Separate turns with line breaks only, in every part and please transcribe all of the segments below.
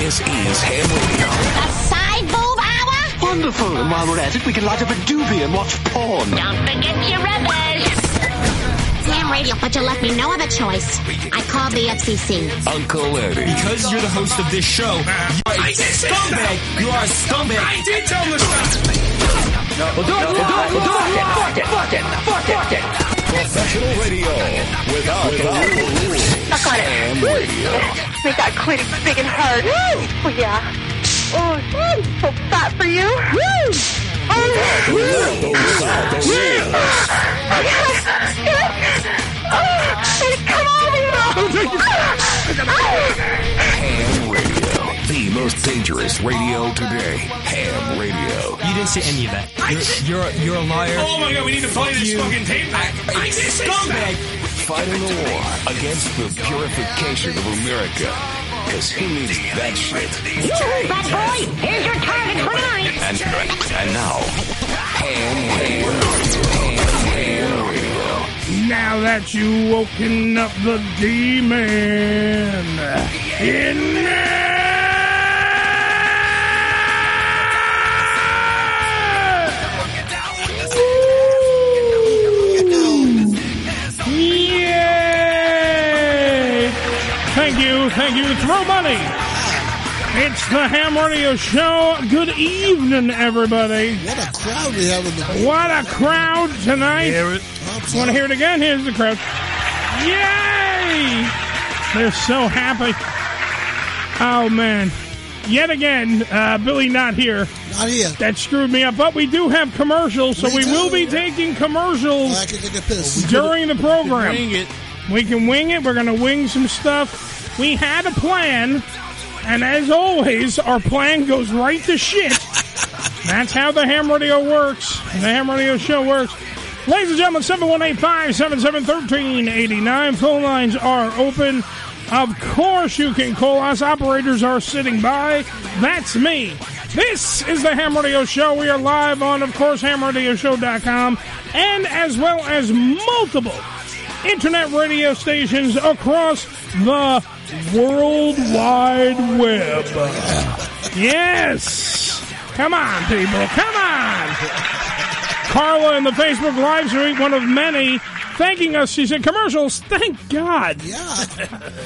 This is Ham Radio.
A side boob hour?
Wonderful! And while we're at it, we can light up a doobie and watch porn.
Don't forget your rubbish. Damn radio, but you left me no other choice. I called the FCC.
Uncle Eddie.
Because you're the host of this show, you're a scumbag. You are a scumbag. I did tell him Well, do it. Well, do it. Well, do it. Fuck it. Fuck it. Fuck it. Fuck it.
Professional radio without,
Suck on it.
Ham Radio.
Make that clit big and hard. Oh, yeah. Oh, mm, so fat for you. Woo! Oh, woo! Oh, yes, yes. Oh, and come on, you
Ham Radio. The most dangerous radio today. Ham Radio.
You didn't say any of that. You're you're, you're a liar.
Oh my god, we need to play this fucking tape back. I did say
Scumbag.
Fighting the war against the purification of America. Because who needs that shit?
Bad boy, here's your target for tonight.
And, and now, Ham Radio. Ham Radio.
Now that you woken up the demon in me! Yay! Thank you, thank you. Throw money! It's the Ham Radio Show. Good evening, everybody.
What a crowd we have in the
What a crowd tonight! Want to hear it again? Here's the crowd. Yay! They're so happy. Oh, man. Yet again, uh, Billy not here.
Not here.
That screwed me up. But we do have commercials, so
We
we
do.
will be taking commercials
I can take a piss.
during the program.
Wing it.
We can wing it. We're going to wing some stuff. We had a plan, and as always, our plan goes right to shit. That's how the ham radio works. The ham radio show works. Ladies and gentlemen, 718-577-1389. Phone lines are open. Of course you can call us. Operators are sitting by. That's me. This is the Ham Radio Show. We are live on, of course, hamradioshow.com and as well as multiple internet radio stations across the World Wide Web. Yes! Come on, people, come on! Carla in the Facebook live stream, one of many, thanking us. She said, commercials, thank God.
Yeah.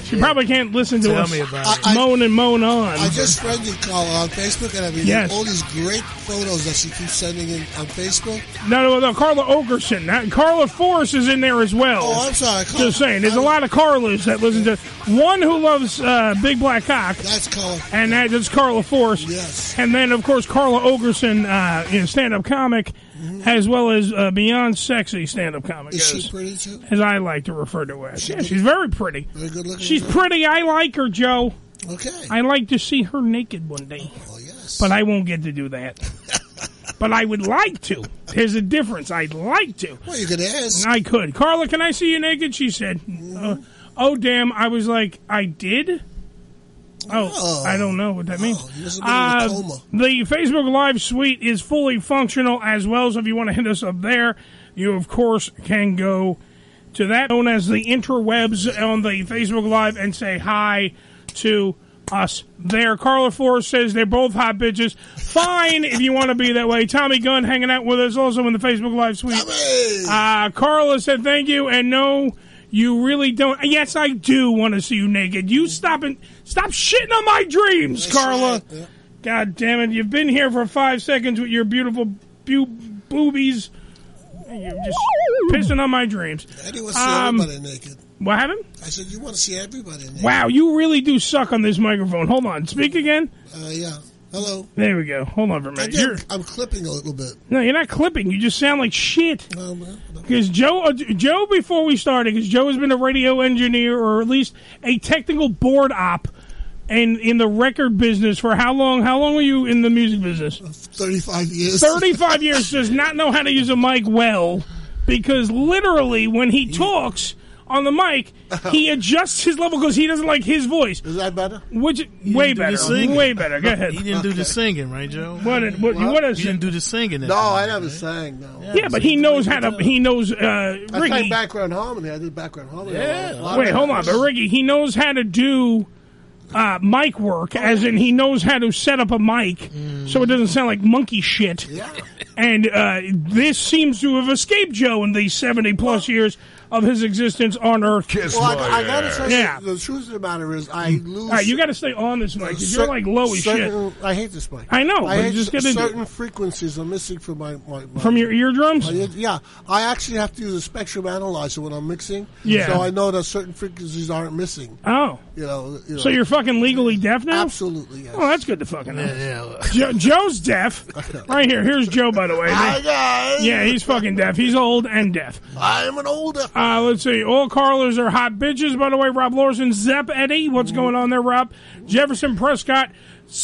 She probably can't listen to us
I, I,
moan and moan on.
I just friend you, Carla, on Facebook, and I've been
Yes.
all these great photos that she keeps sending in on Facebook.
No, no, no, Carla Okerson. That- Carla Forrest is in there as well.
Oh, I'm sorry. Carla.
just saying, there's a
I'm-
lot of Carlas that listen to one who loves uh, Big Black Cock.
That's Carla.
and that, that's Carla Force.
Yes.
And then, of course, Carla Ogerson, uh, you know, stand-up comic, as well as uh, Beyond Sexy stand-up comic,
Mm-hmm. Is
as,
she pretty too?
as I like to refer to her as. Yeah, she's very pretty.
Very good looking.
She's pretty. I like her, Joe.
Okay. Oh,
I like to see her naked one day. But I won't get to do that. but I would like to. There's a difference. I'd like to.
Well, you could ask. Mm-hmm.
I could. Carla, can I see you naked? She said, uh, Oh, damn. I was like, I did? Oh, I don't know what that means.
Oh, must have
Uh,
been in a coma.
the Facebook Live suite is fully functional as well. So if you want to hit us up there, you of course can go to that known as the interwebs on the Facebook Live and say hi to us there. Carla Flores says they're both hot bitches. Fine if you want to be that way. Tommy Gunn hanging out with us also in the Facebook Live suite. Uh, Carla said thank you and no. You really don't. Yes, I do want to see you naked. You stop and stop shitting on my dreams, Carla. God damn it! You've been here for five seconds with your beautiful bu- boobies. And You're just pissing on my dreams.
Eddie wants to see
Um,
everybody naked.
What happened?
I said you want to see everybody naked.
Wow, you really do suck on this microphone. Hold on, speak again.
Uh, yeah. Hello.
There we go. Hold on for a
I
minute.
did-
You're,
I'm clipping a little bit.
no, you're not clipping. You just sound like shit. Because Joe, uh, Joe, before we started, because Joe has been a radio engineer or at least a technical board op, and in the record business for how long? How long were you in the music business?
Uh, Thirty-five years.
Thirty-five years does not know how to use a mic well, because literally when he talks on the mic, he adjusts his level because he doesn't like his voice.
Is that better?
Which way
didn't do the
better,
singing.
way better. Go ahead.
You didn't do the singing, right, Joe?
What? did- what, what
You
is
didn't do the singing.
that
No,
time,
I never sang. No.
Yeah, but he knows how to. He knows. Uh,
I
Ricky.
sang
background harmony. I did background harmony.
Yeah.
A lot
Wait,
of
hold on,
times.
but Ricky, he knows how to do uh, mic work,
Oh,
as in he knows how to set up a mic,
Mm.
so it doesn't sound like monkey shit. And uh, this seems to have escaped Joe in the seventy plus years of his existence on Earth.
Kiss
Well,
my
I gotta say,
yeah.
the truth of the matter is, I lose.
All right, you got to stay on this mic because you're like low as shit.
certain- I hate this mic.
I know,
I
but
hate
just
cer-
get into it.
certain frequencies are missing from my, my, my
From your eardrums?
my ear- yeah, I actually have to use a spectrum analyzer when I'm mixing.
Yeah.
so I know that certain frequencies aren't missing.
Oh,
You know, you know.
so you're fucking legally deaf now?
Absolutely. Yes.
Oh, that's good to fucking know. Jo- Joe's deaf. Right here. Here's Joe, by the way. Yeah, he's fucking deaf. He's old and deaf.
I'm an old.
Uh, let's see. All Carlers are hot bitches, by the way. Rob Lorson, Zepp Eddie. What's going on there, Rob? Jefferson Prescott,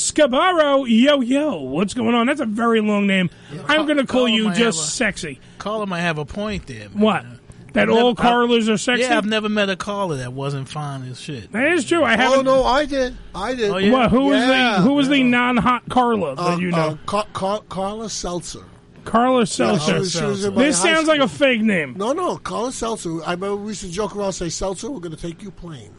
Scabaro, Yo Yo. What's going on? That's a very long name. I'm going to call you
I
just
have a-
sexy.
Call him. I have a point there. man.
What? That
I've
all
never- I've-
Carlers are sexy?
Yeah, I've never met a caller that wasn't fine as shit.
that is true. I haven't.
Oh no, I did. I did.
Oh, yeah?
What, who is
Yeah.
the who is the non hot Carla that
Uh,
you know?
uh, Car- Car- Carla Seltzer.
Carla Seltzer.
she was- she was in my
this
high
sounds like a fake name.
No, no, Carla Seltzer. I remember we used to joke around, say Seltzer, we're going to take you plain.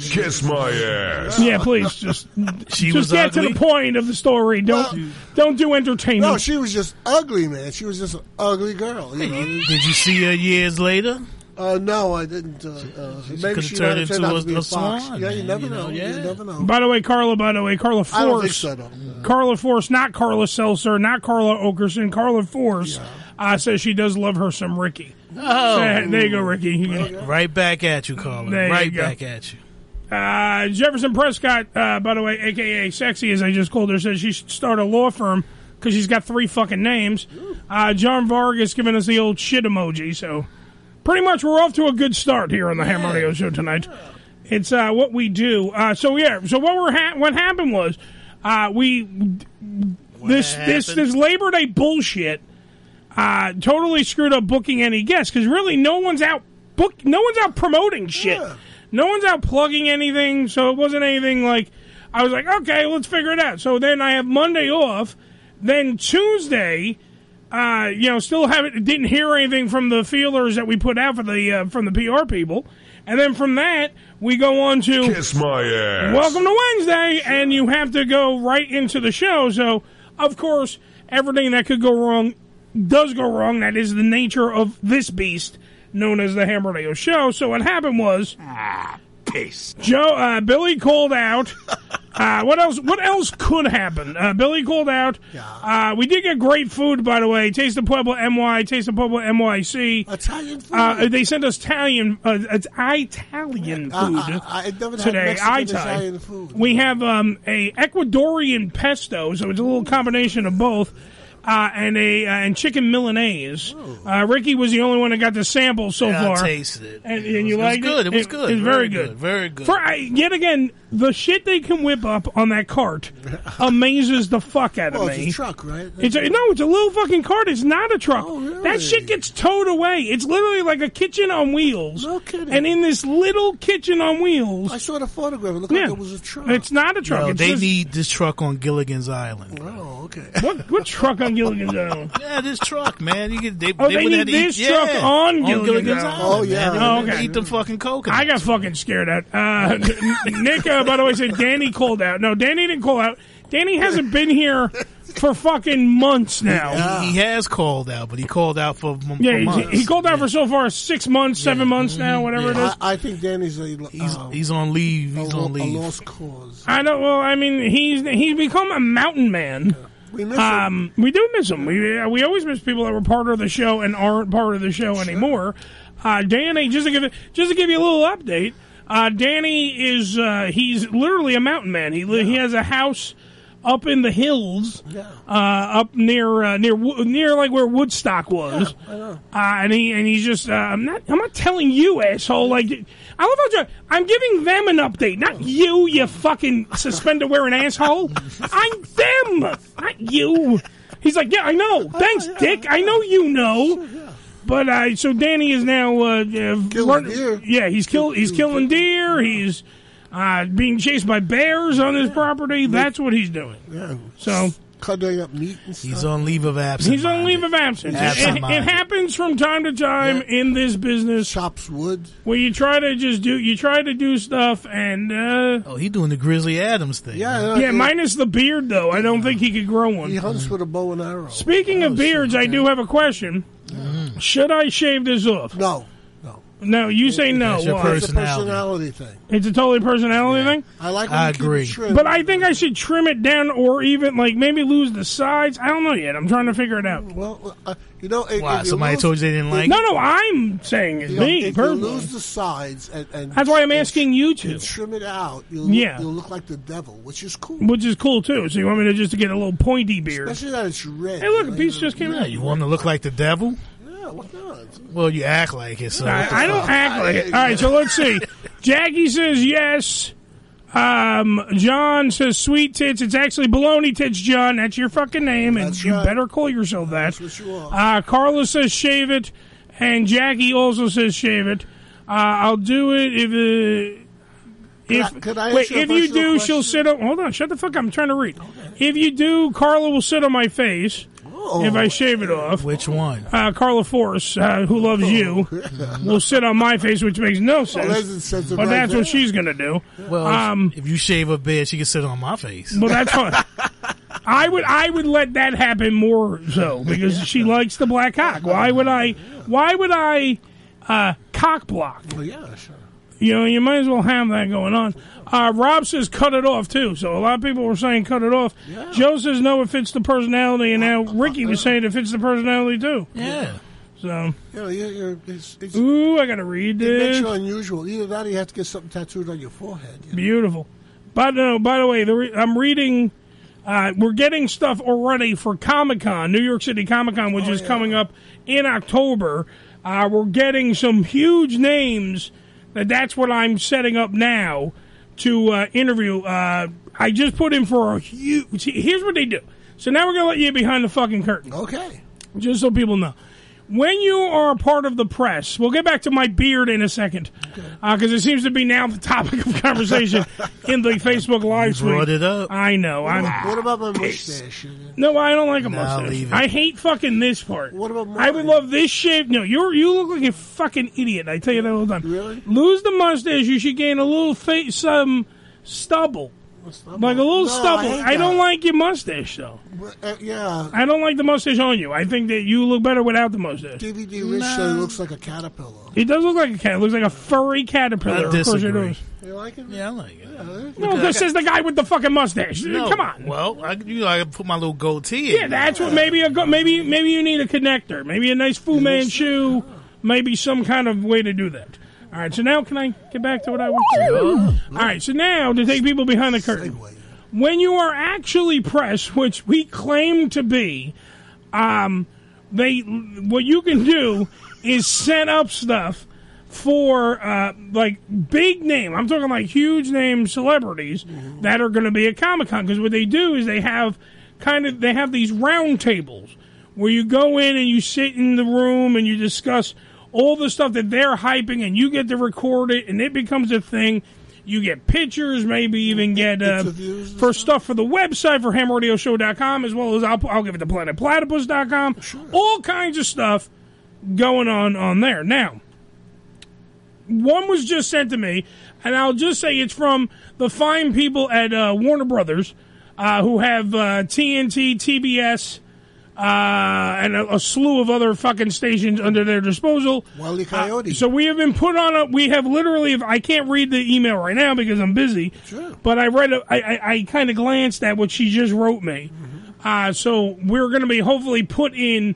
Kiss my ass.
Yeah, please just
She
just
was
get to
ugly?
the point of the story. Don't don't do entertainment.
No, she was just ugly, man. She was just an ugly girl. You know?
Did you see her years later?
Uh, no, I didn't. Uh, uh, maybe
could've
she
turned
turned,
into
out
a-
to be
a
a fox.
swan,
yeah, you
man,
never
you
know.
know,
You
yeah.
never know.
By the way, Carla. By the way, Carla Force.
I don't think so, though.
Carla Force, not Carla Seltzer, not Carla Okerson. Carla Force uh, says she does love her some Ricky.
Oh.
Say- there you go, Ricky. You can-
Right back at you, caller.
There you
right
go.
back at you.
Uh, Jefferson Prescott, uh, by the way, aka Sexy, as I just called her, says she should start a law firm because she's got three fucking names. Uh, John Vargas giving us the old shit emoji. So pretty much we're off to a good start here on the Ham Radio Show tonight. It's uh, what we do. Uh, so yeah. So what we're ha- what happened was uh, we this this
happened?
this Labor Day bullshit uh, totally screwed up booking any guests because really no one's out book no one's out promoting shit. No one's out plugging anything, so it wasn't anything like I was like, okay, let's figure it out. So then I have Monday off, then Tuesday. Uh, you know, still haven't didn't hear anything from the feelers that we put out for the uh, from the PR people, and then from that we go on to
Kiss my ass.
Welcome to Wednesday, and you have to go right into the show. So, of course, everything that could go wrong does go wrong. That is the nature of this beast known as the Ham Radio Show. So, what happened was,
peace.
Joe uh, Billy called out. Uh, what else? What else could happen? Uh, Billy called out. Uh, we did get great food, by the way. Taste of Pueblo MY, Taste of Pueblo MYC.
Italian food.
Uh, they sent us Italian, uh, it's Italian food
Uh, I, I never had
today.
Mexican
I
Italian
time.
food.
We have um, a Ecuadorian pesto, so it's a little combination of both, uh, and a uh, and chicken Milanese.
Oh.
Uh, Ricky was the only one that got the sample so
Yeah, I
far.
tasted it.
and,
It
and you
was- it was
liked
good. It was good.
It's very,
Very
good.
good. Very good.
For I, yet again, the shit they can whip up on that cart amazes the fuck out
Well,
of
it's
me.
a truck, right?
It's a, no, it's a little fucking cart. It's not a truck.
Oh,
That shit gets towed away. It's literally like a kitchen on wheels. No kidding. And in this little kitchen on wheels, I
saw the photograph. It looked like it was a truck.
It's not a truck.
Yo,
it's
they
just-
need this truck on Gilligan's Island.
Oh, okay.
what what truck on Gilligan's Island?
Yeah, this truck, man. You could, they,
Oh,
they,
they,
would
need
have to
this
eat,
truck
yeah, Oh,
on Gilligan's, Island.
Island. man. They would
Oh,
have to
okay.
Eat the fucking coconut.
I got fucking scared at. Uh, Nick, uh, by the way, said Danny called out. No, Danny didn't call out. Danny hasn't been here for fucking months now.
He, he has called out, but he called out for m-
Yeah, he-
months.
he, called out for so far six months, seven months now, whatever it is.
I, I think Danny's a he's,
he's on leave. He's
a,
on
a
leave.
lost cause.
I don't. Well, I mean, he's he's become a mountain man. We
miss
um, We do miss him. We uh, we always miss people that were part of the show and aren't part of the show anymore. Uh, Danny, just to give it- just to give you a little update, uh, Danny is uh, he's literally a mountain man. He li he has a house up in the hills, uh, up near uh, near Wo- near like where Woodstock was. Uh, and he and he's just uh, I'm not I'm not telling you asshole like I love how John, I'm giving them an update, not you, you fucking suspender wearing asshole. I'm them, not you. He's like, yeah, I know. Thanks, Dick. I know you know. But uh, so Danny is now uh, uh, run- yeah he's kill he's killing deer he's uh, being chased by bears on his property that's what he's doing
Yeah.
so
cutting up meat and stuff.
He's on leave of absence.
He's on leave of absence. It- It,
Absent-minded.
it happens from time to time in this business.
Chops wood.
Where you try to just do, you try to do stuff, and uh,
oh, he doing the Grizzly Adams thing.
Yeah,
yeah. Minus the beard, though, I don't think he could grow one.
He hunts with a bow and arrow.
Speaking
Oh,
of beards, I do have a question. Should I shave this off?
Mm-hmm. No,
no. You say no.
That's your
Why?
It's a personality thing.
It's a totally personality thing.
I like when
I
you keep it
agree.
trimmed.
But I think I should trim it down, or even like maybe lose the sides. I don't know yet. I'm trying to figure it out.
Well, uh, you know, if,
Why,
if you
somebody
lose,
told you they didn't like
No,
it?
no, I'm saying it's
you know,
me
if you
personally.
lose the sides and, and
That's why I'm asking you
you
to,
trim it out, you'll look,
Yeah.
you'll look like the devil, which is cool.
which is cool too. So you want me to just to get a little pointy beard?
Especially that it's red.
Hey, look, a piece just came
Yeah,
out.
you want him to look like the devil?
Yeah, what not?
Well, you act like it. So what the
I, I don't
fuck?
act like it. All right, so let's see. Jackie says yes. Um, John says sweet tits. It's actually baloney tits, John. That's your fucking name, and you better call yourself that.
That's what you are.
Uh, Carla says shave it, and Jackie also says shave it. Uh, I'll do it if uh,
Could I-
if
could I ask
wait
you a
if you do,
personal
she'll sit on. Hold on, shut the fuck up. I'm trying to read. If you do, Carla will sit on my face if I shave it off.
Which one?
Uh, Carla Force, uh, who loves you, will sit on my face, which makes no
that's
sense.
insensitive
But
right
that's
there.
what she's gonna do.
Well, if-
Um,
if you shave a bit, she can sit on my face.
Well, that's fine. I would I would let that happen more so because she likes the black cock. Why would I? Why would I uh, cock block?
Well, yeah, sure.
You know, you might as well have that going on. Uh, Rob says cut it off too. So a lot of people were saying cut it off. Joe says no, it fits the personality, and now Ricky was saying it fits the personality too.
Yeah.
So
You know, you're, you're, it's, it's, it
ooh, I gotta read
makes
this.
you unusual. Either that or you have to get something tattooed on your forehead. you know.
Beautiful. But no, by the way, the re- I'm reading. Uh, we're getting stuff already for Comic Con, New York City Comic Con, which is coming up in October. Uh, we're getting some huge names. That that's what I'm setting up now to uh, interview. Uh, I just put in for a huge. see, Here's what they do. So now we're gonna let you behind the fucking curtain
Okay.
just so people know. When you are a part of the press, we'll get back to my beard in a second, because it seems to be now the topic of conversation in the Facebook live
You brought
suite.
it up.
I know. I'm
What about my mustache? You know?
no, I don't like a mustache.
leave it.
I hate fucking this part.
What about
I would
mine?
love this shape. No, you are you look like a fucking idiot. I tell you that all the time.
Really?
Lose the mustache, you should gain a little face, some stubble, like a little
No, I
stubble.
hate
I, don't
that.
like your mustache though.
Uh, yeah,
I don't like the mustache on you. I think that you look better without the mustache.
DVD Rich said it looks like a caterpillar.
It does look like a cat. It looks like a furry caterpillar.
I
Of course it
disagree.
does.
You like it?
Yeah, I like it.
No, this is the guy with the fucking mustache.
No.
Come on.
Well, I, you know, I put my little goatee.
Yeah,
in.
that's what maybe a go- maybe maybe you need a connector, maybe a nice Fu Manchu, maybe some kind of way to do that. All right, so now can I get back to what I was doing? All right, so now to take people behind the curtain. When you are actually press, which we claim to be, um, they what you can do is set up stuff for uh, like big name. I'm talking like huge name celebrities that are going to be at Comic Con because what they do is they have kind of they have these round tables where you go in and you sit in the room and you discuss all the stuff that they're hyping and you get to record it and it becomes a thing. You get pictures, maybe even get uh, for stuff for the website for hamradioshow.com as well as I'll, I'll give it to planetplatypus.com. All kinds of stuff going on on there. Now, one was just sent to me, and I'll just say it's from the fine people at uh, Warner Brothers, uh, who have uh, TNT, TBS, uh, and a, a slew of other fucking stations under their disposal.
Wally Coyote.
Uh, so we have been put on a. We have literally. I can't read the email right now because I'm busy. Sure. But I read. A, I, I, I kind of glanced at what she just wrote me. Uh, so we're going to be hopefully put in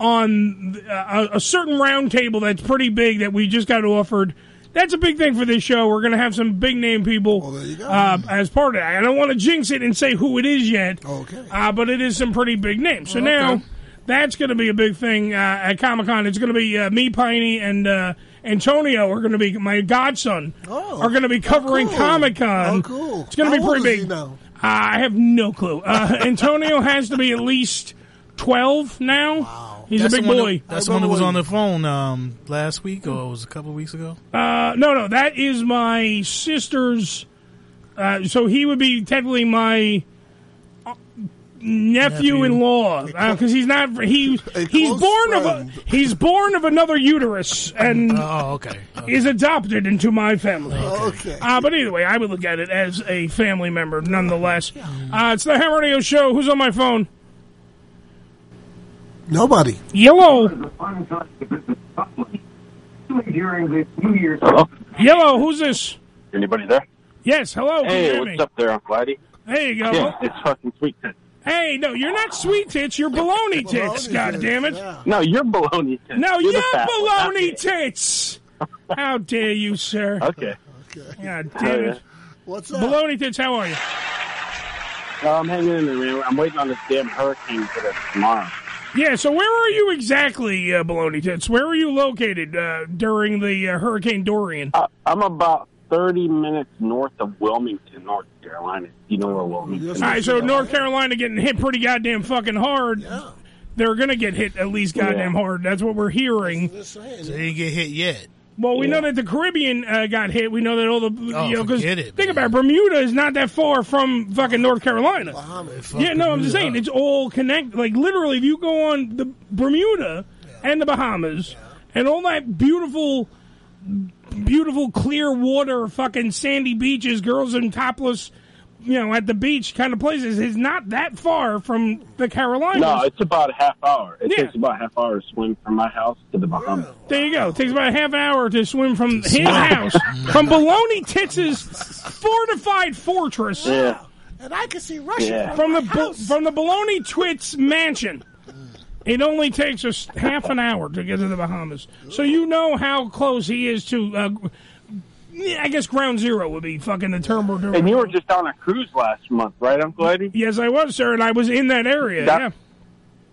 on th- uh, a, a certain round table that's pretty big that we just got offered. That's a big thing for this show. We're going to have some big name people Uh, as part of that. I don't want to jinx it and say who it is yet. Okay. Uh, but it is some pretty big names. So
Okay.
now that's going to be a big thing uh, at Comic Con. It's going to be uh, me, Piney, and uh, Antonio are going to be my godson. Oh, are going to be covering Comic Con.
Oh, cool.
It's going to be
How old
pretty
is
big.
he
Uh,
now?
I have no clue. Uh, Antonio has to be at least twelve now. He's
That's
a big
the one
boy.
That, that's the one that was on the phone um, last week, or it was a couple weeks ago.
Uh, no, no, that is my sister's. Uh, so he would be technically my uh, nephew-in-law because Uh, he's not he he's born of a he's born of another uterus and
Oh, okay.
is adopted into my family.
Okay.
Uh, but either way, I would look at it as a family member nonetheless. Uh, it's the Ham Radio Show. Who's on my phone?
Nobody.
Yellow.
During the New Year's.
Yellow. Who's this?
Anybody there?
Yes. Hello. Can you
hey,
hear
what's
me?
up there, Uncle Eddie?
There you go.
Yeah, it's fucking sweet. Tits.
Hey, no, you're not sweet tits. You're baloney tits. God damn it.
No, you're baloney. Tits.
No,
you're
you're
the fat one.
baloney tits. How dare you, sir?
Okay.
God
Oh,
damn
yeah.
it. What's up? Baloney tits. How are you?
No, I'm hanging in there, man. I'm waiting on this damn hurricane for this tomorrow.
Yeah. So where are you exactly, uh, baloney tits? Where are you located uh, during the uh, Hurricane Dorian?
I'm about 30 minutes north of Wilmington, North Carolina. You know where Wilmington is?
All right, so North Carolina getting hit pretty goddamn fucking hard. They're gonna get hit at least goddamn hard. That's what we're hearing.
So they didn't get hit yet.
Well, we know that the Caribbean uh, got hit. We know that all the
Oh,
you know because
forget it,
think about it, Bermuda is not that far from fucking North Carolina. yeah, no, I'm just saying it's all connected. Like literally, if you go on the Bermuda and the Bahamas and all that beautiful, beautiful clear water, fucking sandy beaches, girls in topless, you know, at the beach kind of places is not that far from the Carolinas.
No, it's about a half hour. It
Yeah.
takes about a half hour to swim from my house to the Bahamas.
There you go. It takes about a half hour to swim from his house, from Baloney Tits's fortified fortress,
Yeah.
And I can see Russia.
Yeah.
from the Bo- from the Baloney Twits mansion. It only takes us half an hour to get to the Bahamas, so you know how close he is to. Uh, I guess ground zero would be fucking the term we're doing.
And you were just on a cruise last month, right, Uncle Eddie?
Yes, I was, sir, and I was in that area.
That-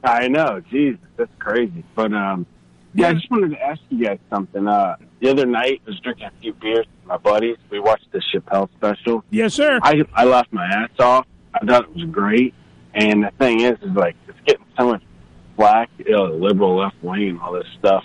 yeah.
I know. Jesus, that's crazy. But um, yeah, I just wanted to ask you guys something. Uh, the other night, I was drinking a few beers with my buddies. We watched the Chappelle special.
Yes, sir.
I I laughed my ass off. I thought it was great. And the thing is, is like it's getting so much black, you know, the liberal left wing, and all this stuff,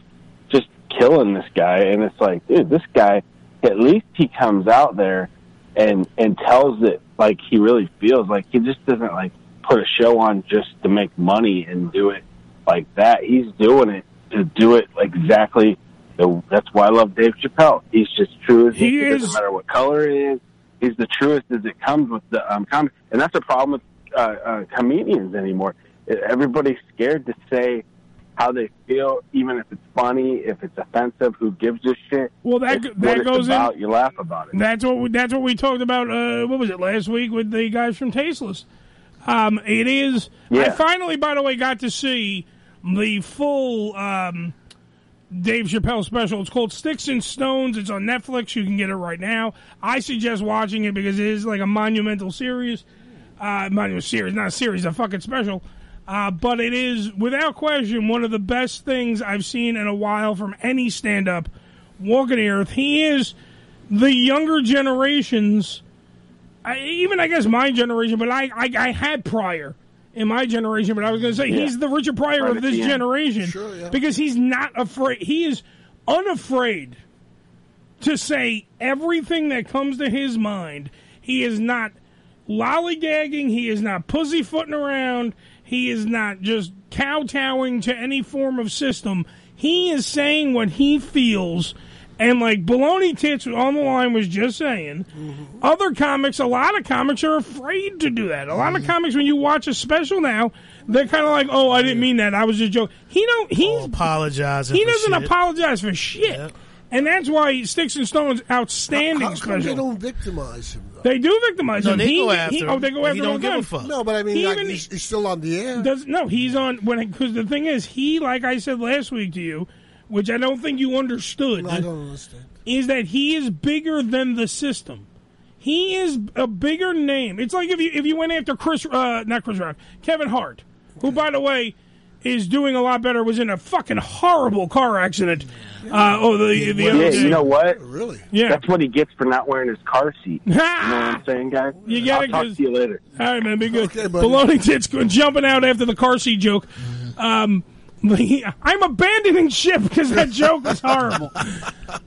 just killing this guy. And it's like, dude, this guy. At least he comes out there and and tells it like he really feels. Like he just doesn't like put a show on just to make money and do it like that. He's doing it to do it exactly. The, that's why I love Dave Chappelle. He's just true as
He
it
is-
doesn't matter what color it is. He's the truest as it comes with the um, comedy, and that's a problem with uh, uh, comedians anymore. Everybody's scared to say how they feel, even if it's funny, if it's offensive. Who gives a shit?
Well, that
It's
go-
what
that
it's
goes in-
about. You laugh about it.
That's what we, that's what we talked about. Uh, what was it last week with the guys from Tasteless? Um, it is. I
Yeah.
finally, by the way, got to see the full um, Dave Chappelle special. It's called Sticks and Stones. It's on Netflix. You can get it right now. I suggest watching it because it is like a monumental series. Uh, monumental series, not a series, a fucking special. Uh, but it is, without question, one of the best things I've seen in a while from any stand up walking the earth. He is the younger generations, I, even I guess my generation, but I, I, I had prior in my generation, but I was going to say
Yeah.
he's the Richard Pryor
Right
of
at
this
the end.
generation
Sure, yeah.
because he's not afraid. He is unafraid to say everything that comes to his mind. He is not lollygagging. He is not pussyfooting around. He is not just kowtowing to any form of system. He is saying what he feels. And like Baloney Tits on the line was just saying, other comics, a lot of comics are afraid to do that. A lot of comics, when you watch a special now, they're kind of like, "Oh, I didn't mean that. I was just joking." He don't. He's
Oh, apologizing.
He
for
doesn't
shit.
apologize for shit, and that's why Sticks and Stones outstanding
How come
special.
they don't victimize him?
They do victimize
No,
him.
they
he,
go
he-
after
oh,
him.
they go
He
after him
don't
all the
give a
time.
fuck. No, but I mean,
He
like, he's- still on the air.
Does, no, he's on when because the thing is, he like I said last week to you, which I don't think you understood.
I don't understand.
Is that he is bigger than the system? He is a bigger name. It's like if you if you went after Chris, uh, not Chris Rock, Kevin Hart, who by the way is doing a lot better. Was in a fucking horrible car accident. Uh, oh, the, the
yeah,
other day.
you know what?
Really?
Yeah.
That's what he gets for not wearing his car seat. you know what I'm saying, guys?
You gotta
I'll talk
just-
to you later.
All right, man, be good. Baloney tits go- jumping out after the car seat joke.
Mm-hmm.
Um, I'm abandoning ship because that joke was horrible.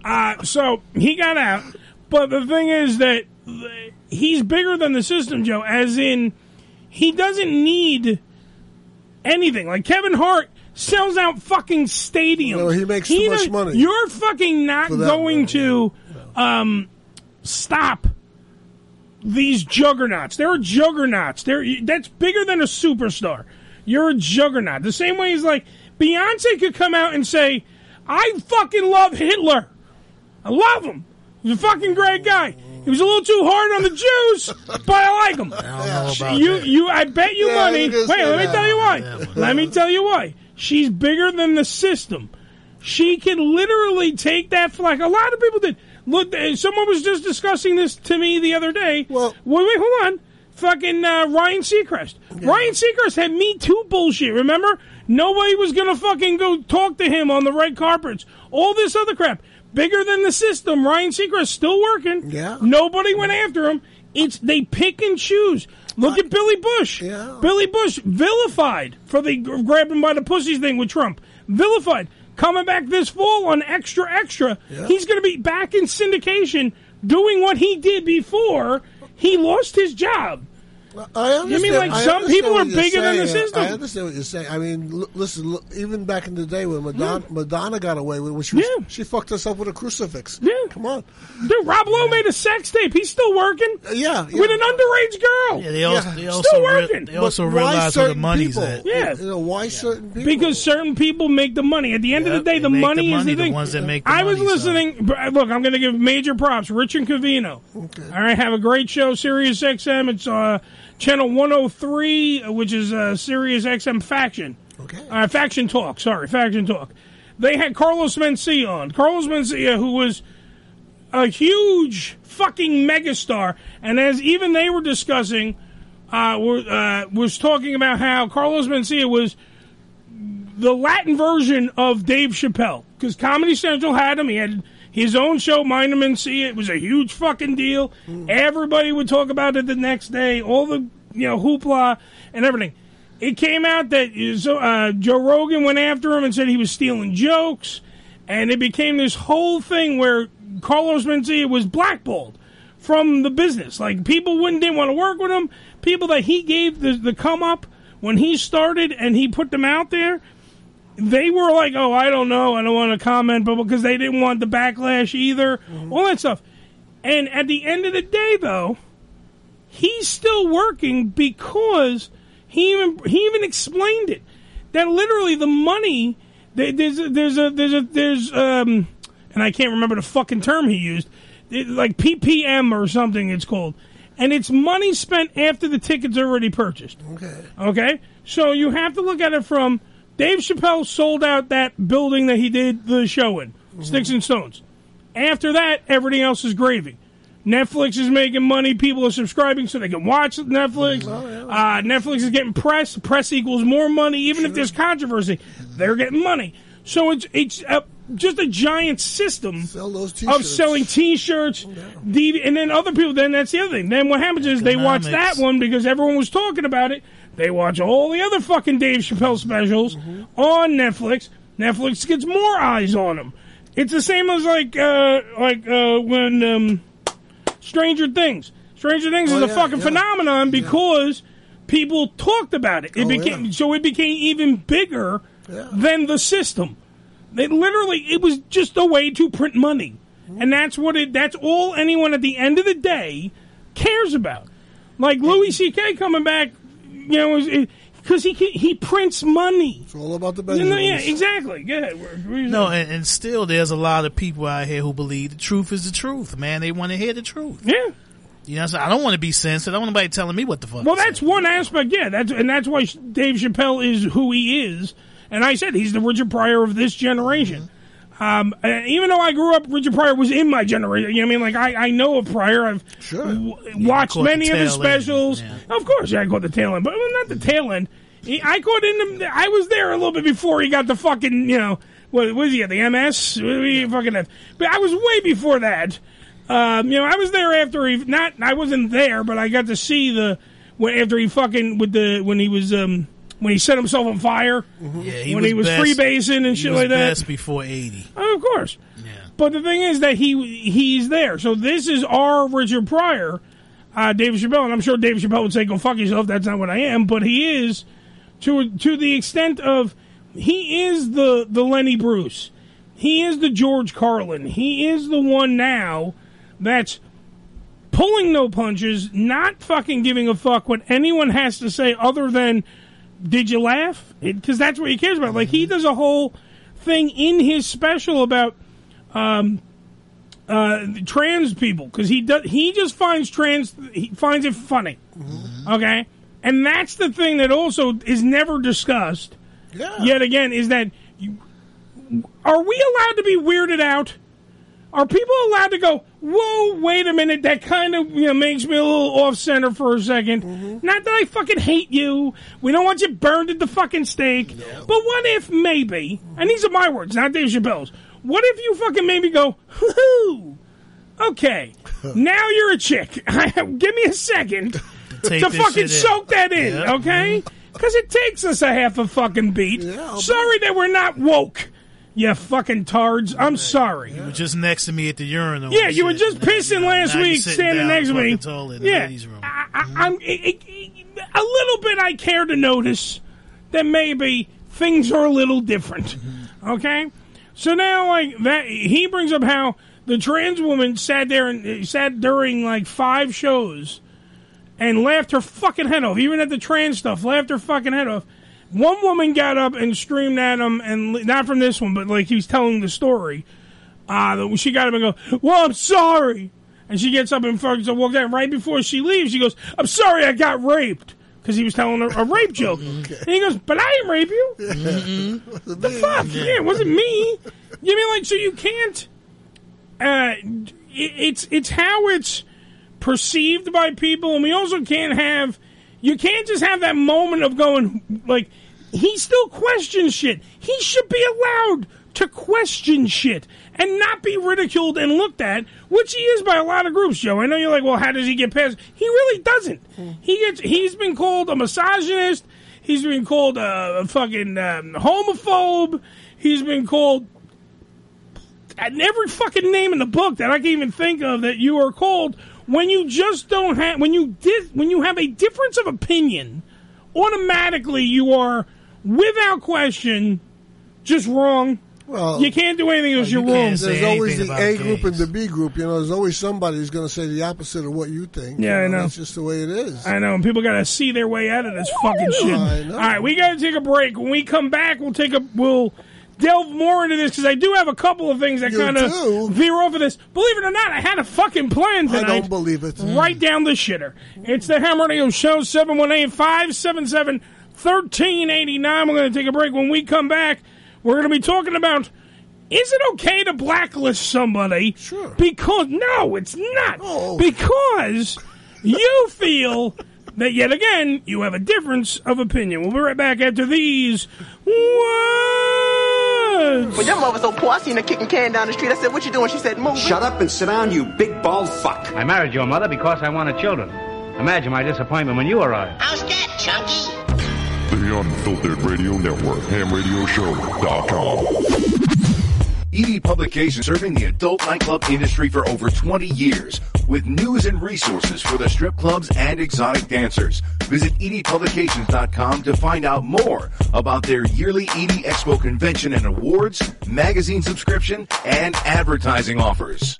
Uh, so he got out, but the thing is that th- he's bigger than the system, Joe. As in, he doesn't need anything. Like Kevin Hart sells out fucking stadiums.
No, he makes too much
does-
money.
You're fucking not
For that
going to um, stop these juggernauts. They're juggernauts. They're that's bigger than a superstar. You're a juggernaut. The same way as like Beyonce could come out and say, "I fucking love Hitler. I love him. He's a fucking great guy. He was a little too hard on the Jews, but I like him." you, you, I bet you
Yeah,
money.
you
Wait,
just say
let me
that.
tell you why. Let me tell you why. She's bigger than the system. She can literally take that flag. A lot of people did. Look, uh, someone was just discussing this to me the other day. Well, wait, wait hold on. Fucking uh, Ryan Seacrest. Ryan Seacrest had Me Too bullshit. Remember, nobody was gonna fucking go talk to him on the red carpets. All this other crap. Bigger than the system. Ryan Seacrest still working. Yeah. Nobody went after him. It's they pick and choose. Look at Billy Bush. Billy Bush vilified for the gr- grabbing by the pussies thing with Trump. Vilified. Coming back this fall on Extra Extra. He's going to be back in syndication doing what he did before he lost his job.
I
You mean
understand-
like
I
some
understand
people are
what you're
bigger than the
saying.
system?
I understand what you're saying. I mean, l- listen, l- even back in the day when Madonna, Madonna got away with it, when she, was, she fucked herself with a crucifix. Yeah. Come on.
Dude, Rob Lowe made a sex tape. He's still working.
Uh, yeah,
With an underage girl.
Yeah, they also- they also
still
rea-
working.
they also But why realize where the certain money's people? at.
Yeah.
why certain people?
Because certain people make the money. At the end of the day, the
make the
money, is
money,
the
the
thing.
ones that make the
I was
money, so-
listening. br- Look, I'm going to give major props. Richard Cavino. Okay. All right, have a great show, Sirius XM. It's uh, channel 103, which is uh, Sirius XM Faction. Okay. Uh, Faction Talk. Sorry, Faction Talk. They had Carlos Mencia on. Carlos Mencia, who was a huge fucking megastar, and as even they were discussing, uh, were, uh, was talking about how Carlos Mencia was the Latin version of Dave Chappelle because Comedy Central had him. He had his own show, Mind Him and See It. It was a huge fucking deal. Everybody would talk about it the next day. All the you know hoopla and everything. It came out that uh, so, uh, Joe Rogan went after him and said he was stealing jokes, and it became this whole thing where Carlos Mencia was blackballed from the business. Like people wouldn't didn't want to work with him. People that he gave the, the come up when he started and he put them out there, they were like, "Oh, I don't know, I don't want to comment," but because they didn't want the backlash either, all that stuff. And at the end of the day, though, he's still working because he even he even explained it that literally the money there- there's a, there's a there's a there's um and I can't remember the fucking term he used it, like PPM or something it's called and it's money spent after the tickets already purchased okay okay so you have to look at it from Dave Chappelle sold out that building that he did the show in Sticks and Stones after that everything else is gravy Netflix is making money. People are subscribing so they can watch Netflix. Uh, Netflix is getting press. Press equals more money. Even if there's controversy, they're getting money. So it's it's uh, just a giant system of selling T-shirts, DV and then other people. Then that's the other thing. Then what happens is they watch that
Economics.
one because everyone was talking about it. They watch all the other fucking Dave Chappelle specials on Netflix. Netflix gets more eyes on them. It's the same as like uh, like uh, when um, Stranger Things. Stranger Things
Oh,
is a
yeah,
fucking
yeah.
phenomenon because people talked about it. It
Oh,
became so it became even bigger than the system. It literally it was just a way to print money. And that's what it that's all anyone at the end of the day cares about. Like Louis CK coming back, you know, because he can, he prints money. It's
all about the
no, yeah, exactly. Go ahead. What- what you
No,
saying?
and, and still, there's a lot of people out here who believe the truth is the truth, man. They want to hear the truth.
Yeah.
You know, what I'm saying? I don't want to be censored. I don't want nobody telling me what the fuck.
Well, that's one aspect, yeah. That's and that's why Sh- Dave Chappelle is who he is. And I said he's the Richard Pryor of this generation.
Mm-hmm.
Um, and even though I grew up, Richard Pryor was in my generation. You know what I mean? Like I, I know of Pryor. I've w- watched
caught
many
the
of his
tail end,
specials. Of course, yeah, I caught the tail end, but well, not the tail end. He- I caught in the, I was there a little bit before he got the fucking you know what was he at the MS? What do you fucking have? But I was way before that. Um, you know, I was there after he not. I wasn't there, but I got to see the when after he fucking with the when he was um when he set himself on fire.
Mm-hmm. Yeah, he
when
was
he was
best-
freebasing and
he
shit
was
like that.
best before eighty.
Oh, of course. But the thing is that he he's there. So this is our Richard Pryor, uh, David Chappelle, and I'm sure David Chappelle would say, "Go fuck yourself." That's not what I am. But he is to to the extent of he is the the Lenny Bruce. He is the George Carlin. He is the one now that's pulling no punches, not fucking giving a fuck what anyone has to say other than did you laugh? Because that's what he cares about. Like he does a whole thing in his special about um, uh, trans people because he does he just finds trans he finds it funny, okay, and that's the thing that also is never discussed. Yet again, is that you, are we allowed to be weirded out? Are people allowed to go? Whoa, wait a minute. That kind of you know, makes me a little off center for a 2nd
Mm-hmm.
Not that I fucking hate you. We don't want you burned at the fucking stake. But what if maybe? And these are my words, not Dave Chappelle's. What if you fucking maybe go? Hoo! Okay, now you're a chick. Give me a second
Take
to
this
fucking
shit in.
soak that in,
Yeah. Mm-hmm.
okay? Because it takes us a half a fucking beat. sorry that we're not woke. You fucking tards. I'm sorry.
You were just next to me at the urinal.
Yeah, you were just pissing last
now you're
week,
sitting
standing
down
next to
the
me.
fucking toilet in the
yeah,
ladies' room.
I, I, I'm it, it, a little bit. I care to notice that maybe things are a little different.
Mm-hmm.
Okay, so now like that, he brings up how the trans woman sat there and uh, sat during like five shows and laughed her fucking head off. Even at the trans stuff, laughed her fucking head off. One woman got up and screamed at him, and not from this one, but like he was telling the story. Uh, the- she got up and go, "Well, I'm sorry," and she gets up and fucking so walks out. Right before she leaves, she goes, "I'm sorry, I got raped," because he was telling her a rape joke. And he goes, "But I didn't rape you." the fuck? Yeah. it wasn't me. You mean like so you can't? Uh, it, it's it's how it's perceived by people, and we also can't have. You can't just have that moment of going like he still questions shit. He should be allowed to question shit and not be ridiculed and looked at, which he is by a lot of groups, Joe. I know you're like, well, how does he get past? He really doesn't. He gets. He's been called a misogynist. He's been called a, a fucking um, homophobe. He's been called and every fucking name in the book that I can even think of that you are called when you just don't have when you did when you have a difference of opinion, automatically you are without question just wrong.
Well,
Uh, you can't do anything else. you're wrong.
Uh, There's always the A group and the B group. You know, there's always somebody who's going to say the opposite of what you think.
Yeah,
You
I know.
That's just the way it is.
I know, and people got to see their way out of this fucking shit. All right, we got to take a break. When we come back, we'll take a we'll delve more into this because I do have a couple of things that
You
kind
do?
of veer off of this. Believe it or not, I had a fucking plan
I
tonight. Mm.
don't believe it.
Right down the shitter. It's the Ham Radio Show, 718 577 1389. We're going to take a break. When we come back, we're going to be talking about Is it okay to blacklist somebody? Sure. Because no, it's not. Because you feel that yet again you have a difference of opinion. We'll be right back after these words.
Well, your mom was so poor, I seen her kicking can down the street. I said, what you doing? She said, move.
Shut up and sit down, you big bald fuck. I married your mother because I wanted children. Imagine my disappointment when you arrived.
How's that, Chunky?
The Unfiltered Radio Network, hamradioshow.com.
ED E Publications serving the adult nightclub industry for over 20 years with news and resources for the strip clubs and exotic dancers. Visit E edpublications.com to find out more about their yearly ED Expo convention and awards, magazine subscription, and advertising offers.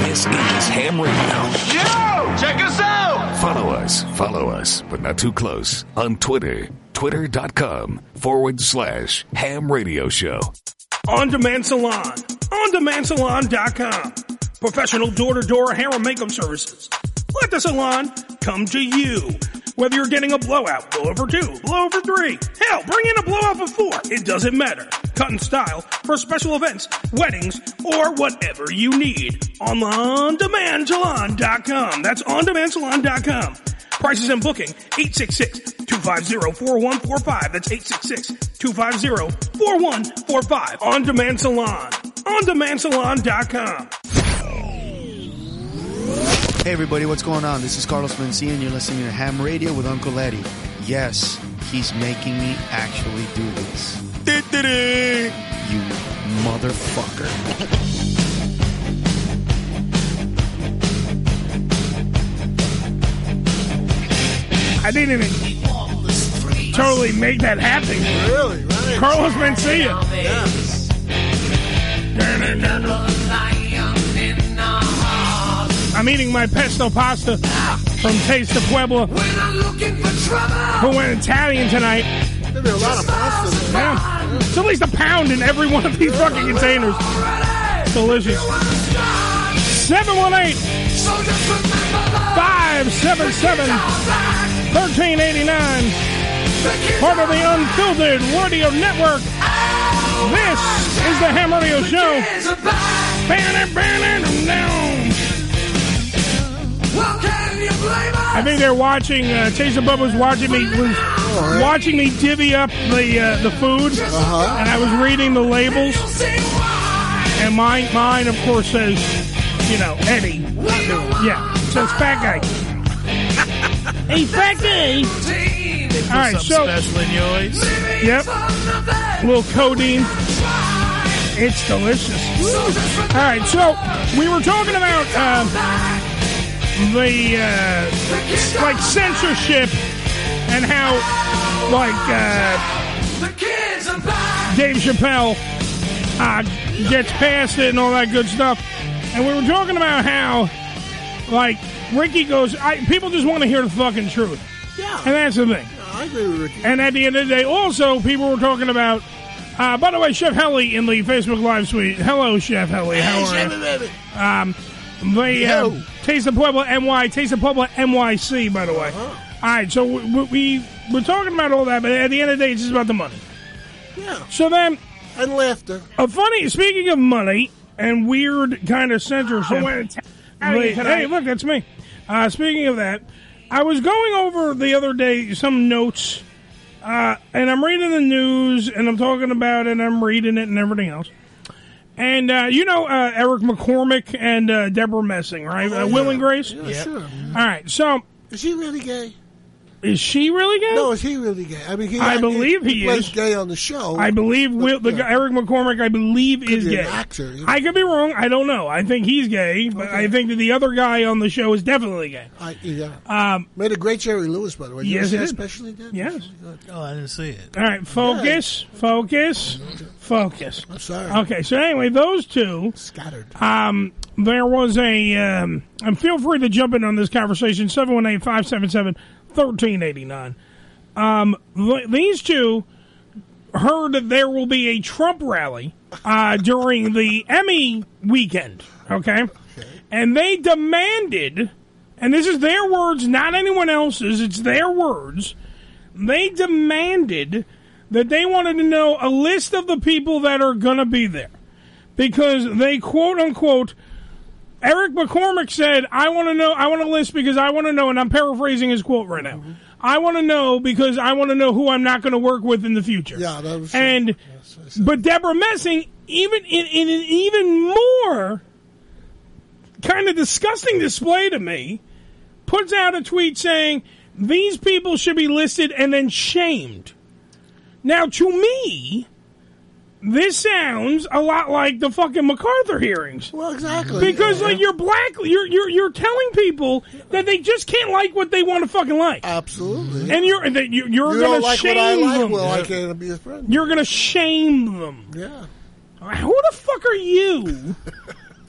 This is Ham Radio.
Yo! Check us out!
Follow us, follow us, but not too close on Twitter. Twitter.com forward slash ham radio show.
On Demand Salon. On DemandSalon.com. Professional door-to-door hair and makeup services. Let the salon come to you. Whether you're getting a blowout, blowover two, blowover three, hell, bring in a blowout of four. It doesn't matter. Cut and style for special events, weddings, or whatever you need. On OnDemandSalon.com. That's OnDemandSalon.com. Prices and booking, 866-250-4145. That's 866-250-4145. On Demand Salon. OnDemandSalon.com.
Hey everybody, what's going on? This is Carlos Mencia and you're listening to Ham Radio with Uncle Eddie. Yes, he's making me actually do this. You motherfucker.
I didn't even totally make that happen. Really? Carlos Mencia. I'm eating my pesto pasta from Taste of Puebla. Who went Italian tonight?
There are a lot of pasta. there.
Yeah. It's at least a pound in every one of these fucking containers. Delicious. 718 577 1389. Part of the Unfiltered Radio Network. This is the Ham Radio Show. Banner, banner, down. I think they're watching. Uh, Chase and Bubba was watching me was watching me divvy up the uh, the food, and I was reading the labels. And mine, mine, of course, says, you know, Eddie. Yeah, it says fat guy. hey, fat guy. All right, so
something special in yours.
yep, little codeine. It's delicious. All right, so we were talking about um, the uh, like censorship and how like uh, Dave Chappelle uh, gets past it and all that good stuff. And we were talking about how, like, Ricky goes, I, people just want to hear the fucking truth. Yeah. And that's the thing.
I agree with Ricky.
And at the end of the day, also, people were talking about. Uh, by the way, Chef Helly in the Facebook Live suite. Hello, Chef Helly. How are you? Um, they uh, Taste of Puebla NY, Taste of Puebla NYC. By the way,
Uh-huh.
all right. So we, we- we we're talking about all that, but at the end of the day, it's just about the money. Yeah. So then,
and laughter.
A funny. Speaking of money and weird kind of censorship.
out of you
Wait,
tonight.
hey, look, that's me. Uh, speaking of that, I was going over the other day some notes, uh, and I'm reading the news, and I'm talking about it, and I'm reading it, and everything else. And uh, you know uh, Eric McCormick and uh, Deborah Messing, right? uh, Will and Grace.
Oh, Yeah, sure.
All right, so
Is he really gay?
is she really gay?
No, is he really gay? I mean, he,
I believe he
plays
is.
gay on the show.
I believe Will, the guy, Eric McCormick. I believe is
be an
gay.
actor, you know?
I could be wrong. I don't know. I think he's gay, but I think that the other guy on the show is definitely gay.
I, yeah.
Um,
Made a great Jerry Lewis, by the way. Did you
Yes,
see
it
that
is.
special he did?
Yes.
Oh, I didn't see it.
All right, focus, focus, focus.
I'm sorry.
Okay, so anyway, those two
scattered.
Um, there was a, um, and feel free to jump in on this conversation 718 577 1389. Um, th- these two heard that there will be a Trump rally uh, during the Emmy weekend, okay? And they demanded, and this is their words, not anyone else's, it's their words. They demanded that they wanted to know a list of the people that are going to be there because they quote unquote Eric McCormick said, I want to know, I want to list because I want to know, and I'm paraphrasing his quote right now. I want to know because I want to know who I'm not going to work with in the future. Yeah, that was and but Deborah Messing, even in, in an even more kind of disgusting display to me, puts out a tweet saying these people should be listed and then shamed. Now, to me, this sounds a lot like the fucking MacArthur hearings.
Well, exactly.
Because like you're black, you're you're you're telling people that they just can't like what they want to fucking like.
Absolutely.
And you're and that you, you're
You
gonna
don't like
shame
what I like?
them.
Well, I can't be a friend.
You're gonna shame them.
Yeah.
Who the fuck are you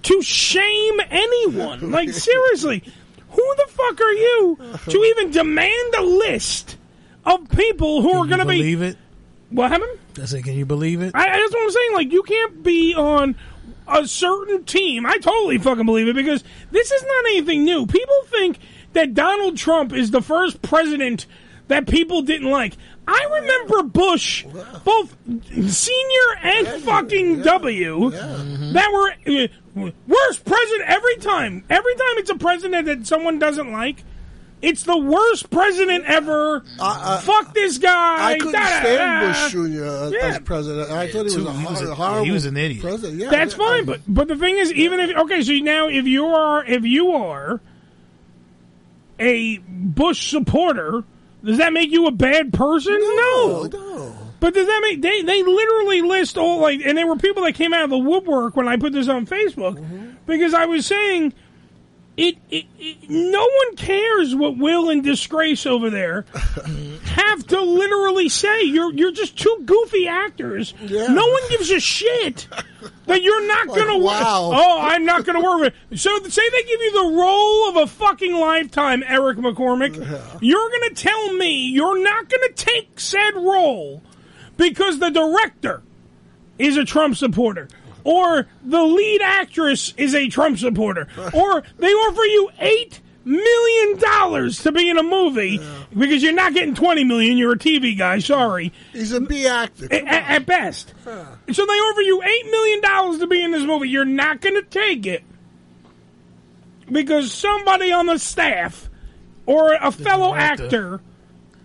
to shame anyone? Like seriously, who the fuck are you to even demand a list of people who are gonna
believe
be?
it?
What happened?
I said, can you believe it?
I, I- that's what I'm saying. Like, you can't be on a certain team. I totally fucking believe it because this is not anything new. People think that Donald Trump is the first president that people didn't like. I remember Bush, both senior and fucking W, Mm-hmm. that were uh, worst president every time. Every time it's a president that someone doesn't like. It's the worst president ever. Fuck this guy.
I couldn't
Da-da-da.
stand Bush Jr. as-
Yeah.
as president. I thought he was
too.
a
He was
hor-
a-
horrible.
he was an idiot.
President. Yeah,
That's
I-
fine, but but the thing is, even if okay, so now if you are if you are a Bush supporter, does that make you a bad person? No, But does that make they they literally list all like and there were people that came out of the woodwork when I put this on Facebook
Mm-hmm.
because I was saying it, it, it no one cares what Will and Disgrace over there have to literally say. You're you're just two goofy actors. No one gives a shit that you're not gonna work.
wow.
Oh, I'm not gonna work. With so say they give you the role of a fucking lifetime, Eric McCormick. You're gonna tell me you're not gonna take said role because the director is a Trump supporter. Or the lead actress is a Trump supporter. Or they offer you eight million dollars to be in a movie because you're not getting twenty million, you're a TV guy, sorry.
He's a B actor.
At, at best. And So they offer you eight million dollars to be in this movie. You're not going to take it because somebody on the staff or a fellow actor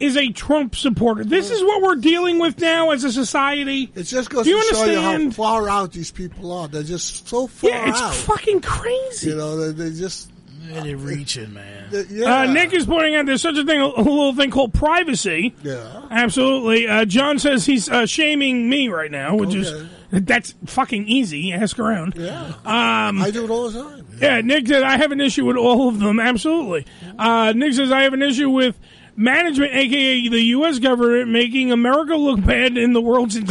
is a Trump supporter. This is what we're dealing with now as a society.
It just goes
Do you
to show you how
understand?
far out these people are. They're just so far
Yeah, it's
out.
fucking crazy.
You know, they, they just.
they're reaching, man.
yeah.
Uh, Nick is pointing out there's such a thing, a little thing called privacy.
Yeah.
Absolutely. Uh, John says he's uh, shaming me right now, which is that's fucking easy. Ask around. Yeah. Um,
I do it all the time.
Yeah. Nick says I have an issue with all of them. Absolutely. Uh, Nick says I have an issue with management, aka the U.S. government, making America look bad in the world since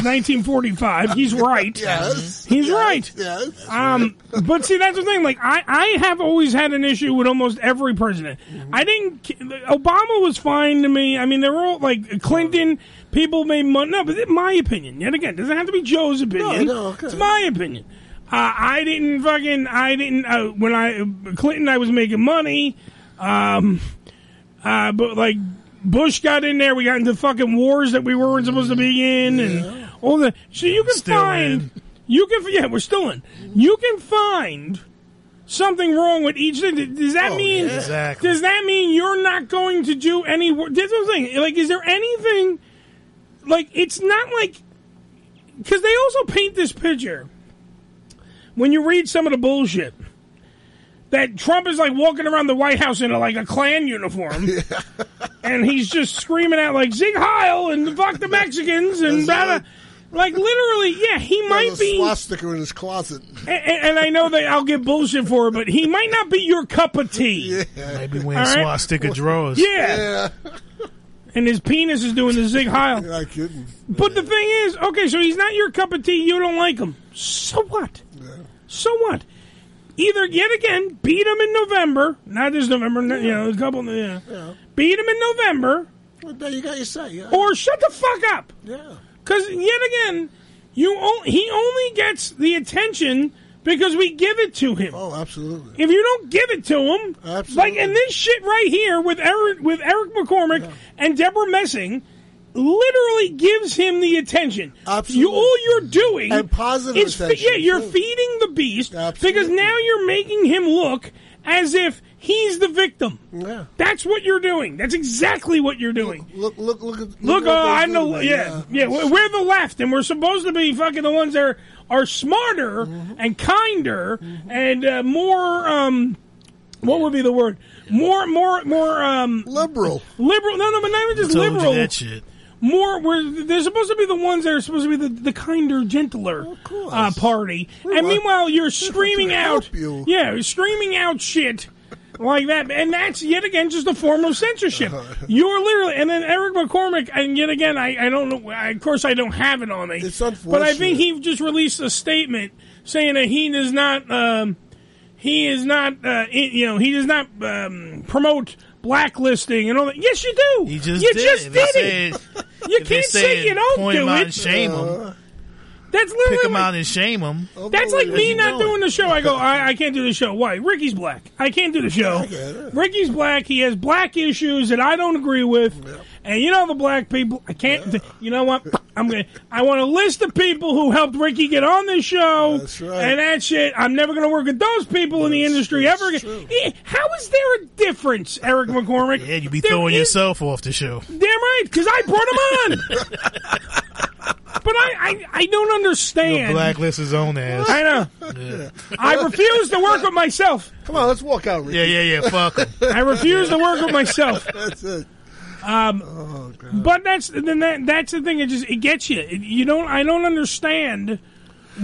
1945. He's right.
Yes.
He's right.
Yes.
Um, but see, that's the thing. Like, I, I have always had an issue with almost every president.
Mm-hmm.
I didn't. ca- Obama was fine to me. I mean, they were all like Clinton. People made money. No, but it's my opinion. Yet again, it doesn't have to be Joe's opinion.
no, okay.
It's my opinion. Uh, I didn't fucking. I didn't. Uh, when I Clinton, I was making money. Um, uh, but like Bush got in there, we got into fucking wars that we weren't supposed to be in, and all the. So you can find you can yeah we're still in. You can find something wrong with each thing. Does that mean
yeah. Exactly.
does that mean you're not going to do any? wor- That's what I'm saying. Like, is there anything? Like, it's not like because they also paint this picture when you read some of the bullshit that Trump is like walking around the White House in a, like a Klan uniform, and he's just screaming out like "Zig Heil" and "Fuck the Mexicans" and blah, blah. like literally, yeah, he might
a
be
swastika in his closet.
and, and- and I know that I'll get bullshit for it, but he might not be your cup of tea.
Maybe wearing
All right.
swastika drawers.
Yeah. And his penis is doing the Zig Heil. But the thing is, okay, so he's not your cup of tea. You don't like him. So what? So what? Either yet again beat him in November, not this November, no- you know, a couple, yeah.
Yeah.
beat him in November,
Well, there you got your say. Yeah.
or shut the fuck up.
yeah.
Because yet again, you on- he only gets the attention because we give it to him.
Oh, absolutely.
If you don't give it to him,
Absolutely.
like in this shit right here with Eric with Eric McCormick and Deborah Messing, literally gives him the attention. Absolutely, you, all you're doing
And positive
is fe-
attention,
yeah, you're
too.
feeding the beast because now you're making him look as if he's the victim.
Yeah.
That's what you're doing. That's exactly what you're doing.
Look, look, look at
Look,
what
uh,
they're
I'm the
doing,
yeah, yeah. We're we're the left, and we're supposed to be fucking the ones that are, are smarter and kinder and uh, more. Um, what would be the word? More, more, more. Um,
liberal,
liberal. No, no, but not even just
Told you
liberal.
that shit.
More, we're, they're supposed to be the ones that are supposed to be the, the kinder, gentler uh, party, and meanwhile you're screaming out,
you.
yeah, you're screaming out shit like that, and that's yet again just a form of censorship. You're literally, and then Eric McCormick, and yet again, I, I don't know. I, of course, I don't have it on me, it's but I think he just released a statement saying that he does not. Um, he is not, uh, in, you know, he does not um, promote blacklisting and all that. Yes, you do. You
Just
you
did.
just
If they
did it.
said-
you
if they
can't say
said
you don't
point
do
'em out
it.
and shame 'em.
That's literally
Pick them
like-
out and shame them.
That's like me not doing the show. I go, I, I can't do the show. Why? Ricky's black. I can't do the show. Ricky's black. He has black issues that I don't agree with. And you know the black people. I can't. You know what? I'm gonna. I want a list of people who helped Ricky get on this show. That's
right.
And that shit. I'm never gonna work with those people in the industry ever again. Eh, How is there a difference, Eric McCormick? Yeah,
You be throwing yourself off the show.
Damn right, because I brought him on. but I, I, I don't understand.
Blacklist his own ass. Oh,
I know. I refuse to work with myself.
Come on, let's walk out. Ricky.
Yeah, yeah, yeah. Fuck 'em.
I refuse to work with myself.
That's it. Oh,
Um, but that's then that that's the thing. It just it gets you. It- you don't. I don't understand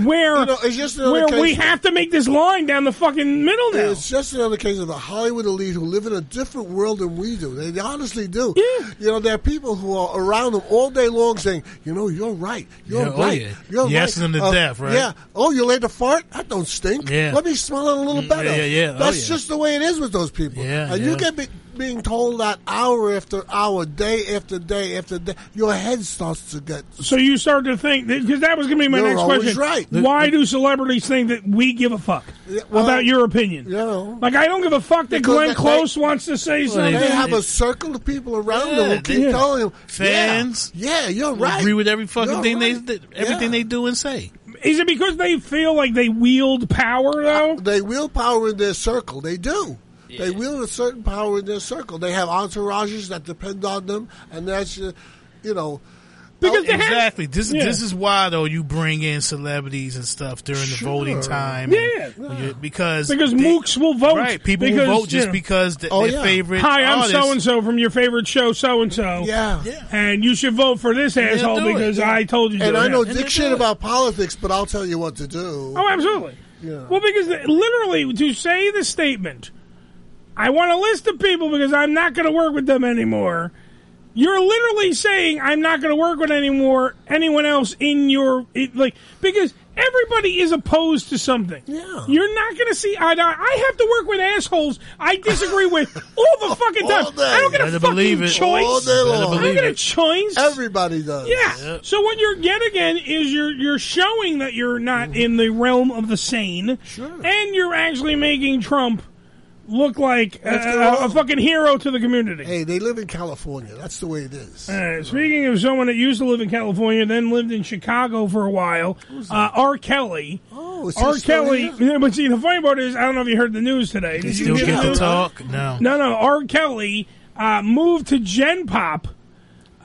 where
You know, it's just another
where we
case-
have to make this line down the fucking middle now.
It's just another case of the Hollywood elite who live in a different world than we do. They honestly do. Yeah. You know, there are people who are around them all day long saying, you know, you're right. You're
Yeah, oh,
right.
yeah.
You're
You ask
right. Uh,
them to death, right?
Yeah. Oh, you laid a fart? That don't stink.
Yeah.
Let me smell it a little
Mm,
better.
yeah, yeah, yeah. Oh,
That's
yeah.
just the way it is with those people.
Yeah,
And
yeah.
you get be- being told that hour after hour, day after day after day. Your head starts to get
So you start to think because that was going to be my
You're
next
always
question.
right.
Why do celebrities think that we give a fuck
Uh,
about your opinion? Like I don't give a fuck that
Because
Glenn
they-
Close wants to say
they,
something.
have a circle of people around them who
Yeah,
keep
they-
telling them,
Fans.
Yeah, yeah you're right.
Agree with every fucking
You're
thing
right.
they everything they do and say.
Is it because they feel like they wield power though?
They wield power in their circle. They do. They wield a certain power in their circle. They have entourages that depend on them, and that's uh, you know
because
exactly. This this is why though you bring in celebrities and stuff during the voting time. and
Yeah.
when you- because
Because
they-
mooks will vote.
Right, people will vote just because th-
Oh,
their favorite
Hi, I'm
artist-
so and so from your favorite show, so and so.
Yeah.
and you should vote for this
they'll
asshole
do it.
because I told you.
And
to.
I know
Yeah.
dick shit about politics, but I'll tell you what to do.
Oh, absolutely. Well, because the- literally to say the statement, I want a list of people because I'm not going to work with them anymore. You're literally saying I'm not going to work with anymore anyone else in your it, like because everybody is opposed to something. Yeah, you're not going to see eye to eye. I have to work with assholes I disagree with all the fucking time.
All day.
I don't get a
Better
fucking
believe it.
choice.
All day Better long.
I don't
believe
get a
it.
choice.
Everybody does.
Yeah. So what you're getting again is you're you're showing that you're
Mm-hmm.
not in the realm of the sane, sure. and you're actually making Trump look like
That's
uh,
the law.
a fucking hero to the community.
Hey, they live in California. That's the way it is.
All right, speaking of someone that used to live in California, then lived in Chicago for a while, uh, R. Kelly. Oh,
is he
R.
still
Kelly. Yeah, but see, the funny part is, I don't know if you heard the news today. Did
still
you
get to
news?
talk? No.
No, no. R. Kelly uh, moved to Gen Pop,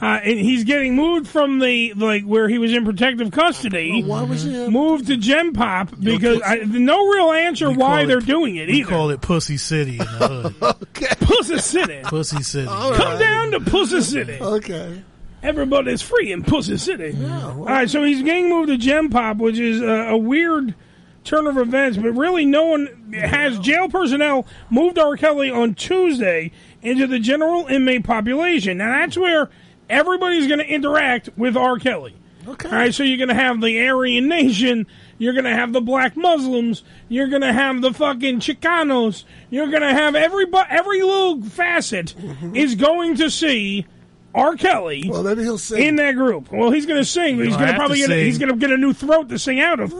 uh, and he's getting moved from the like where he was in protective custody. Oh, why was he moved to Gen Pop? Because I, no real answer why they're doing it
We
either.
call it Pussy City in the hood.
Pussy City.
Pussy City.
Come down to Pussy City.
Okay.
Everybody's free in Pussy City. All right, so he's getting moved to Gem Pop, which is a, a weird turn of events, but really no one has jail personnel moved R. Kelly on Tuesday into the general inmate population. Now, that's where everybody's going to interact with R. Kelly. Okay. All right, so you're going to have the Aryan Nation. You're going to have the black Muslims. You're going to have the fucking Chicanos. You're going to have every, bu- every little facet is going to see R. Kelly. Well,
maybe he'll sing
in that group. Well, he's going to sing. but
You
He's
don't
going to
have
probably
to
get a,
sing.
he's going to get a new throat to sing out of.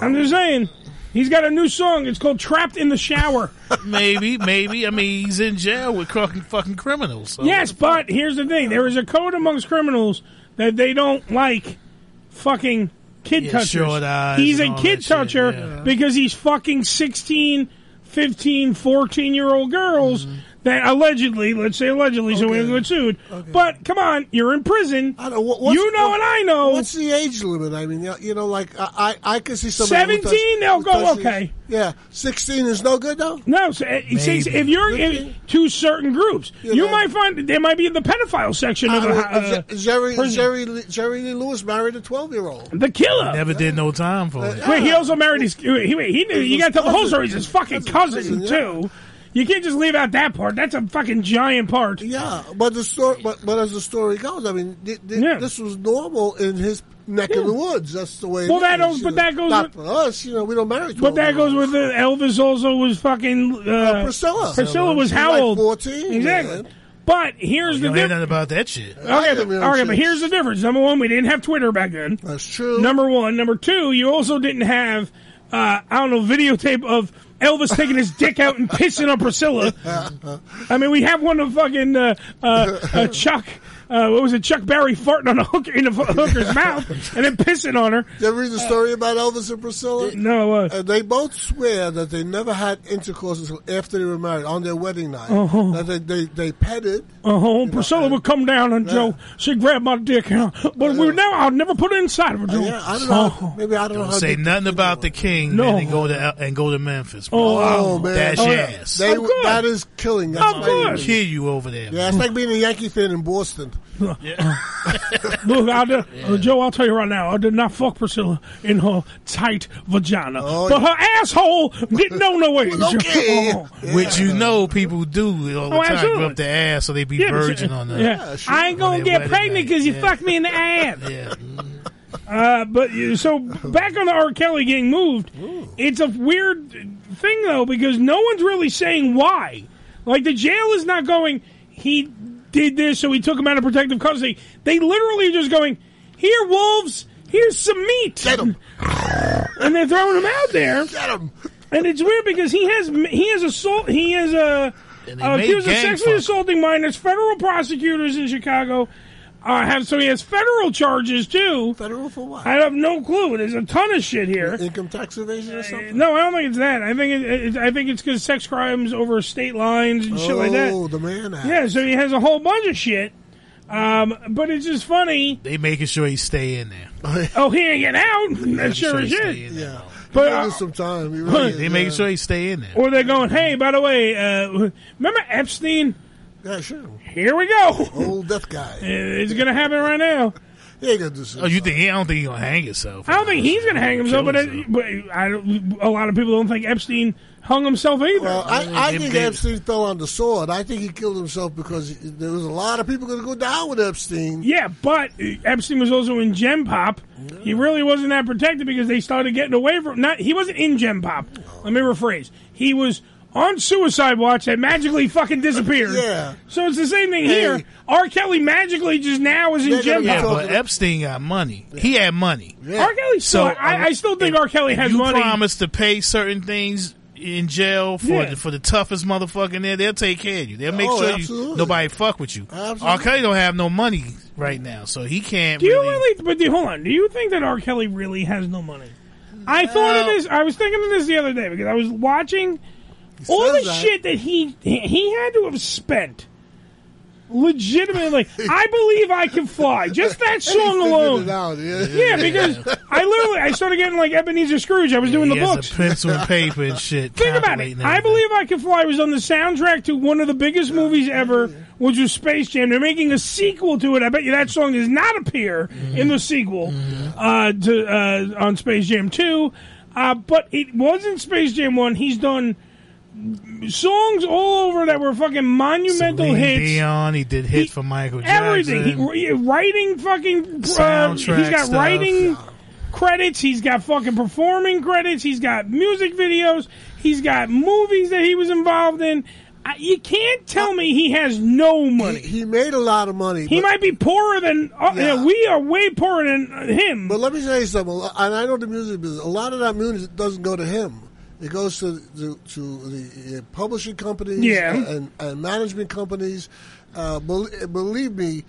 I'm just saying, he's got a new song. It's called "Trapped in the Shower."
maybe, maybe. I mean, he's in jail with fucking fucking criminals. So.
yes, but here's the thing: there is a code amongst criminals that they don't like fucking kid
Yeah,
touchers.
short eyes
he's
and
a
all
kid toucher because he's fucking 16, 15, 14 year old girls
Mm-hmm.
that allegedly, let's say allegedly, so we don't get sued. But come on, you're in prison. I don't, you know and I know.
What's the age limit? I mean, you know, like I, I, I could see somebody. who does-
17, they'll
who
go,
does these-
okay.
Yeah, sixteen is no good though.
No, so, uh, it says if you're in, to certain groups, you, might find they might be in the pedophile section of
I
the
mean,
uh,
Je- Jerry,
prison.
Jerry, Lee- Jerry Lee Lewis married a twelve-year-old.
the killer.
Never did no time for it.
Wait, he also married his. Wait, he, wait, he knew. You got to tell the whole story. He's his fucking cousin too. You can't just leave out that part. That's a fucking giant part.
Yeah, but the story, but, but as the story goes, I mean, th- th- this was normal in his neck of the woods. That's the way.
Well,
it is,
that don't-
you
but
know.
that goes
Not
with-
for us. You know, we don't marry.
But that goes with uh, Elvis. Also was fucking uh,
Priscilla.
Priscilla was
She's
how
like
old?
14,
Exactly.
man.
But here's
You
the
don't hear
difference.
nothing about that shit.
Okay, but, okay, but here's the difference. Number one, we didn't have Twitter back then.
That's true.
Number one. Number two, you also didn't have, uh, I don't know, videotape of Elvis taking his dick out and pissing on Priscilla. I mean, we have one of fucking uh, uh, uh, Chuck. Uh, what was it? Chuck Berry farting on a hooker in a hooker's mouth and then pissing on her.
Did you ever read the story about Elvis and Priscilla?
No, uh,
they both swear that they never had intercourse until after they were married on their wedding night.
Uh-huh.
That they, they they petted.
Oh, Priscilla would come down and Joe, she grabbed my dick, and, but we now I'll never put it inside of her. Joe.
Yeah, I don't know. Maybe I don't, know
Don't
how.
say
they-
nothing about the king
Oh. No.
no. and go to El- and go to Memphis. Bro.
Oh, oh, man,
that's
Oh, yeah.
ass.
They, that is killing. That's
I'm
right.
gonna kill you over there.
Yeah, it's like being a Yankee fan in Boston.
Look, I did, uh, Joe, I'll tell you right now, I did not fuck Priscilla in her tight vagina,
Oh,
but her asshole didn't know no way.
okay.
Oh.
Which you know people do all the
Oh,
time. Grab
absolutely.
up their ass so they be
Yeah, but
virgin
you-
on that.
yeah. I ain't gonna get pregnant because you fucked me in the ass. Uh, but you- so back on the R. Kelly getting moved, it's a weird thing though because no one's really saying why. Like the jail is not going. He did this, so we took him out of protective custody. They literally are just going here, wolves. Here's some meat. Get him. and they're throwing him out there. Get him. And it's weird because he has he has assault he has a
he may
accused of
gang
sexually
fuck.
assaulting minors. Federal prosecutors in Chicago uh, have so he has federal charges too.
Federal for what?
I have no clue. There's a ton of shit here. Uh,
Income tax evasion or something.
No, I don't think it's that. I think it, it, I think it's because sex crimes over state lines and shit like that.
Oh, the man act.
Yeah, so he has a whole bunch of shit. Um, but it's just funny.
They making sure he stay in there.
Oh, he ain't getting out. That's sure as shit.
Yeah,
But,
but
uh,
some time. He
Huh.
really
They
is,
making
yeah.
sure he stay in there.
Or they're going, hey, by the way, uh, remember Epstein?
Yeah, sure.
Here we go.
Old death guy.
It's going to happen right now.
He ain't gonna do
Oh, you think? I don't think he gonna hang himself.
I don't think he's going to hang himself,
Kill
but, it, but I don't, a lot of people don't think Epstein hung himself either.
Well, I, I think Epstein fell on the sword. I think he killed himself because he- there was a lot of people going to go down with Epstein.
Yeah, but Epstein was also in Gem Pop. He really wasn't that protected because they started getting away from. Not he wasn't in Gem Pop. Let me rephrase. He was on suicide watch that magically fucking disappeared.
Yeah.
So it's the same thing
Hey.
here. R. Kelly magically just now is in Gem
yeah,
Pop.
but Epstein got money. He had money.
R. Kelly. So I, I still think
if
R. Kelly has
you
money.
promise to pay certain things in jail for
Yeah.
the, for the toughest motherfucker in there. They'll take care of you. They'll make
Oh,
sure
absolutely.
you nobody fuck with you. R. Kelly don't have no money right now, so he can't.
Do you
really-
really? But do, hold on. Do you think that R. Kelly really has no money? I thought of this. I was thinking of this the other day because I was watching all the
says that.
shit that he he had to have spent. Legitimately, I believe I can fly. Just that song
figured
alone.
it out, yeah.
Yeah, because I literally I started getting like Ebenezer Scrooge. I was doing
he
the
has
books.
a pencil and paper and shit.
Think about
calculating
it. I believe I Can Fly was on the soundtrack to one of the biggest movies ever, which was Space Jam. They're making a sequel to it. I bet you that song does not appear
Mm-hmm.
in the sequel uh, to uh, on Space Jam Two. Uh, but it was in Space Jam One. He's done songs all over that were fucking monumental
Celine
hits.
Dion, he did hit for Michael Jackson.
Everything. He, writing fucking. Uh, he's
Soundtrack
got
stuff.
writing credits. He's got fucking performing credits. He's got music videos. He's got movies that he was involved in. I, you can't tell me he has no money.
He, made a lot of money.
He might be poorer than. Uh, yeah, we are way poorer than uh, him.
But let me tell you something, a lo- and I know the music business. A lot of that music doesn't go to him. It goes to the, to the uh, publishing companies
Yeah.
and, and management companies. Uh, bel believe me,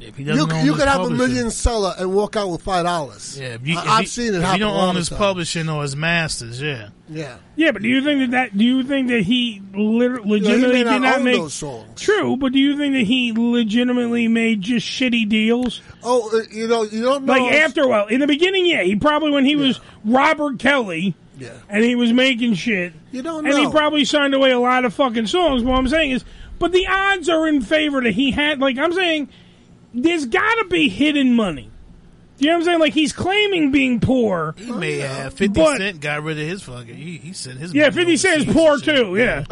If he doesn't
you,
own
you
his
could have a
publishing.
million seller and walk out with five dollars.
Yeah, if you, if
I've
he-
seen it
If
happen.
you don't
all
own
the
his
time.
publishing or his masters, yeah.
Yeah.
Yeah, but do you think that, that do you think that he liter- legitimately
not
did not
own
make
those songs.
True, but do you think that he legitimately made just shitty deals?
Oh, uh, you know, you don't know.
Like after a while, in the beginning, yeah, he probably when he was Robert Kelly,
Yeah.
and he was making shit.
You don't
and he
know.
probably signed away a lot of fucking songs. What I'm saying is, but the odds are in favor that he had. Like I'm saying, there's got to be hidden money. You know what I'm saying? Like he's claiming being poor.
He may have 50
but-
Cent got rid of his fucking. He, he sent his.
Yeah, 50 Cent is poor too. Yeah.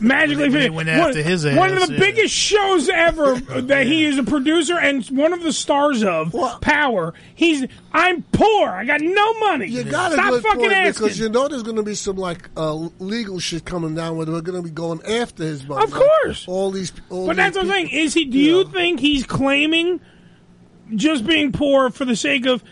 Magically,
When they
50. one,
went after his
one of
ass,
the
yeah.
biggest shows ever that he is a producer and one of the stars of Power. He's I'm poor. I got no money.
You got to
stop fucking asking.
because you know there's going to be some like uh, legal shit coming down where they're going to be going after his money.
Of course.
all these. All
but
these
that's what I'm saying.
people-
Is he? Do you think he's claiming just being poor for the sake of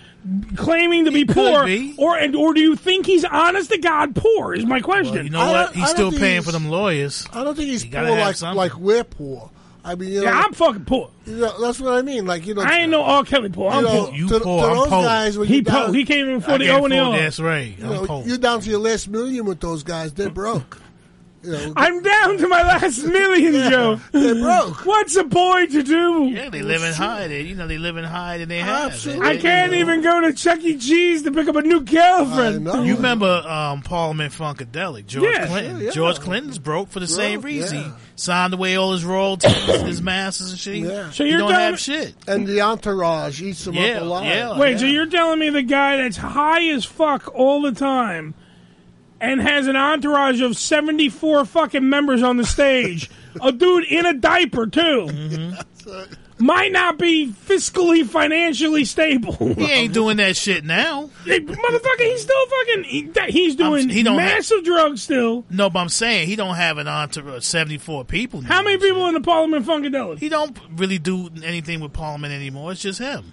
claiming to be
could
poor,
be.
or and or do you think he's honest to God poor? Is my question.
You know what? He's still paying for
the.
them lawyers.
I don't think he's
You
poor
gotta have
like
something.
like we're poor. I mean, you know,
Yeah, I'm fucking poor.
You know, that's what I mean. Like you know,
I ain't no R. Kelly poor. I'm
you know,
poor.
to, To those guys, when
he
you
poor.
down,
He came in for the O and the O.
right.
You know, you're down to your last million with those guys. They're broke. You know,
I'm down to my last million, Joe.
They're broke.
What's a boy to do?
Yeah, they living high. They, you know, they living high than they have. They-
I
they-
can't even go to Chuck E. Cheese to pick up a new girlfriend.
You remember um, Parliament Funkadelic, George
Yeah,
Clinton.
sure, yeah.
George Clinton's broke for the same
Broke,
reason.
yeah.
He signed away all his royalties, his masters and shit.
So
He
you're
don't
down-
have shit.
and the entourage eats them
Yeah,
up alive.
yeah.
Wait, so you're telling me the guy that's high as fuck all the time and has an entourage of 74 fucking members on the stage, a dude in a diaper, too,
Mm-hmm.
might not be fiscally, financially stable?
He ain't doing that shit now.
Hey, motherfucker, he's still fucking. He, that- he's doing
he don't have-
massive drugs still.
No, but I'm saying he don't have an entourage. Seventy four people. Now.
How many people in the Parliament Funkadelic?
He don't really do anything with Parliament anymore. It's just him.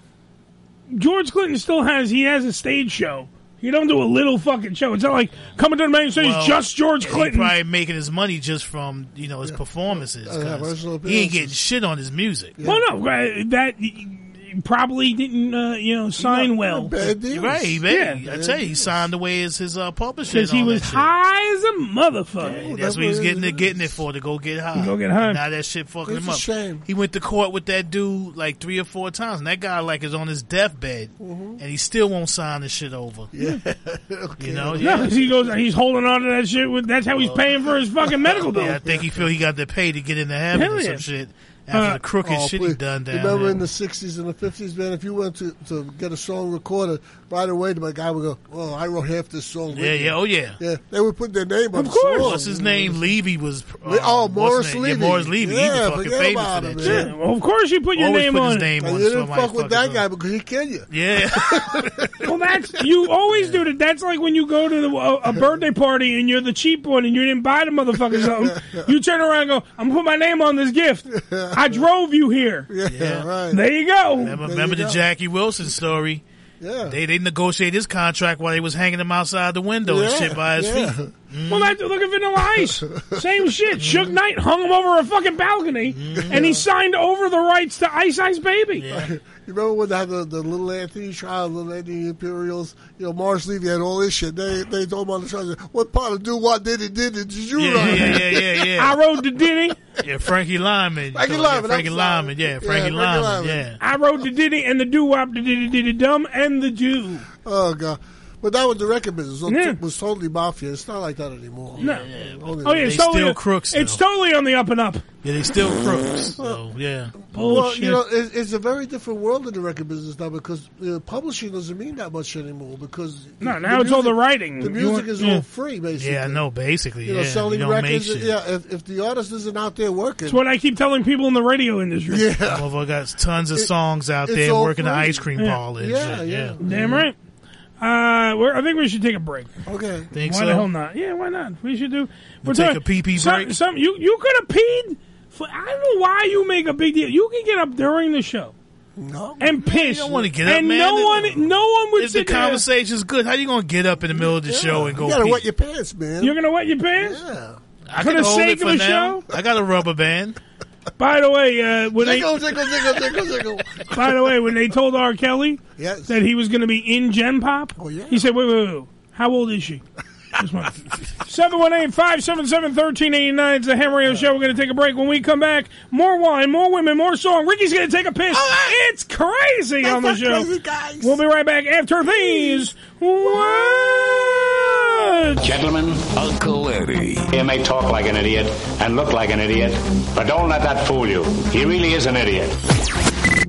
George Clinton still has. He has a stage show. He don't do a little fucking show. It's not like coming to the main stage
Well,
just George
he
Clinton.
probably making his money just from you know his performances.
Yeah,
'cause
personal
he ain't getting shit on his music.
Well, no, uh, that probably didn't uh, you know sign well.
You're right, he made, I tell you, he signed away his his uh, publishing.
because he
and all
was
that shit.
high as a motherfucker.
And that's what he was getting it, getting it for to go get high.
Go get high.
And now that shit fucking
It's
him
a
up.
shame.
He went to court with that dude like three or four times, and that guy like is on his deathbed, and he still won't sign the shit over. Yeah, you
No,
know, yeah.
'cause he goes. He's holding on to that shit. With that's how he's paying for his fucking medical bill.
Yeah, I think he feel he got to pay to get into heaven
Hell
or
yeah.
some shit. After
uh,
the crooked shit he
Uh, Oh, please.
done down
Remember
there.
in the 60s and the 50s, man, if you went to, to get a song recorded, right away my guy would go, oh, I wrote half this song.
Yeah, yeah, oh, yeah.
Yeah, they would put their name on
Of
the
course.
song.
What's his name? Levy was. uh,
oh,
what's
Morris
his name?
Levy.
Yeah, Morris Levy. he
Yeah,
was fucking
forget
famous
about
for that
him,
shit.
man. Yeah, well, of course you put your
Always
name
put his
on it.
name
Now,
on
you
it,
didn't
somebody
fuck with
fucking
that
up.
guy because he killed you.
Yeah.
Well, that's you always do that. That's like when you go to the, a, a birthday party and you're the cheap one and you didn't buy the motherfucker something. You turn around and go, "I'm gonna put my name on this gift. I drove you here."
Yeah.
There you go.
Remember, remember the Jackie Wilson story?
Yeah.
They they negotiated his contract while they was hanging him outside the window and shit by his feet.
Well, that, look at Vanilla Ice. Same shit. Suge Knight hung him over a fucking balcony, and he signed over the rights to Ice Ice Baby.
you remember when they had the, the little Anthony trial, little Anthony Imperials? You know, Morris Levy had all this shit. They they told him on the trial, what part of do what did it did it did you
Oh, Yeah,
write?
yeah, yeah, yeah, yeah.
I rode the Diddy.
Yeah, Frankie Lyman.
Frankie
Yeah,
Lyman,
Frankie
I'm sorry.
Lyman. Yeah, Frankie Lyman. Yeah.
I wrote the Diddy and the doo wop, the Diddy Diddy Dumb, and the Jew.
Oh, God. But that was the record business. It was,
Yeah.
was totally mafia. It's not like that anymore.
No.
Only-
Oh yeah, it's totally, It's totally on the up and up.
Yeah, they still crooks. So, yeah.
Well, you know, it, it's a very different world in the record business now because uh, publishing doesn't mean that much anymore. Because
No, now it's all the writing.
The
You
music
want-
is
yeah.
all free, basically.
Yeah, I know, basically.
You know,
yeah.
selling
you don't
records.
Make shit.
Yeah, if, if the artist isn't out there working,
It's what I keep telling people in the radio industry.
Yeah.
Motherfucker got tons of
It-
songs out
it's
there
all
working the
free.
ice cream
Yeah.
parlor and
Yeah,
shit.
yeah.
Yeah.
Mm-hmm.
Damn right. Uh, we're, I think we should take a break.
Okay.
Think
why
so?
the hell not? Yeah, why not? We should do. We're
take
talking-
a pee-pee
some-
break?
Some, you you could have peed. For, I don't know why you make a big deal. You can get up during the show.
No.
And piss.
You don't want to get up,
and
man.
no one, no one would
If the
sit there.
conversation's good, how you gonna get up in the middle of the show and go?
you gotta
pee?
wet your pants, man.
You're gonna wet your pants.
Yeah.
I
for
can
the
hold
sake
it for
of the
now. I got a rubber band.
By the way, uh, when they,
Tickle, tickle, tickle, tickle, tickle.
by the way, when they told R. Kelly
Yes. Oh,
that he was going to be in Gen Pop, he said, wait, wait, wait, wait. How old is she? 718 577 1389. It's the Ham Radio Show. We're going to take a break. When we come back, more wine, more women, more song. Ricky's going to take a piss. It's crazy on the
not
show.
crazy,
We'll be right back after these.
Gentlemen, Uncle Eddie.
He may talk like an idiot and look like an idiot, but don't let that fool you. He really is an idiot.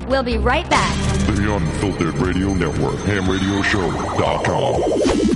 We'll be right back.
The Unfiltered Radio Network, hamradioshow.com.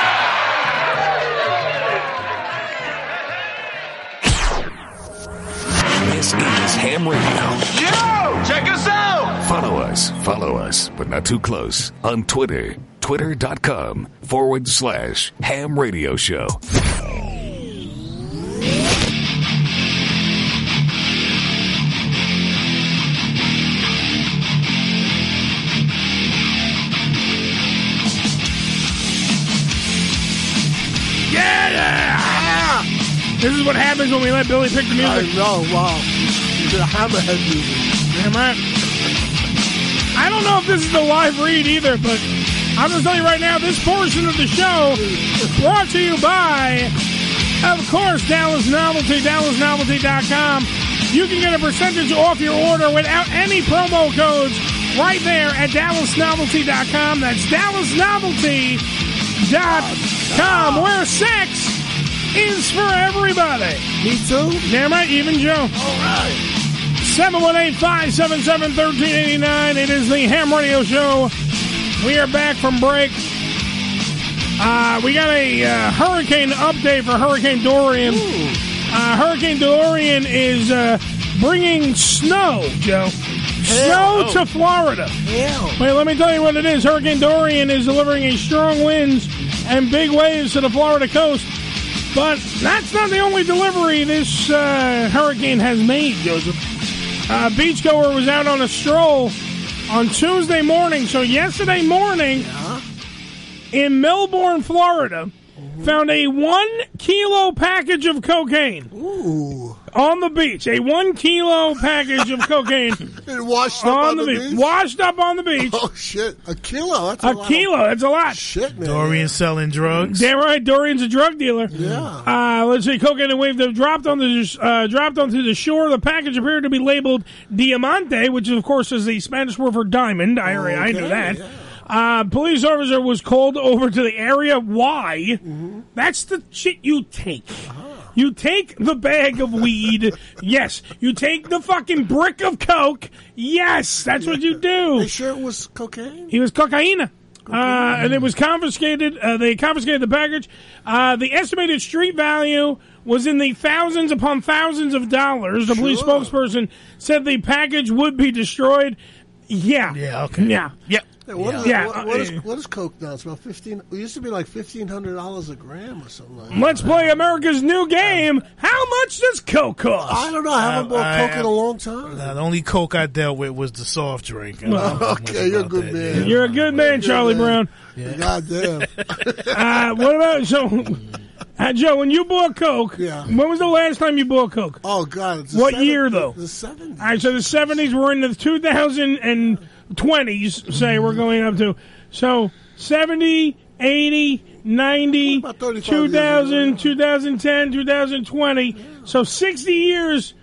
This is Ham Radio.
Yo! Check us out!
Follow us, follow us, but not too close on Twitter. Twitter.com forward slash ham radio show.
This is what happens when we let Billy pick the
I
music.
know, Oh, wow. It's a hammerhead music.
Damn right. I don't know if this is the live read either, but I'm going to tell you right now, this portion of the show is brought to you by, of course, Dallas Novelty, DallasNovelty.com. You can get a percentage off your order without any promo codes right there at DallasNovelty.com. That's DallasNovelty.com, where sex is for everybody.
Me too.
Damn right, even Joe. All right. 718-577-1389. It is the Ham Radio Show. We are back from break. Uh, we got a uh, hurricane update for Hurricane Dorian. Uh, hurricane Dorian is uh, bringing snow, Joe. Snow to Florida. Wait, let me tell you what it is. Hurricane Dorian is delivering a strong winds and big waves to the Florida coast. But that's not the only delivery this uh, hurricane has made, Joseph. Uh, beachgoer was out on a stroll on Tuesday morning. So yesterday morning, in Melbourne, Florida, found a one kilo package of cocaine on the beach. A one kilo package of cocaine.
It washed up on the beach?
Washed up on the beach.
Oh shit! A kilo. That's a,
a
lot of-
kilo. That's a lot.
Shit, man.
Dorian selling drugs.
Damn right, Dorian's a drug dealer. Yeah. Uh, let's see, cocaine and wave have dropped on the uh, dropped onto the shore. The package appeared to be labeled Diamante, which of course is the Spanish word for diamond. I already I knew
Okay,
that. Uh, police officer was called over to the area. Why?
Mm-hmm.
That's the shit you take.
Uh-huh.
You take the bag of weed. yes. You take the fucking brick of coke. Yes. That's what you do.
They sure it was cocaine?
He was cocaina. Uh, and it was confiscated. Uh, they confiscated the package. Uh, the estimated street value was in the thousands upon thousands of dollars. The police spokesperson said the package would be destroyed. Yeah. Yeah. Okay. Yeah. Yeah.
Hey, what, is,
Yeah.
what, what is what is coke now? It's about fifteen. It used to be like fifteen hundred dollars a gram or something. Like that.
Let's play America's new game. How much does Coke cost?
I don't know. I haven't bought
I-
coke in a long time.
Now, the only coke I dealt with was the soft drink. I don't know
Well,
much
okay, you're a
about
good
that,
man.
yeah.
You're a good man, Charlie Brown.
God damn.
Uh, what about so? Uh, Joe, when you bought Coke, yeah. when was the last time you bought Coke?
Oh God! it's the
What
seven-
year though?
The seven.
All right, so the seventies we're in the two thousand and twenties. Say we're going up to so 70, 80, 90, 2000, 2010, 2020. So sixty years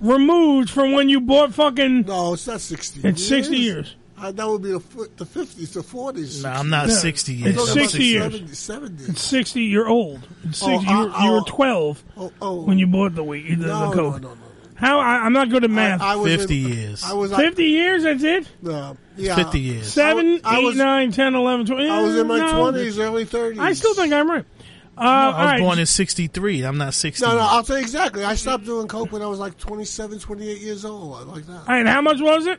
removed from when you bought fucking.
No, it's not sixty.
It's sixty years.
Uh, that would be the fi- the fifties, the forties.
Nah, I'm not 60 years.
It's
I'm
60 years.
70, 70.
It's sixty. You're old. It's
Oh,
60. you,
I-
you were
I-
twelve
Oh, oh.
when you bought the weed, the,
No, no,
the coke. How I, I'm not good at math.
I was in- 50 years. I was- I-
Fifty years. That's it.
No, yeah.
50 years.
Seven,
I was-
eight, nine, 10, 11, 12.
I was in my
No.
twenties, early thirties.
I still think I'm right. Uh,
I
all
was
right.
born in '63. I'm not 60.
No, no, I'll tell you exactly. I stopped doing coke when I was like 27, 28 years old, I like that.
All right, how much was it?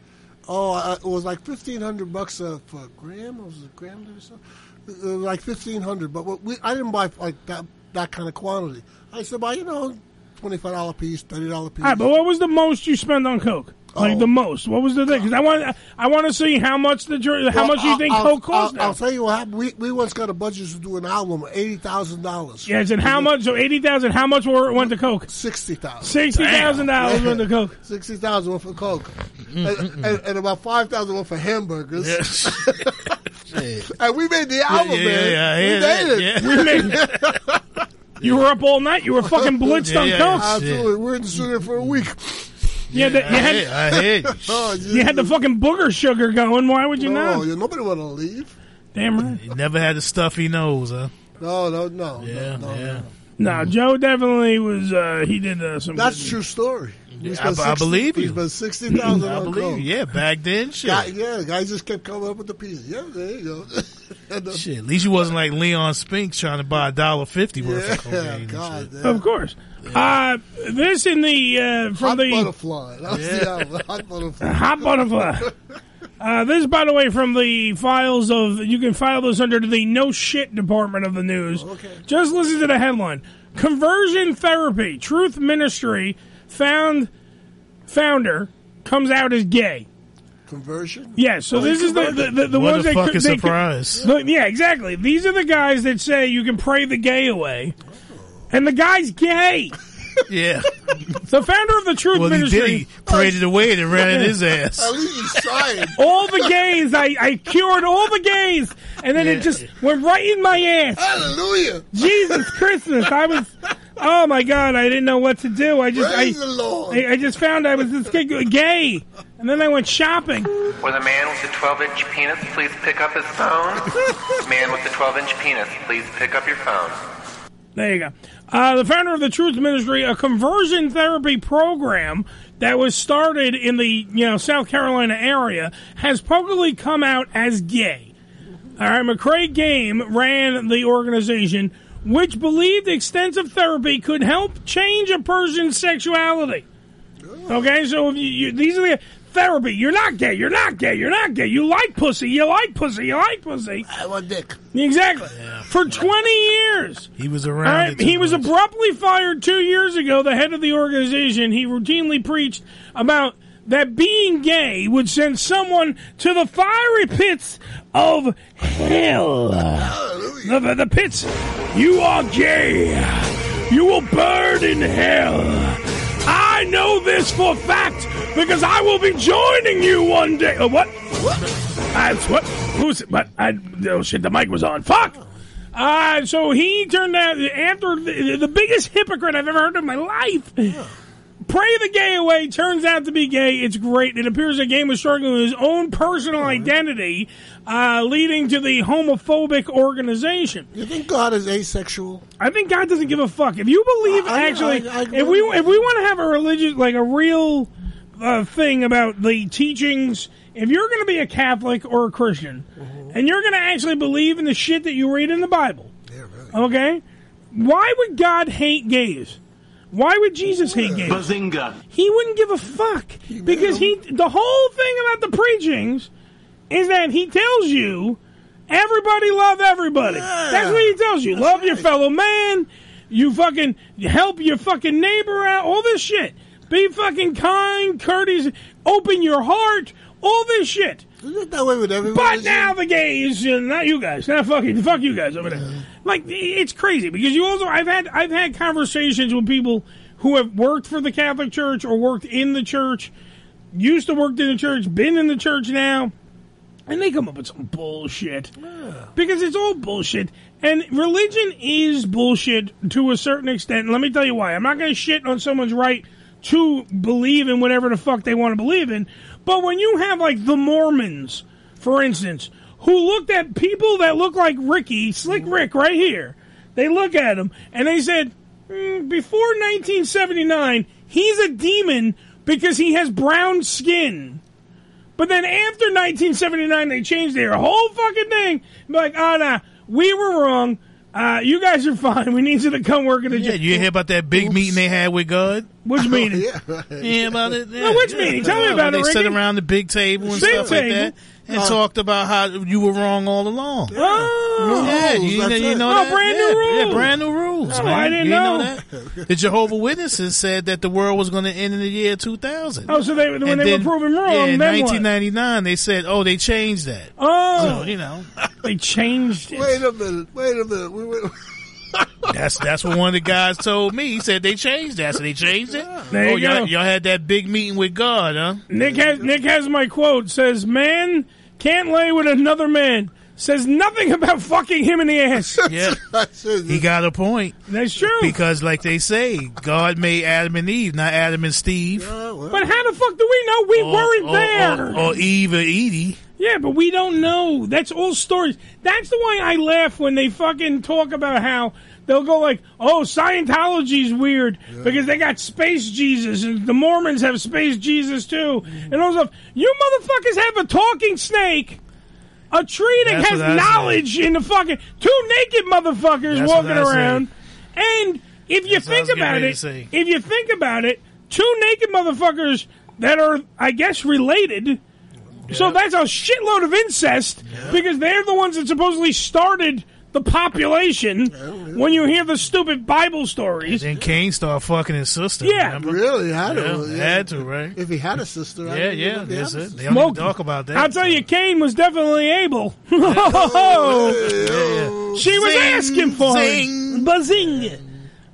Oh, uh, it was like fifteen hundred bucks uh, for a gram. Was it a gram or something? It was like fifteen hundred, but what we I didn't buy like that that kind of quantity. I used to buy, you know, twenty five dollar piece, thirty dollar piece.
All right, but what was the most you spent on coke? Like
Oh.
the most? What was the thing? Because I want, I want to see how much the jury, how
Well,
much you
I'll-
think
I'll-
coke cost?
I'll, I'll tell you what happened. We, we once got a budget to do an album, eighty thousand dollars.
yes, and how much? So eighty thousand. How much were, went to coke?
Sixty thousand.
Sixty thousand dollars went to coke.
Sixty thousand went for coke,
Mm-hmm.
and, and, and about five thousand went for hamburgers. and we made the album,
yeah,
man.
yeah, I
we
hear that,
made it.
yeah.
We made You were up all night. You were fucking blitzed
Yeah,
on
yeah,
coke.
Absolutely, we're in the studio for a week.
Yeah, that- you
I
had,
hate- I hate you. Oh,
you had the fucking booger sugar going. Why would you
No,
not?
you- nobody want to leave.
Damn right.
He never had the stuffy nose, huh?
No, no, no.
Yeah,
no, no,
yeah.
No, Joe definitely was. Uh, he did uh, some.
That's
good-
true story. We
Yeah,
spent
I- I believe
we
you.
spent sixty thousand.
I
on
believe
coke.
you. Yeah, back then, shit.
Guy, yeah, the guy just kept coming up with the pieces. Yeah, there you go. And, uh,
Shit, at least you wasn't like Leon Spinks trying to buy a dollar fifty worth
Yeah,
of cocaine.
God, damn.
Of course. Uh, this in the uh, from
hot
the
butterfly. That was the
Yeah.
album. Hot butterfly.
hot butterfly. Uh, this, by the way, from the files of you can file this under the no shit department of the news.
Oh,
Okay. Just listen to the headline: Conversion Therapy Truth Ministry found founder comes out as gay.
Conversion.
Yeah, so
Oh,
this
you
is the the,
converted.
the, the
What
ones
a
that
fucking
they-
surprise.
Look, yeah, exactly. These are the guys that say you can pray the gay away, and the guy's gay.
Yeah.
The founder of the Truth
Well, he did.
Ministry
He paraded away and ran at his ass. At
least he's trying.
All the gays, I, I cured all the gays, and then it just went right in my ass.
Hallelujah!
Jesus Christmas, I was. Oh my God, I didn't know what to do. I just,
Praise
I,
the Lord.
I, I just found I was this gay, gay, and then I went shopping.
Will the man with the 12 inch penis please pick up his phone? man with the 12 inch penis, please pick up your phone.
There you go. Uh, the founder of the Truth Ministry, a conversion therapy program that was started in the you know South Carolina area, has publicly come out as gay. All right, McCray Game ran the organization, which believed extensive therapy could help change a person's sexuality. Okay, so if you, you, these are the therapy. You're not gay. You're not gay. You're not gay. You like pussy. You like pussy. You like pussy. I
want dick.
Exactly. For 20 years.
He was
All
around.
right, he was abruptly fired two years ago. The head of the organization, he routinely preached about that being gay would send someone to the fiery pits of hell. The, the- the pits. You are gay. You will burn in hell. I know this for a fact because I will be joining you one day. Uh, what? What? That's what? Who's But I. Oh shit! The mic was on. Fuck. Uh, so he turned out after the, the biggest hypocrite I've ever heard in my life. Pray the gay away turns out to be gay. It's great. It appears the game was struggling with his own personal identity, uh, leading to the homophobic organization.
You think God is asexual?
I think God doesn't give a fuck. If you believe,
I-
actually,
I- I-
if we if we want to have a religious, like a real uh, thing about the teachings, if you're going to be a Catholic or a Christian,
Mm-hmm.
and you're going to actually believe in the shit that you read in the Bible, okay? Why would God hate gays? Why would Jesus hate gays?
Bazinga.
He wouldn't give a fuck because he the whole thing about the preachings is that he tells you everybody love everybody. That's what he tells you. love your fellow man. You fucking help your fucking neighbor out. All this shit. Be fucking kind, courteous. Open your heart. All this shit.
Isn't it that way with everyone?
But now the gays, uh, not you guys, not fucking, fuck you guys over there. Like it's crazy because you also, I've had, I've had conversations with people who have worked for the Catholic Church or worked in the church, used to work in the church, been in the church now, and they come up with some bullshit because it's all bullshit. And religion is bullshit to a certain extent. And let me tell you why. I'm not going to shit on someone's right to believe in whatever the fuck they want to believe in. But when you have like the Mormons, for instance, who looked at people that look like Ricky, Slick Rick, right here, they look at him and they said, "Mm, before 1979, he's a demon because he has brown skin. But then after 1979, they changed their whole fucking thing. Like, ah, oh, nah, we were wrong. Uh, you guys are fine. We need you to come work in the
Yeah,
gym.
you hear about that big meeting they had with God? Oh,
Which meeting?
Yeah, about it.
No, which meeting? Tell me about
they
it,
They
Ricky.
sat around the big table and
Big
stuff like that
table?
and
Uh,
talked about how you were wrong all along.
Oh,
yeah, you, know- you know
Oh,
that?
brand
yeah,
new rules.
Yeah, brand new rules.
Oh,
man.
I didn't
You
know.
that. The Jehovah Witnesses said that the world was going to end in the year 2000.
Oh, so they, when
And
they
then-
were proven wrong,
yeah, in
then what?
1999 they said, "Oh, they changed that."
Oh,
you know,
they changed it.
Wait a minute. Wait a minute. We went.
That's that's what one of the guys told me. He said they changed that, so they changed it.
There
oh,
you go.
all y'all had that big meeting with God, huh?
Nick has Nick has my quote. Says man can't lay with another man. Says nothing about fucking him in the ass.
Yeah, he got a point.
That's true.
Because, like they say, God made Adam and Eve, not Adam and Steve.
But how the fuck do we know we weren't
or,
there?
Or, or Eve or Edie.
Yeah, but we don't know. That's all stories. That's the way I laugh when they fucking talk about how they'll go like, "Oh, Scientology's weird because they got space Jesus and the Mormons have space Jesus too."
Mm-hmm.
And all stuff. You motherfuckers have a talking snake. A tree that
That's
has
what I said.
knowledge in the fucking two naked motherfuckers
That's what
walking
I said.
around. And if you
what I was
think
getting
about
ready
it,
to say.
if you think about it, two naked motherfuckers that are, I guess, related. So that's a shitload of incest because they're the ones that supposedly started the population. When you hear the stupid Bible stories,
Then Cain started fucking his sister.
Yeah.
remember?
Really? I don't.
Yeah, had to, right?
If he had a sister, I
Yeah,
don't
yeah,
know if he had
that's
a
it.
sister.
They don't even talk about that.
I'll tell you, Cain was definitely able. Oh, She was asking for it. Bazing.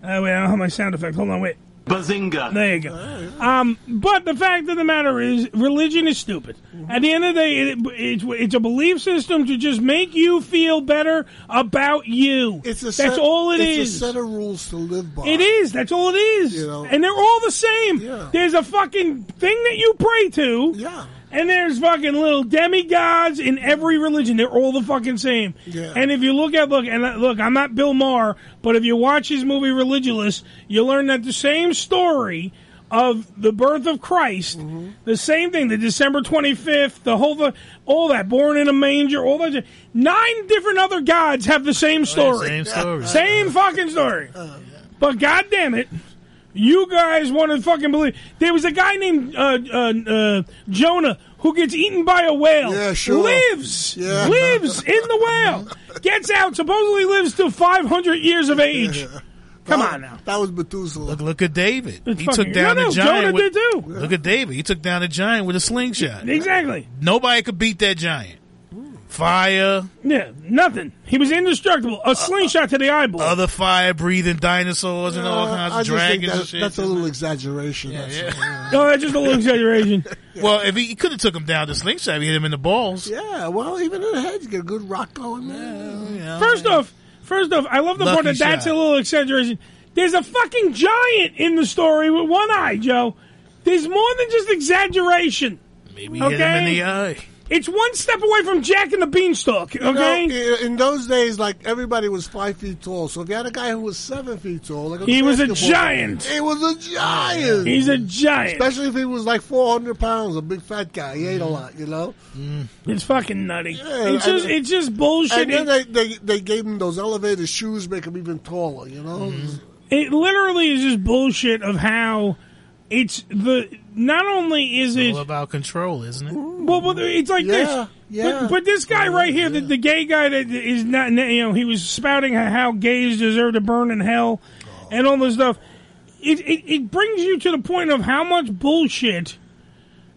Uh, wait, I don't have my sound effect. Hold on, wait. Bazinga. There you go. Um, but the fact of the matter is, religion is stupid. At the end of the day, it, it's, it's a belief system to just make you feel better about you.
It's a
That's
set,
all it
it's
is.
a set of rules to live by.
It is. That's all it is.
You know?
And they're all the same. There's a fucking thing that you pray to.
Yeah.
And there's fucking little demigods in every religion. They're all the fucking same.
Yeah.
And if you look at look and uh, look, I'm not Bill Maher, but if you watch his movie Religious, you learn that the same story of the birth of Christ,
Mm-hmm.
the same thing, the December 25th, the whole the, all that born in a manger, all that nine different other gods have the same story.
same story.
Same fucking story.
Uh,
But goddamn it, you guys want to fucking believe there was a guy named uh, uh, uh, Jonah who gets eaten by a whale. Yeah,
sure.
Lives,
Yeah.
lives in the whale. Gets out. Supposedly lives to five hundred years of age. Come on now.
That was Methuselah.
Look, look at David.
It's
he
fucking-
took down
No, no,
a giant.
Jonah
with,
did too.
Look at David. He took down a giant with a slingshot.
Exactly.
Nobody could beat that giant. Fire.
Yeah, nothing. He was indestructible. A slingshot to the eyeball.
Other fire breathing dinosaurs and all
Uh,
kinds
I
of
just think
dragons
that's,
and shit.
that's a little exaggeration. that's all.
No, that's just a little exaggeration.
Well, if he, he could have took him down the slingshot, he hit him in the balls.
Yeah, well, even in the head, you get a good rock going
Oh,
there.
First off, first off, I love the
Lucky
part that that's a
shot.
little exaggeration. There's a fucking giant in the story with one eye, Joe. There's more than just exaggeration.
Maybe hit him in the uh, eye.
It's one step away from Jack and the Beanstalk.
You know,
Okay,
i- in those days, like everybody was five feet tall. So if you had a guy who was seven feet tall, like on
He
the
was a
basketball
giant.
He was a giant.
He's a giant.
especially if he was like four hundred pounds, a big fat guy. He ate a lot, you know.
Mm. it's fucking nutty.
Yeah,
it's just,
and-
it's just bullshit.
And then
It-
they, they they gave him those elevated shoes, make him even taller. You know.
Mm-hmm. It literally is just bullshit of how it's the. Not only is it
All about control, isn't it?
Well, but it's like
Yeah,
this.
yeah.
But, but this guy right here, the, the gay guy that is not, you know, he was spouting how gays deserve to burn in hell and all this stuff. It, it, it brings you to the point of how much bullshit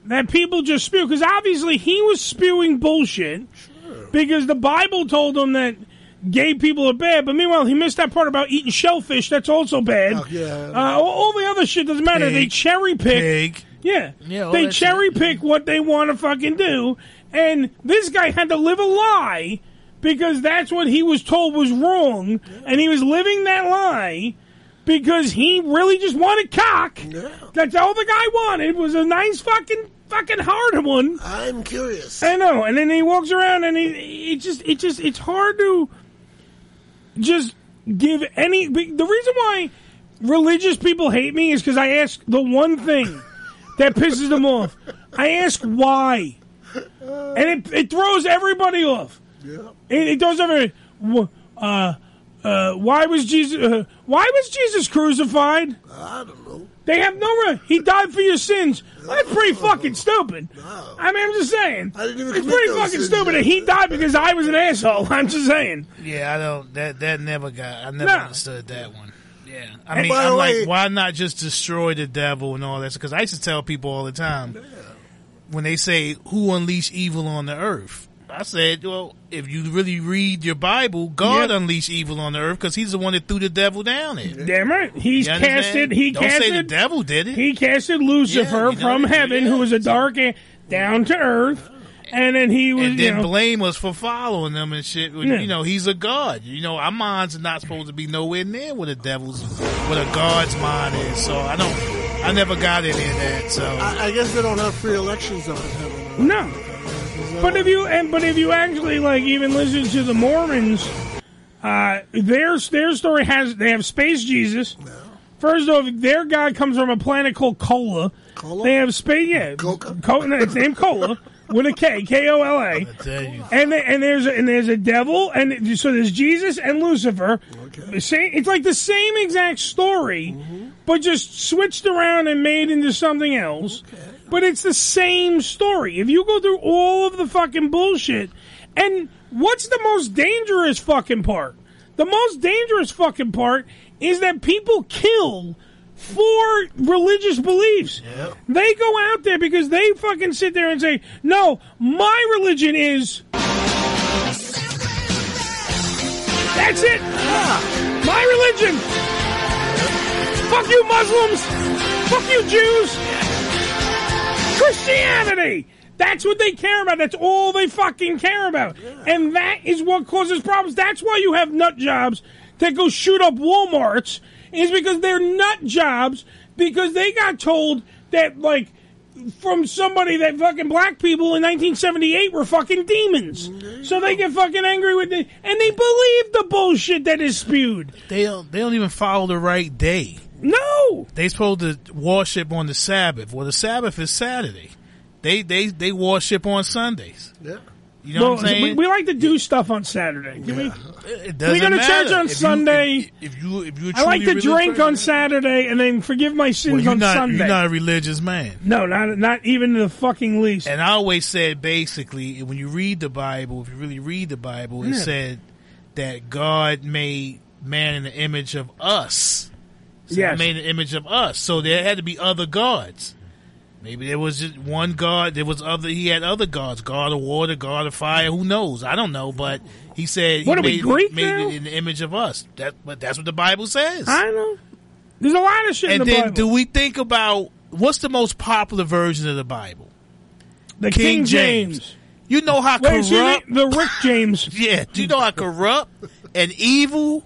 that people just spew. Because obviously he was spewing bullshit because the Bible told him that gay people are bad. But meanwhile, he missed that part about eating shellfish. That's also bad.
yeah.
Uh, all, all the other shit doesn't matter. They
Oh, Pig.
cherry pick.
Pig.
Yeah.
Yeah, all
they
that
cherry pick what they want to fucking do. And this guy had to live a lie because that's what he was told was wrong. And he was living that lie because he really just wanted cock. That's all the guy wanted was a nice fucking fucking hard one.
I'm curious.
I know. And then he walks around and he it just it just it's hard to just give any. be- The reason why religious people hate me is because I ask the one thing that pisses them off. I ask why, and it, it throws everybody off. It, it throws everybody. wh- Uh, uh, why was Jesus? Uh, why was Jesus crucified?
I don't know.
They have no. Re- he died for your sins. That's pretty fucking stupid. I mean, I'm just saying. it's
commit
pretty
those
fucking
sins
stupid.
yet.
that He died because I was an asshole. I'm just saying.
Yeah, I don't. That that never got. I never
No.
understood that one. Yeah,
And
I mean,
by the
I'm
way-
like, why not just destroy the devil and all that? Because I used to tell people all the time when they say, "Who unleashed evil on the earth?" I said, "Well, if you really read your Bible, God
Yeah.
unleashed evil on the earth because He's the one that threw the devil down there."
Damn right. He's
You understand?
casted. He
Don't
casted.
say the devil did it.
He casted Lucifer
Yeah, you know,
from
yeah,
heaven, who was a dark a- down to earth, and then he was.
and
you
then
know,
blame us for following them and shit. When,
Yeah.
You know, he's a god. You know, our minds are not supposed to be nowhere near what a devil's, what a god's mind is. So I don't, I never got any of that. So
I, I guess they don't have free elections up in heaven.
No. But if you and but if you actually like even listen to the Mormons, uh, their their story has they have space Jesus. First off, their god comes from a planet called Cola. Cola. They have space yeah. Coca. it's named Cola with a K K O L A.
tell you.
And they, and there's a, and there's a devil and so there's Jesus and Lucifer. The Same, it's like the same exact story, but just switched around and made into something else. But it's the same story. If you go through all of the fucking bullshit, and what's the most dangerous fucking part? The most dangerous fucking part is that people kill for religious beliefs. They go out there because they fucking sit there and say, "No, my religion is." That's it. My religion. Fuck you, Muslims! Fuck you, Jews! Christianity! That's what they care about. That's all they fucking care about. And that is what causes problems. That's why you have nut jobs that go shoot up Walmarts, is because they're nut jobs because they got told that, like, from somebody that fucking black people in 1978 were fucking demons. So they get fucking angry with it, and they believe the bullshit that is spewed.
They don't, they don't even follow the right day.
No,
they supposed to worship on the Sabbath. Well, the Sabbath is Saturday. They they they worship on Sundays.
Yeah.
You know what I'm
Well,
saying?
We, we like to do stuff on Saturday. Can we?
It doesn't
we go to
matter.
church on
If you-
Sunday.
if you if you
I like to drink on Saturday and then forgive my sins
Well, you're
on
not-
Sunday.
you're not a religious man.
No, not not even the fucking least.
And I always said basically when you read the Bible, if you really read the Bible, it
Yeah.
said that God made man in the image of us. So
Yes.
he made an image of us. So there had to be other gods. Maybe there was just one god. There was other. He had other gods: god of water, god of fire. Who knows? I don't know. But he said he
What are we,
made,
Greek
made
now?
it in the image of us. That, but that's what the Bible says.
I know. There's a lot of shit in
And
the
then,
Bible.
do we think about what's the most popular version of the Bible?
The King James.
You know how
Wait, excuse me,
corrupt
the Rick James.
yeah, do you know how corrupt and evil,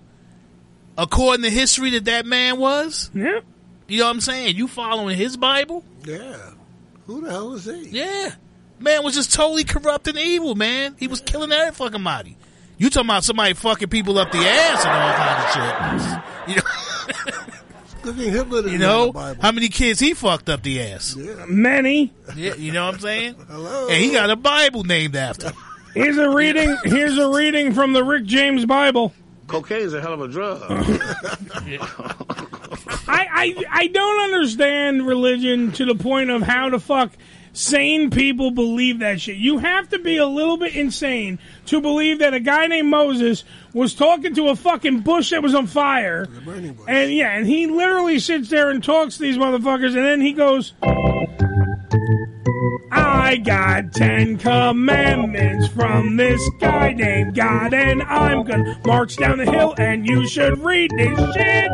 according to history, that that man was?
Yeah.
You know what I'm saying? You following his Bible?
Yeah. Who the hell is he?
Yeah. Man was just totally corrupt and evil, man. He was killing every fucking body. You talking about somebody fucking people up the ass and all kinds of shit. You know,
Good thing Hitler didn't
you
know
know
the Bible.
how many kids he fucked up the ass?
Many.
Yeah, you know what I'm saying? And he got a Bible named after. him.
Here's a reading. Here's a reading from the Rick James Bible.
Cocaine's a hell of a drug.
I, I I don't understand religion to the point of how the fuck sane people believe that shit. You have to be a little bit insane to believe that a guy named Moses was talking to a fucking bush that was on fire. And yeah, and he literally sits there and talks to these motherfuckers and then he goes I got ten commandments from this guy named God, and I'm gonna march down the hill, and you should read this shit.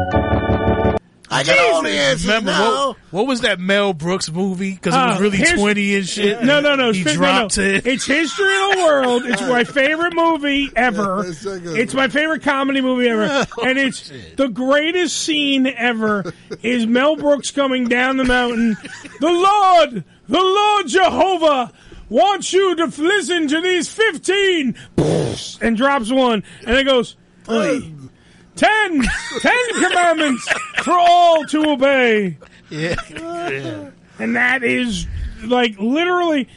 I got all the answers
Remember
now.
what, what was that Mel Brooks movie? Because it was
Uh,
really
here's-
twenty and shit.
No, no, no.
He
Fi- no, no.
dropped it.
It's History of the World. It's my favorite movie ever.
Yeah, that's so good.
It's my favorite comedy movie ever. And it's the greatest scene ever is Mel Brooks coming down the mountain. The Lord, the Lord Jehovah wants you to f- listen to these 15 and drops one. And it goes, "Oi, 10, 10 commandments for all to obey.
yeah.
And that is like literally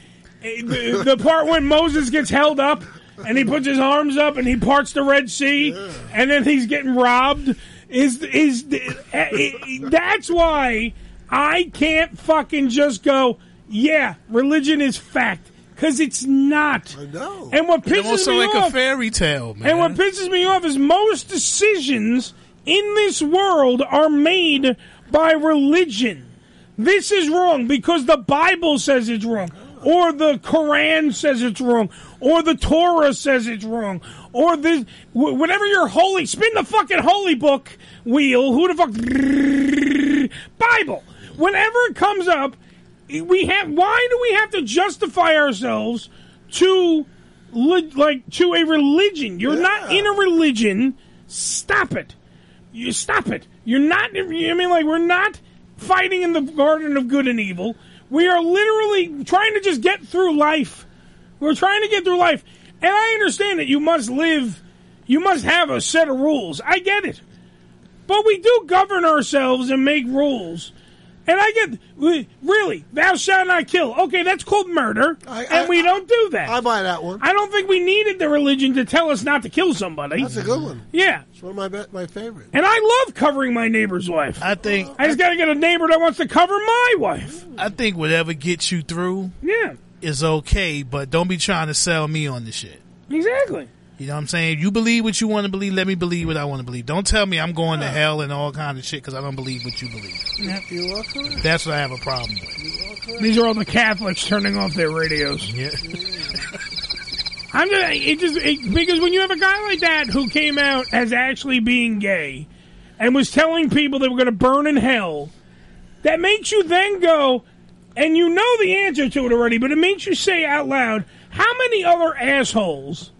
eh, the, the part when Moses gets held up and he puts his arms up and he parts the Red Sea and then he's getting robbed. Is is eh, eh, eh, that's why I can't fucking just go. Yeah, religion is fact because it's not. I know. And what
It
pisses
was
me
like
off
a fairy tale, man.
and what pisses me off is most decisions in this world are made by religion. This is wrong because the Bible says it's wrong, or the Koran says it's wrong, or the Torah says it's wrong, or this wh- whatever your holy spin the fucking holy book wheel. Who the fuck Bible? Whenever it comes up, we have. Why do we have to justify ourselves to li- like to a religion. You're not in a religion. Stop it. You stop it. You're not. I mean, like we're not fighting in the garden of good and evil. We are literally trying to just get through life. We're trying to get through life, and I understand that you must live. You must have a set of rules. I get it, but we do govern ourselves and make rules. And I get we- really, thou shalt not kill. Okay, that's called murder, and we don't do that. I
buy that one.
I don't think we needed the religion to tell us not to kill somebody. That's
a good one.
Yeah,
It's one of my be- my favorite.
and I love covering my neighbor's wife.
I think
I just got to get a neighbor that wants to cover my wife.
I think whatever gets you through,
yeah,
is okay. But don't be trying to sell me on this shit.
Exactly.
You know what I'm saying? You believe what you want to believe. Let me believe what I want to believe. Don't tell me I'm going to hell and all kind of shit because I don't believe what you believe.
You are correct.
That's what I have a problem with.
These are all the Catholics turning off their radios.
Yeah.
I'm just, it just it, because when you have a guy like that who came out as actually being gay, and was telling people they were going to burn in hell, that makes you then go, and you know the answer to it already, but it makes you say out loud, how many other assholes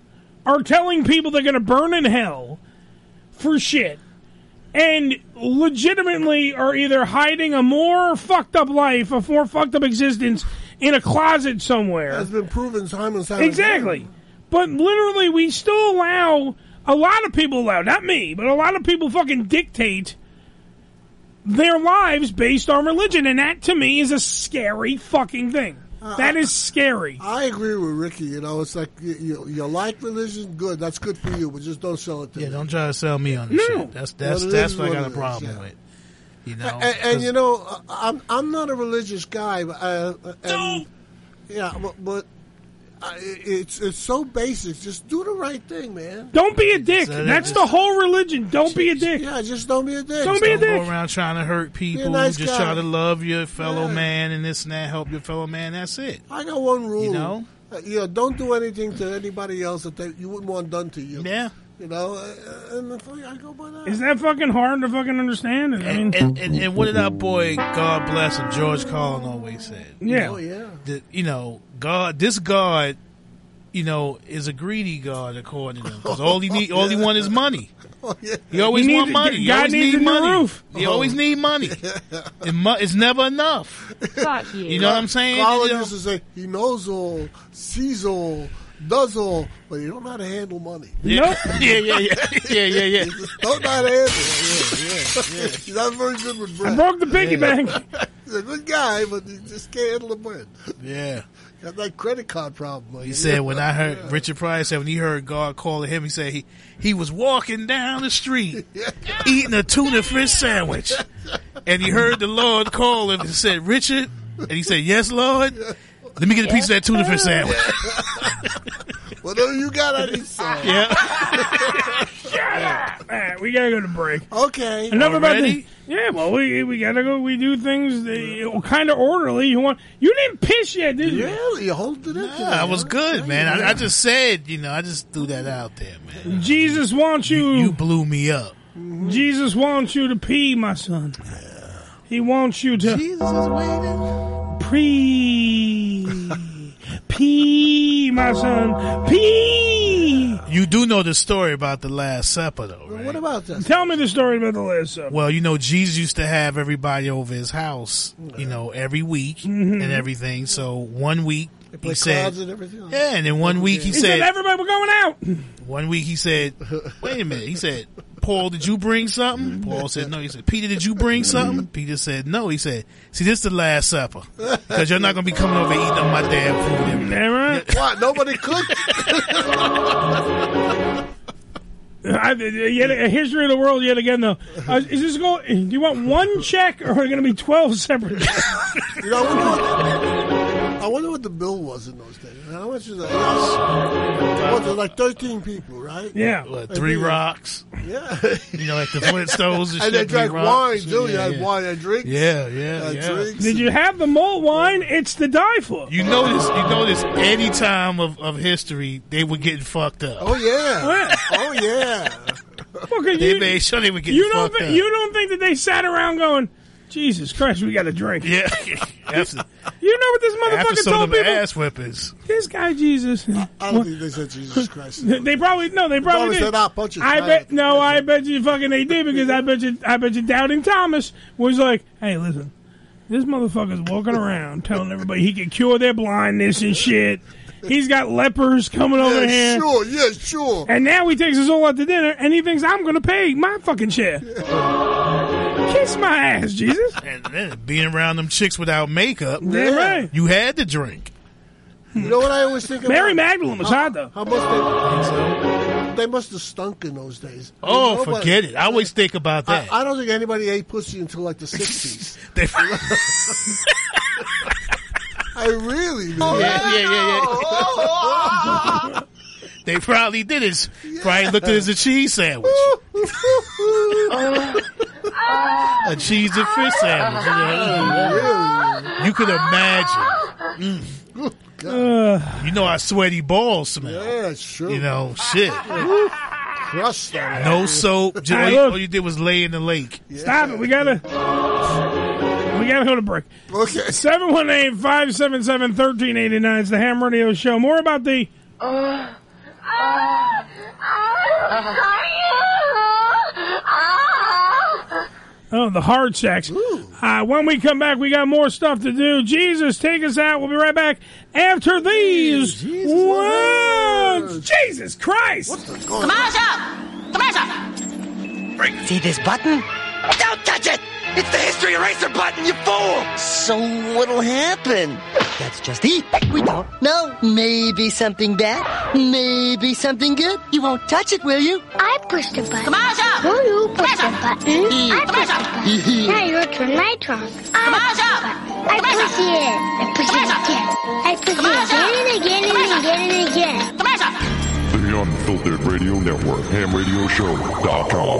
are telling people they're going to burn in hell for shit and legitimately are either hiding a more fucked up life, a more fucked up existence in a closet somewhere?
It's been proven time and time
Exactly. But literally, we still allow a lot of people allow, not me, but a lot of people fucking dictate their lives based on religion, and that to me is a scary fucking thing. That is scary.
Uh, I agree with Ricky. You know, it's like you, you, you like religion, good. That's good for you, but just don't sell it to
Yeah,
me.
don't try to sell me on this shit. That's that's
Well, it
that's
is
what I
what
got a
it is,
problem
yeah.
with. You know,
and, and you know, I- I'm I'm not a religious guy. but, Uh, and, yeah, but, but I, it's it's so basic. Just do the right thing, man.
Don't be a dick.
uh,
That's the whole religion. Don't be a dick.
Yeah, just don't be a dick.
Just go around trying to hurt people.
nice
just
guy.
try to love your fellow
Yeah.
man and this and that. Help your fellow man. That's it.
I got one rule.
You know?
Uh, you know, don't do anything to anybody else that they, you wouldn't want done to you.
Yeah.
You know, uh, and the fuck, I go by that.
Is that fucking hard to fucking understand? I mean,
And, and, and what did our boy, God bless him, George Carlin always said?
Yeah.
Oh, yeah.
that you know God, this God, you know, is a greedy God according to him because all he need, all he want is money. He always
He
want
needs-
money. He
God
always
needs
need
a new
money.
roof.
He
Oh.
always need money. It mu- it's never enough.
Fuck
you. know what I'm saying?
Colin
You know-
used to say, he knows all, sees all, does all, but he don't know how to handle money.
Yeah. yeah, yeah, yeah, yeah, yeah, yeah.
Don't know how to handle it. Yeah, yeah, yeah. eh? He's not very good with bread.
I broke the piggy
Yeah.
bank.
He's a good guy, but he just can't handle the bread.
Yeah.
Got that credit card problem. like,
He said when I heard Richard Pryor said when he heard God calling him, he said he he was walking down the street eating a tuna fish sandwich, and he heard the Lord call him and said, "Richard," and he said, "Yes, Lord." Let me get a piece of that tuna fish sandwich.
Whatever you got, I need some.
All right, we gotta go to break.
Okay.
Enough about
Already?
this. Yeah, well, we we gotta go. We do things kind of orderly. You want? You didn't piss yet, did you?
Really? You hold it up.
Yeah, I was good, man. I, I just said, you know, I just threw that out there, man.
Jesus wants you. You
blew me up.
Jesus wants you to pee, my son. He wants you to.
Jesus is waiting.
Pee. pee, my son. Pee.
You do know the story about the Last Supper, though, right?
What about this?
Tell me the story about the Last uh,
Um,
Supper.
Well, you know, Jesus used to have everybody over his house, you know, every week and everything. So one week he
Mm-hmm. Play
said,
cards and everything.
yeah, and then one week he,
He said, "Everybody, we're going out."
one week he said, wait a minute. He said, Paul, did you bring something?
Mm-hmm.
Paul said, no. He said, Peter, did you bring something? Peter said, no. He said, see, this is the Last Supper because you're not going to be coming over and eating up my damn food. every day."
What? Nobody cooked?
I, yet, a history of the world yet again though. Uh, is this going? Do you want one check or are going to be twelve separate? checks?
You know, I wonder, what, I wonder what the bill was in those days. How much is that? What, there's like 13 people, right?
Yeah.
What, three rocks.
Yeah.
You know, like the Flintstones and,
And they
shit, three
drank wine,
rocks.
too. You
Yeah,
had
yeah.
wine and drinks.
Yeah, yeah,
Uh,
yeah.
drinks.
Did you have the malt wine? It's to die for.
You notice, you notice, any time of, of history, they were getting fucked up.
Oh, yeah. oh, yeah.
Well, 'cause
They
you,
made sure they were getting
you don't
fucked
thi-
up.
you don't think that they sat around going, Jesus Christ, we got to drink.
Yeah. After,
You know what this
after
motherfucker
some of
told
them
people?
ass whippings.
This guy Jesus.
I don't think they said Jesus Christ.
They they probably no. They
probably
probably did.
said, "Ah, punch his
I
guy
bet
at
no. I bet you fucking they did because I bet you. I bet you doubting Thomas was like, "Hey, listen, this motherfucker's walking around telling everybody he can cure their blindness and shit. He's got lepers coming over
yeah,
here,
Sure, yeah, sure.
and now he takes us all out to dinner, and he thinks I'm gonna pay my fucking share. Kiss my ass, Jesus.
And then being around them chicks without makeup,
Damn right.
you had to drink.
You know what I always think about?
Mary Magdalene was hot, though.
How much they, they must have stunk in those days.
Oh,
Nobody-
forget it. I always think about
I,
that.
I don't think anybody ate pussy until like the 60s.
They-
I really, man.
yeah, yeah,
Oh,
yeah, yeah. they probably did it. Probably looked at it as a cheese
oh,
sandwich, a cheese and fish sandwich. You, know? you could imagine. Mm. Uh, you know how sweaty balls smell.
Yeah, sure.
You know, shit.
crushed on it.
No soap. Just,
Hey,
all, you,
look.
all you did was lay in the lake.
Stop it. We gotta. We gotta go to break. Okay. 718-577-1389 is the Ham Radio Show. More about the oh the hard sex. Uh, when we come back, we got more stuff to do. Jesus, take us out. We'll be right back after these words. Jesus Christ!
Commercial! Commercial!
See this button?
Don't touch it! It's the history eraser button, you fool!
So what'll happen? That's just it. We don't know. Maybe something bad. Maybe something good. You won't touch it, will you?
I pushed a button.
Come on, sir.
No, you pushed a button.
Come
I
on,
pushed a button. Now you're from my trunk. I pushed a button. I push it. I push it again. I push it again and again and again and again.
The Unfiltered Radio Network, hamradioshow.com.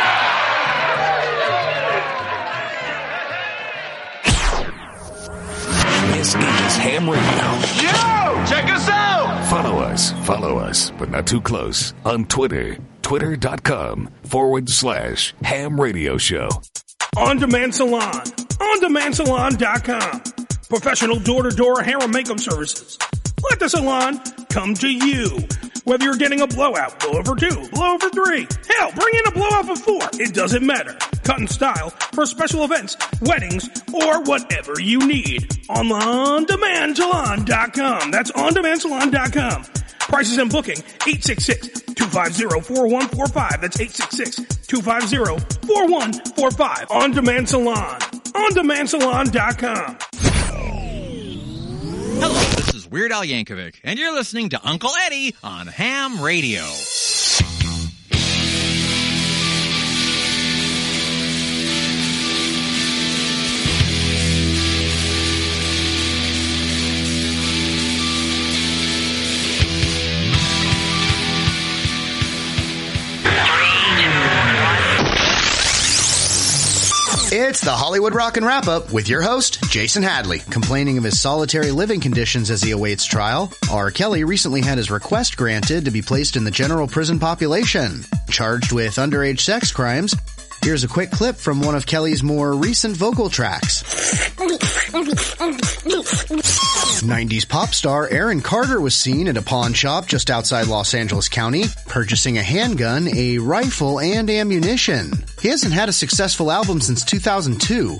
This is Ham Radio.
Yo! Check us out!
Follow us, follow us, but not too close on Twitter, twitter.com forward slash ham radio show.
On Demand Salon. OnDemandSalon.com. Professional door-to-door hair and makeup services. Let the salon come to you. Whether you're getting a blowout, blowover two, blowover three, hell, bring in a blowout of four. It doesn't matter. Cut and style for special events, weddings, or whatever you need. On OnDemandSalon.com. That's OnDemandSalon.com. Prices and booking, 866-250-4145. That's 866-250-4145. On Demand Salon. OnDemandSalon.com.
This is Weird Al Yankovic, and you're listening to Uncle Eddie on Ham Radio.
It's the Hollywood Rock and Wrap Up with your host, Jason Hadley. Complaining of his solitary living conditions as he awaits trial, R. Kelly recently had his request granted to be placed in the general prison population. Charged with underage sex crimes, here's a quick clip from one of Kelly's more recent vocal tracks. 90s pop star Aaron Carter was seen at a pawn shop just outside Los Angeles County, purchasing a handgun, a rifle, and ammunition. He hasn't had a successful album since 2002.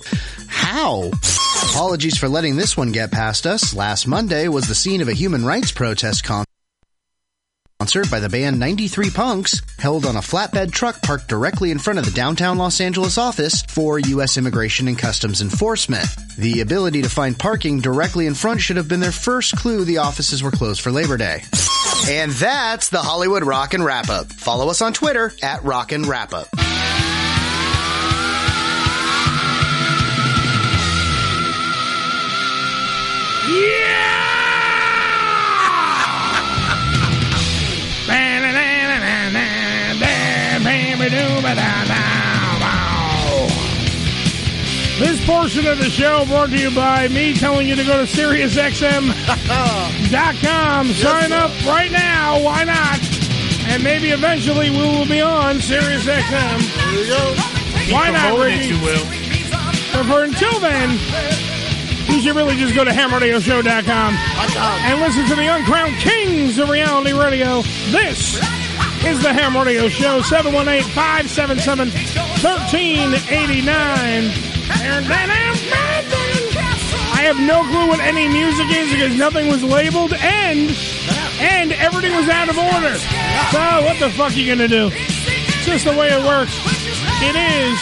How? Apologies for letting this one get past us. Last Monday was the scene of a human rights protest con- Sponsored by the band 93 Punks, held on a flatbed truck parked directly in front of the downtown Los Angeles office for U.S. Immigration and Customs Enforcement. The ability to find parking directly in front should have been their first clue the offices were closed for Labor Day. And that's the Hollywood Rock and Wrap Up. Follow us on Twitter at Rock and Wrap Up.
This portion of the show brought to you by me telling you to go to SiriusXM.com. Sign up right now. Why not? And maybe eventually we will be on SiriusXM. Here we go. Why
Keep
not,
promoting it,
Ricky?
you will.
But for until then, you should really just go to hamradioshow.com and listen to the uncrowned kings of reality radio. This is the Ham Radio Show, 718 577 1389. I have no clue what any music is because nothing was labeled and and everything was out of order. So what the fuck are you gonna do? It's just the way it works. It is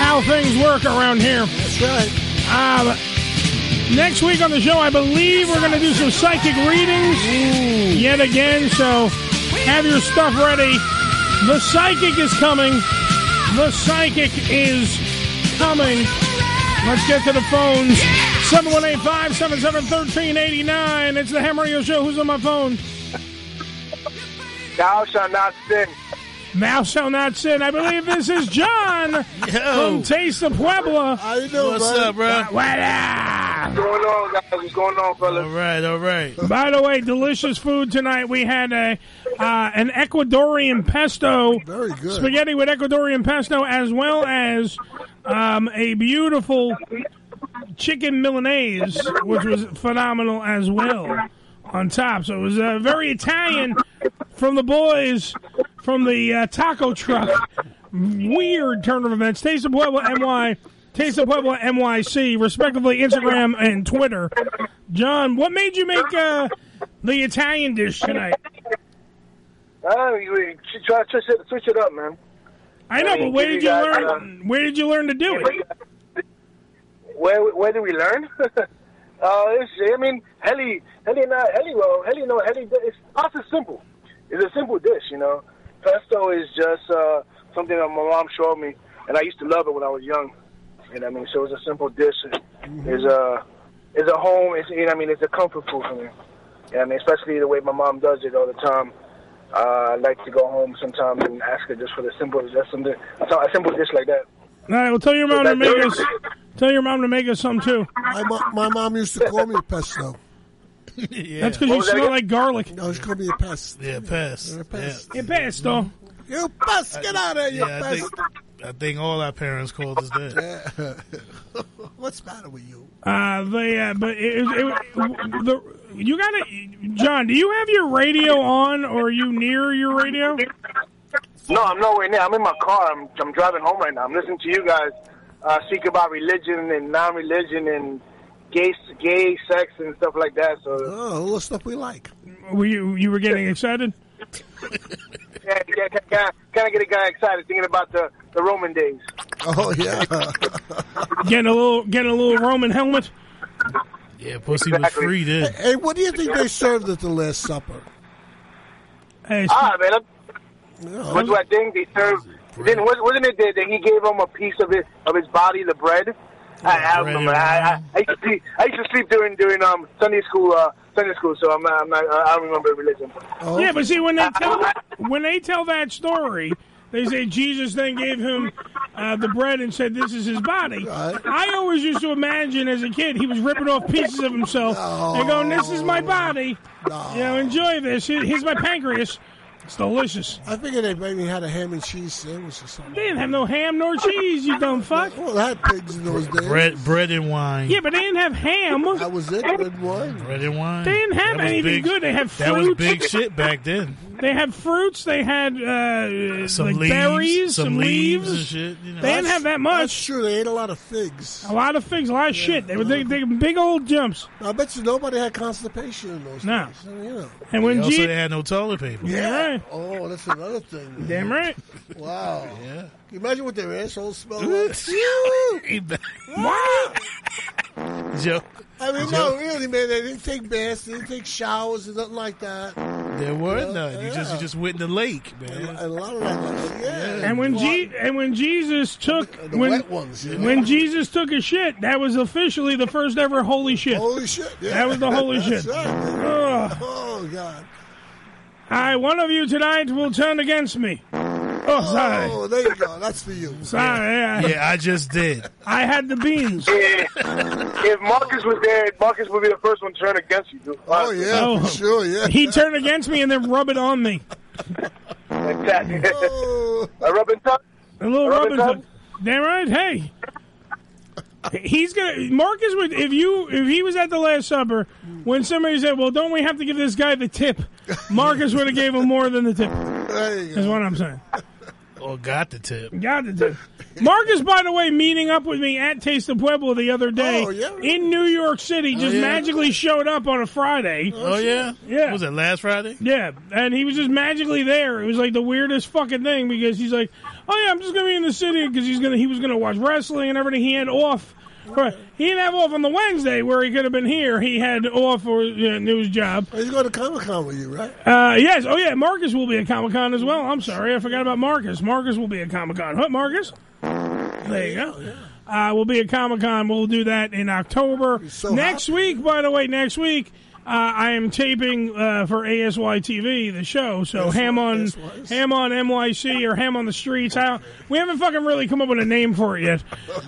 how things work around here. That's right. Uh, next week on the show, I believe we're gonna do some psychic readings yet again. So have your stuff ready. The psychic is coming. The psychic is coming. Let's get to the phones. 718 577 1389. It's the Ham Radio Show. Who's on my phone?
Thou shalt not sin.
Thou shalt not sin. I believe this is John from Taste of Puebla. How you doing,
What's bud? up, bro?
What
What's going on, guys? What's going on, fellas?
All right, all right.
up? By the way, delicious food tonight. We had a uh, an Ecuadorian pesto, very good spaghetti with Ecuadorian pesto, as well as um, a beautiful chicken Milanese, which was phenomenal as well on top. So it was uh, very Italian from the boys from the uh, taco truck. Weird turn of events. Taste of Puebla NY, Taste of Puebla NYC, respectively Instagram and Twitter. John, what made you make uh, the Italian dish tonight?
Uh, you, you should try to switch it, switch it up, man.
I know, but where did you
guys,
learn? Where did you learn to do it?
uh, where where did we learn? uh, it's, I mean, heli, heli, not heli. Well, heli, no, heli. It's pasta simple. It's a simple dish, you know. Pesto is just uh, something that my mom showed me, and I used to love it when I was young. You know, what I mean, so it's a simple dish. It's a it's a home. It's you know, what I mean, it's a comfort food for me. You know, what I mean, especially the way my mom does it all the time. Uh, I like to go home sometimes and ask her just for the simple, just something, a simple dish like that.
All right, well, tell your mom to make us. Tell your mom to make us some too.
My, mo- my mom used to call me a pesto.
That's because you smell like garlic.
No, she called me a pest.
Yeah, pest.
You're a pest.
You pesto.
You pest. Get out of here, you
Yeah, I
pest.
think, I think all our parents called us that.
What's the matter with you?
Uh, the uh, but it, it, it- the you gotta, John. Do you have your radio on, or are you near your radio?
No, I'm nowhere near. I'm in my car. I'm, I'm driving home right now. I'm listening to you guys uh, speak about religion and non-religion and gay, gay sex and stuff like that. So
oh, all the stuff we like.
Were you you were getting excited?
Yeah, yeah, kind of- kind of get a guy excited thinking about the, the Roman days.
Oh yeah.
Getting a little getting a little Roman helmet.
Yeah, pussy was free then.
Hey, what do you think they served at the Last Supper?
Ah, man, I'm- what do I think they served? Then was- wasn't it that, that he gave him a piece of his of his body, the bread? I, I remember. I, I, I used to sleep. I used to sleep during during um Sunday school. Uh, Sunday school. So I'm not. I'm not I don't remember religion.
Oh.
Yeah, but see when they tell when they tell that story, they say Jesus then gave him uh, the bread and said, "This is his body." I always used to imagine as a kid he was ripping off pieces of himself and going, "This is my body. You know, enjoy this. Here- Here's my pancreas. It's delicious."
I figured they maybe had a ham and cheese sandwich or something.
They didn't have no ham nor cheese, you dumb fuck.
Well, they had pigs in those days.
Bread, bread and wine.
Yeah, but they didn't have ham. That
was it. Bread wine.
Bread and wine.
They didn't have
That was
anything
big-
good. They had
That was
fruit.
big shit back then.
They had fruits. They had uh,
Some
like
leaves,
berries,
some
some,
leaves
leaves.
and shit, you know.
they didn't
That's-
have that much. That's true. They ate a lot of figs. A lot of figs. A lot of shit. They were taking taking big old jumps.
I bet you nobody had constipation in those
No.
days. I mean, you know.
And when
They also
G-
had no toilet paper.
Yeah. Oh, that's another thing.
Damn right.
Wow. Yeah. Can you imagine what their assholes smell like?
wow. Joe,
I mean, no, really, man. They didn't take baths. They didn't take showers or nothing like that.
there were
Yeah,
none. You just you
yeah.
just went in the lake, man.
And a lot of that, yeah.
And when Je- and when Jesus took
the
when,
wet ones, you know.
when Jesus took a shit, that was officially the first ever holy shit.
Holy shit! yeah.
That was the holy
That's
shit.
right.
Ugh.
Oh God!
I one of you tonight will turn against me. Oh, sorry.
Oh, there you go. That's for you.
Sorry.
Yeah, I just did.
I had the beans.
if Marcus was there, Marcus would be the first one to turn against you, dude. Oh
Oh. He turned against me and then rub it on me.
Oh.
A rubbing tug.
A little
Rubbing
rubbing tug. Damn right. Hey, he's gonna Marcus would if you if he was at the Last Supper when somebody said, "Well, don't we have to give this guy the tip?" Marcus would have gave him more than the tip. Is what I'm saying.
Or got the tip.
God, the tip. Marcus, by the way, meeting up with me at Taste of Pueblo the other day
Oh,
in New York City, just
yeah.
magically showed up on a Friday.
Oh, yeah?
yeah.
Was it last Friday?
Yeah, and he was just magically there. It was like the weirdest fucking thing because he's like, "Oh yeah, I'm just gonna be in the city because he's gonna he was gonna watch wrestling and everything." He had off. Right. He didn't have off on the Wednesday where he could have been here. He had off for uh, news job.
He's going to Comic Con with you, right?
Uh, yes. Oh yeah. Marcus will be at Comic Con as well. I'm sorry, I forgot about Marcus. Marcus will be at Comic Con. Huh, Marcus? There you go. Uh, we'll be at Comic Con. We'll do that in October. next week, by the way, next week. Uh, I am taping uh, for ASY TV, the show. So ham on ham on MYC or ham on the streets. How we haven't fucking really come up with a name for it yet,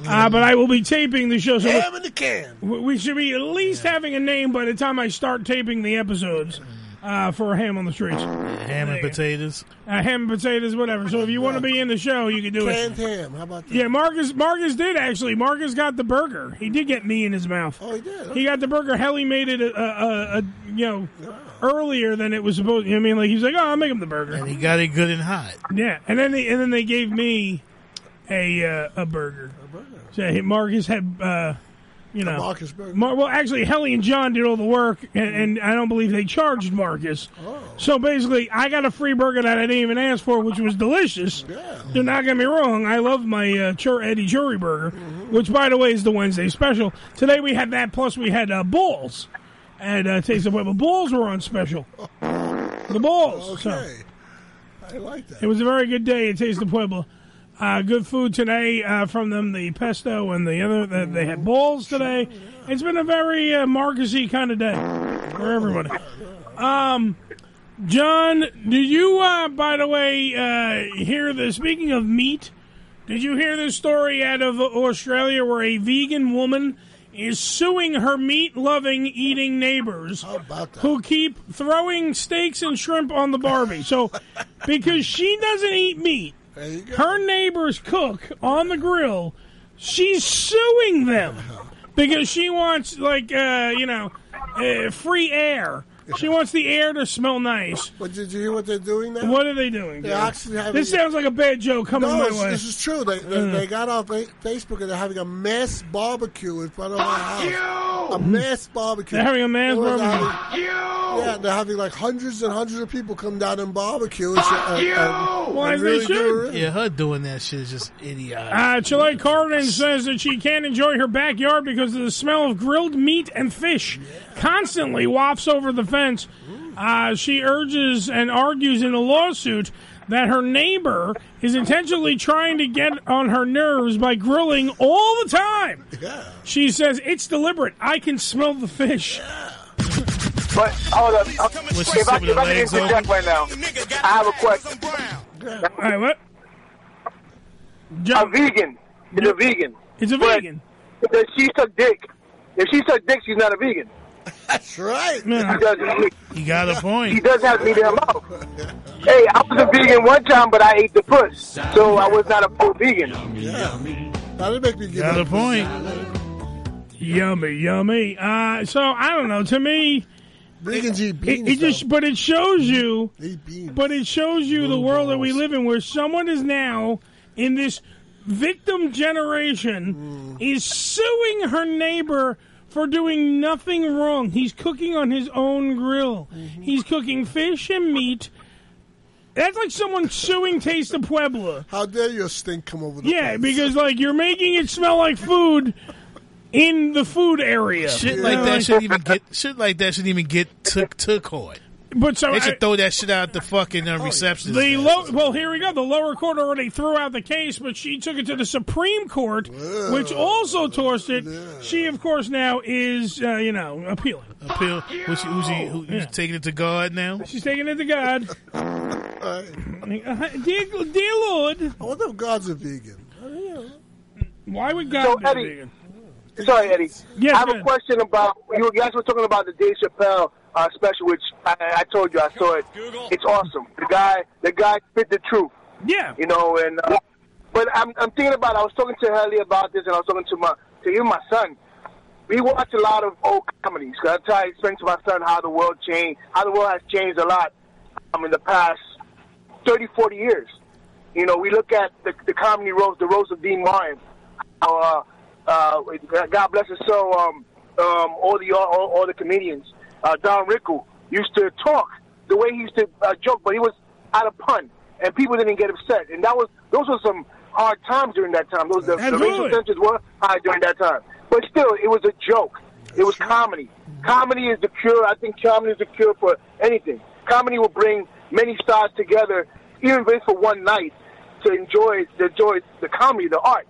uh, but I will be taping the show. So we-
Ham in the can.
we we should be at least having a name by the time I start taping the episodes uh, for Ham on the Streets.
Ham and potatoes.
Uh, ham and potatoes, whatever. So if you want to be in the show, you can do
Canned
it.
ham. How about that?
Yeah, Marcus. Marcus did actually. Marcus got the burger. He did get me in his mouth. Oh, he did. He got the burger. Hell, he made it a, a, a, a you know earlier than it was supposed. You know what I mean, like he was like, "Oh, I'll make him the burger." And
he got it good and hot.
Yeah, and then they, and then they gave me a uh, a burger. A burger. So hey, Marcus had, uh, you know,
Marcus burger.
Mar- well, actually, Helly and John did all the work, and, and I don't believe they charged Marcus. So basically, I got a free burger that I didn't even ask for, which was delicious. Do not get me wrong, I love my uh, Chur- Eddie Jury burger, which by the way is the Wednesday special. Today we had that, plus we had uh, balls. And uh, Taste of Webber balls were on special. The balls. so.
I like that.
It was a very good day at Taste of Pueblo. Uh, good food today uh, from them. The pesto and the other. The, they had balls today. It's been a very uh, Marcusy kind of day for everybody. Um, John, did you, uh, by the way, uh, hear the? Speaking of meat, did you hear this story out of Australia where a vegan woman is suing her meat-loving eating neighbors who keep throwing steaks and shrimp on the Barbie? So, because she doesn't eat meat, her neighbors cook on the grill. She's suing them because she wants, like, uh, you know, uh, free air. She wants the air to smell nice.
But did you hear what they're doing now?
What are they doing?
They're
dude?
actually having-
this sounds like a bad joke coming
no,
my
this-
way.
this is true. They they,
Yeah.
they got off Fa- Facebook and they're having a mass barbecue in front of our house. A mass barbecue.
Mm. They're having a mass
They was
barbecue.
having- Yeah, they're having like hundreds and hundreds of people come down and barbecue. And, shit, and, and-
Why
and
they
really do
should.
it.
Yeah, her doing that shit is just idiotic.
Uh, Chile Carden says that she can't enjoy her backyard because of the smell of grilled meat and fish constantly wafts over the fence. Uh, she urges and argues in a lawsuit that her neighbor is intentionally trying to get on her nerves by grilling all the time. She says it's deliberate. I can smell the fish.
But hold up. Uh,
What's
If
the
I,
stupid
if I can
legs
interject
open?
right now, I have a question.
All right, what?
A vegan is a vegan.
It's a vegan.
Does she suck dick? If she suck dick, she's not a vegan.
That's right.
You got a point.
He does have meat in her mouth. Hey, I was a vegan one time, but I ate the puss, so I was not a full vegan.
That'd make me get
Got
up.
a point. Yummy, yummy. Uh, so I don't know. To me,
Reagan's eat
It,
beans.
it just, but it shows you,
Eat beans.
but it shows you the world that we live in, where someone is now in this victim generation
Mm.
is suing her neighbor for doing nothing wrong. He's cooking on his own grill.
Mm-hmm.
He's cooking fish and meat. That's like someone suing Taste of Puebla.
How dare your stink come over the
Yeah, because like you're making it smell like food in the food area.
Shit
You
like
know,
that shouldn't even get. Shit like that shouldn't even get took took court.
But so
they
I-
should throw that shit out the fucking
Oh,
uh, receptionist.
The low, well, here we go. The lower court already threw out the case, but she took it to the Supreme Court, which also tossed it. She, of course, now is uh, you know appealing.
Appeal. Who's she, who's she, who, who's
Yeah.
taking it to God now?
She's taking it to God. Uh, dear, dear Lord,
I wonder if God's a vegan.
Why would God
So,
be
Eddie-
vegan?
Sorry, Eddie.
Yes,
I have a question about you guys were talking about the Dave Chappelle uh, special, which I, I told you I saw it. It's awesome. The guy, the guy spit the truth.
Yeah.
You know, and uh, but I'm, I'm thinking about. I was talking to Helly about this, and I was talking to my to even my son. We watch a lot of old comedies. 'cause I try to explain to my son how the world changed, how the world has changed a lot um, in the past 30, 40 years. You know, we look at the, the comedy roast, the roast of Dean Martin. Uh, uh, God bless his soul. Um, um, all the all, all the comedians. Uh, Don Rickle used to talk the way he used to uh, joke, but he was out of pun, and people didn't get upset. And that was those were some hard times during that time. Those the, the racial
Absolutely.
tensions were high during that time, but still, it was a joke. It was comedy. Comedy is the cure. I think comedy is the cure for anything. Comedy will bring many stars together, even if it's for one night, to enjoy to enjoy the comedy, the art.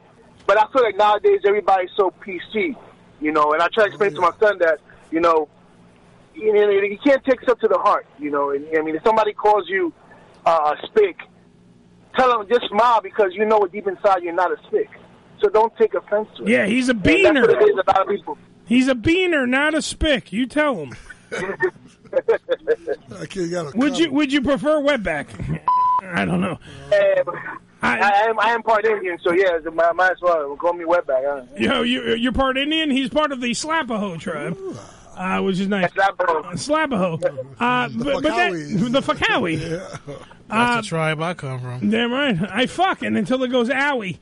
But I feel like nowadays everybody's so PC, you know. And I try to explain
Mm.
to my son that, you know, you, know, you can't take stuff to the heart, you know. And I mean, if somebody calls you uh, a spick, tell them just smile because you know deep inside you're not a spick. So don't take offense to it.
Yeah, he's a
And that's what
beaner.
it is a lot of people.
He's a beaner, not a spick. You tell him. would you Would you prefer wetback? I don't know.
Yeah, but I, I am I am part Indian, so yeah, so might, might as well call me wetback. Huh?
Yo, you, you're part Indian. He's part of the Slapaho tribe, uh, which is nice. Uh,
Slapaho.
Slapaho. Uh, but, but that,
Fakawi.
the Fakawi.
That's
um,
Uh,
the tribe I come from.
Damn right. I fucking until it goes owie.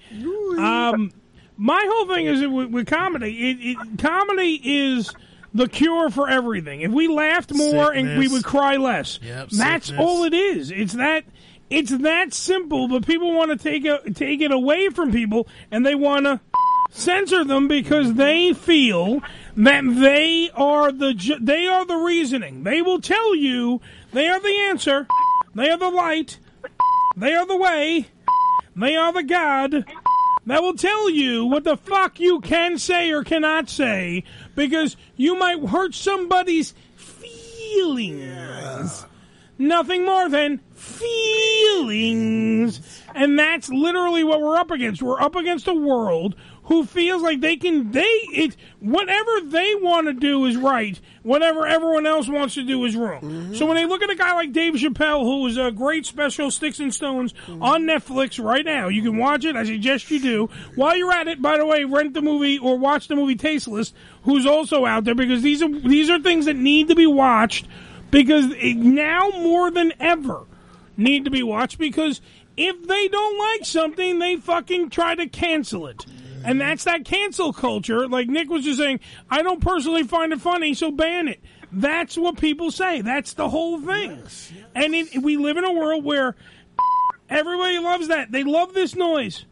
Um, my whole thing is with, with comedy. It, it, comedy is the cure for everything. If we laughed more, and we
Sickness.
would cry less.
Yep,
That's
sickness.
all it is. It's that. It's that simple. But people want to take a, take it away from people, and they want to censor them because they feel that they are the ju- they are the reasoning. They will tell you they are the answer. They are the light. They are the way. They are the God that will tell you what the fuck you can say or cannot say because you might hurt somebody's feelings. Nothing more than feelings. And that's literally what we're up against. We're up against a world who feels like they can they it whatever they want to do is right, whatever everyone else wants to do is wrong. So when they look at a guy like Dave Chappelle who is a great special Sticks and Stones on Netflix right now, you can watch it, I suggest you do. While you're at it, by the way, rent the movie or watch the movie Tasteless, who's also out there because these are these are things that need to be watched because it, now more than ever need to be watched because if they don't like something, they fucking try to cancel it. And that's that cancel culture. Like Nick was just saying, I don't personally find it funny, so ban it. That's what people say. That's the whole thing. And it, we live in a world where everybody loves that. They love this noise.